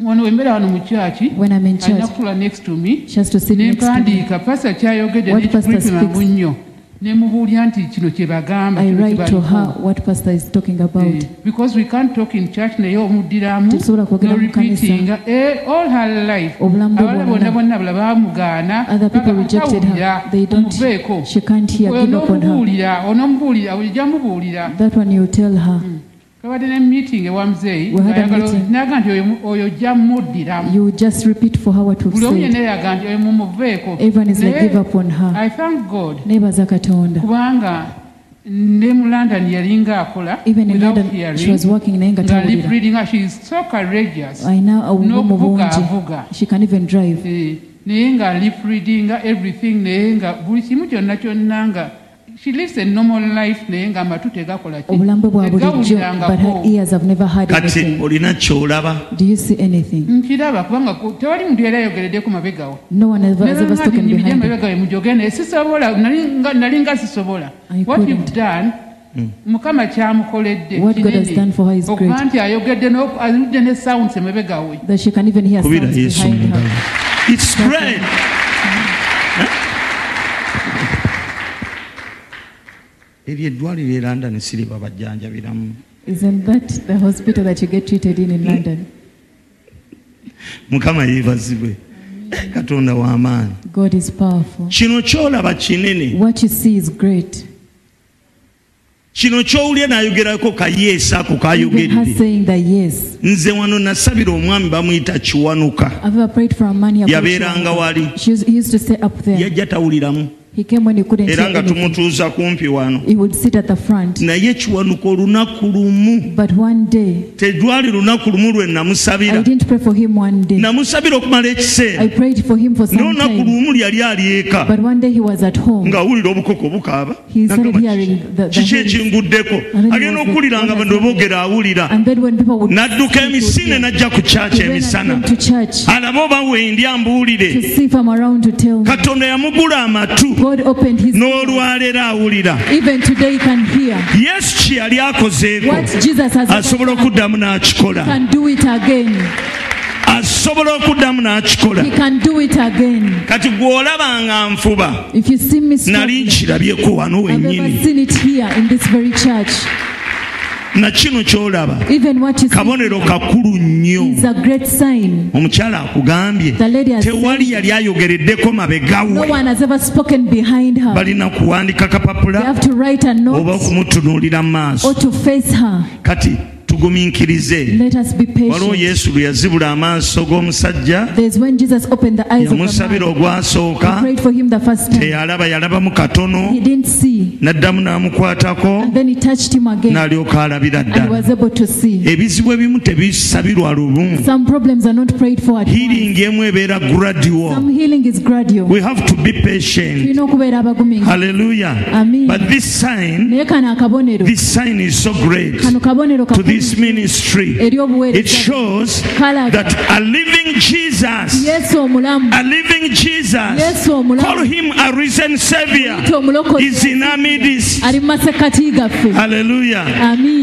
S11: wano wembeera wano mu kyaki
S2: when I'm in
S11: alina
S2: church
S11: kutula next to me
S2: she has to sit next to me
S11: nempandiika pasa kyayogedde
S2: What pastor
S11: nekikulipimamu
S2: speaks?
S11: nnyo nemubuulya nti kino kye bagamba
S2: I
S11: kino kye
S2: write to her
S11: baliko.
S2: what pastor is talking about
S11: Eh, because we can't talk in church naye omuddiramu
S2: Tetusobola kwogera mu kanisa.
S11: norepeatinga all her life
S2: obulamu bwe
S11: abala bonna
S2: bwonna
S11: bonna abala bamugaana
S2: Other people rejected her. They don't.
S11: muveeko
S2: She can't hear. Give up on her.
S11: onomubuulira onomubuulira ojja mubuulira
S2: That one you tell
S11: Mm.
S2: her.
S11: kabadde ne meeting e ewa muzeeyi
S2: We had a
S11: ng'ayagala-
S2: meeting.
S11: n'aga nti oyo mu- oyo ojja muddiramu
S2: You just repeat for her what we've
S11: buli omu yenna
S2: said.
S11: yaga nti oyo mumuveeko
S2: Everyone is like
S11: Naye,
S2: give up on her.
S11: i thank god
S2: Neighbors are Katonda.
S11: kubanga ne mu london yalinga akola
S2: Even in
S11: without
S2: London, she
S11: hearing
S2: was working in
S11: nga lip
S2: Engatawulira.
S11: reading her, she is so courageous
S2: I now a woman
S11: n'okuvuga avuga
S2: She can even drive.
S11: Eh, naye nga lip readinga everything naye nga buli kimu kyonna kyonna nga she lives a normal life naye nga amatu tegakola ki
S2: Obulambe bwa bulijjo, but her
S11: Tegawulirangako.
S2: ears have never heard
S1: Kati
S2: anything.
S1: olina ky'olaba.
S2: Do you see anything?
S11: nkiraba kubanga ku- tewali muntu yali ayogereddeko mabegawo
S2: No one has has ever spoken behind her.
S11: mabega we mujogene sisobola nali nga- nali nga sisobola
S2: I
S11: what you've
S2: couldn't.
S11: done
S1: Mm.
S11: mukama kyamukoledde
S2: What God has
S11: kinene.
S2: done for her is
S11: okuba
S2: great.
S11: nti ayogedde n'oku- aludde ne sounds emabega we
S2: That she can even hear
S1: Kubira
S2: sounds
S1: Yesu
S2: behind
S1: mu
S2: her.
S1: ngalo. It's great. eryo eddwaliro e london siriba bajjanjabiramu
S2: Isn't that the hospital that you get treated in in London?
S1: mukama yeebazibwe katonda w'amaanyi
S2: God is powerful.
S1: kino kyolaba kinene
S2: What you see is great.
S1: kino kyowulye n'ayogerako kayeesa ako
S2: Even her
S1: kayogedde
S2: saying that yes.
S1: nze wano nasabira omwami bamuyita kiwanuka
S2: I've ever prayed for a man here.
S1: yabeeranga wali
S2: She used, he used to stay up there.
S1: yajja tawuliramu
S2: He came when he couldn't hear
S1: era nga
S2: anything.
S1: tumutuuza kumpi wano
S2: He would sit at the front.
S1: naye kiwanuka olunaku lumu
S2: But one day,
S1: telwali lunaku lumu lwe
S2: I
S1: namusabira
S2: didn't pray for him one day.
S1: namusabira okumala
S2: I
S1: ekiseera
S2: prayed for him for some
S1: n'olunaku
S2: time.
S1: lumu lyali ali eka
S2: But one day he was at home.
S1: ng'awulira obukoko bukaaba
S2: He started
S1: Nagamba,
S2: hearing the, the
S1: kiki
S2: noise.
S1: ekinguddeko
S2: And then he
S1: agenda
S2: was like,
S1: okuwulira nga
S2: "What
S1: bano
S2: has
S1: boogera awulira
S2: And then when people would
S1: n'adduka
S2: speak, he would
S1: emisinde
S2: hear.
S1: n'ajja ku
S2: He
S1: kyaki
S2: went and
S1: emisana
S2: came to church
S1: alabe oba wendi
S2: to
S1: ambuwulire
S2: see if I'm around to tell me.
S1: katonda yamugula amatu
S2: God opened his
S1: n'olwaleero awulira
S2: Even today he can hear.
S1: yesu kye yali akozeeko
S2: What Jesus has ever
S1: asobola
S2: done,
S1: okuddamu
S2: he
S1: n'akikola
S2: can do it again.
S1: asobola okuddamu n'akikola
S2: He can do it again.
S1: kati gw'olabanga nfuba
S2: If you see me
S1: nali
S2: struggling,
S1: nkirabyeko wano
S2: I've ever
S1: wennyini
S2: seen it here in this very church.
S1: na kino ky'olaba
S2: Even what you see
S1: kabonero kakulu
S2: is
S1: nnyo
S2: a great sign.
S1: omukyala akugambye
S2: The lady has
S1: tewali yali ayogereddeko
S2: no
S1: mabegawe
S2: one has ever spoken behind her.
S1: balina kuwandika
S2: They
S1: kapapula
S2: have to write a
S1: oba
S2: note
S1: okumutunuulira mu
S2: or
S1: maaso
S2: to face her.
S1: kati tugumiikirize
S2: Let us be
S1: waliwo
S2: patient.
S1: yesu lwe yazibula amaaso g'omusajja
S2: There's when Jesus opened the eyes of the
S1: yamusabira
S2: man.
S1: ogwasooka
S2: He prayed for him the first time.
S1: teyalaba yalabamu katono
S2: He didn't see.
S1: n'addamu n'amukwatako
S2: Then he touched him again
S1: n'alyoka alabira
S2: and
S1: ddala
S2: was able to see.
S1: ebizibu ebimu tebisabirwa lumu
S2: Some problems are not prayed for at once.
S1: healing emu ebeera gradual
S2: Some healing is gradual.
S1: we have to be patient
S2: Tulina okubeera abagumiikiriza.
S1: hallelujah
S2: Amen.
S1: but this sign
S2: Naye kano akabonero
S1: this sign is so great
S2: kano kabonero
S1: to
S2: kakungi
S1: this ministry
S2: eri
S1: it
S2: obuweereza
S1: shows
S2: Kalaga.
S1: that a living jesus
S2: yesu omulamu
S1: a living jesus
S2: yesu
S1: call
S2: omulamu
S1: him a risen savior
S2: Muyite omulokozi.
S1: is in our midst
S2: ali mu masekati gaffe
S1: hallelujah
S2: amin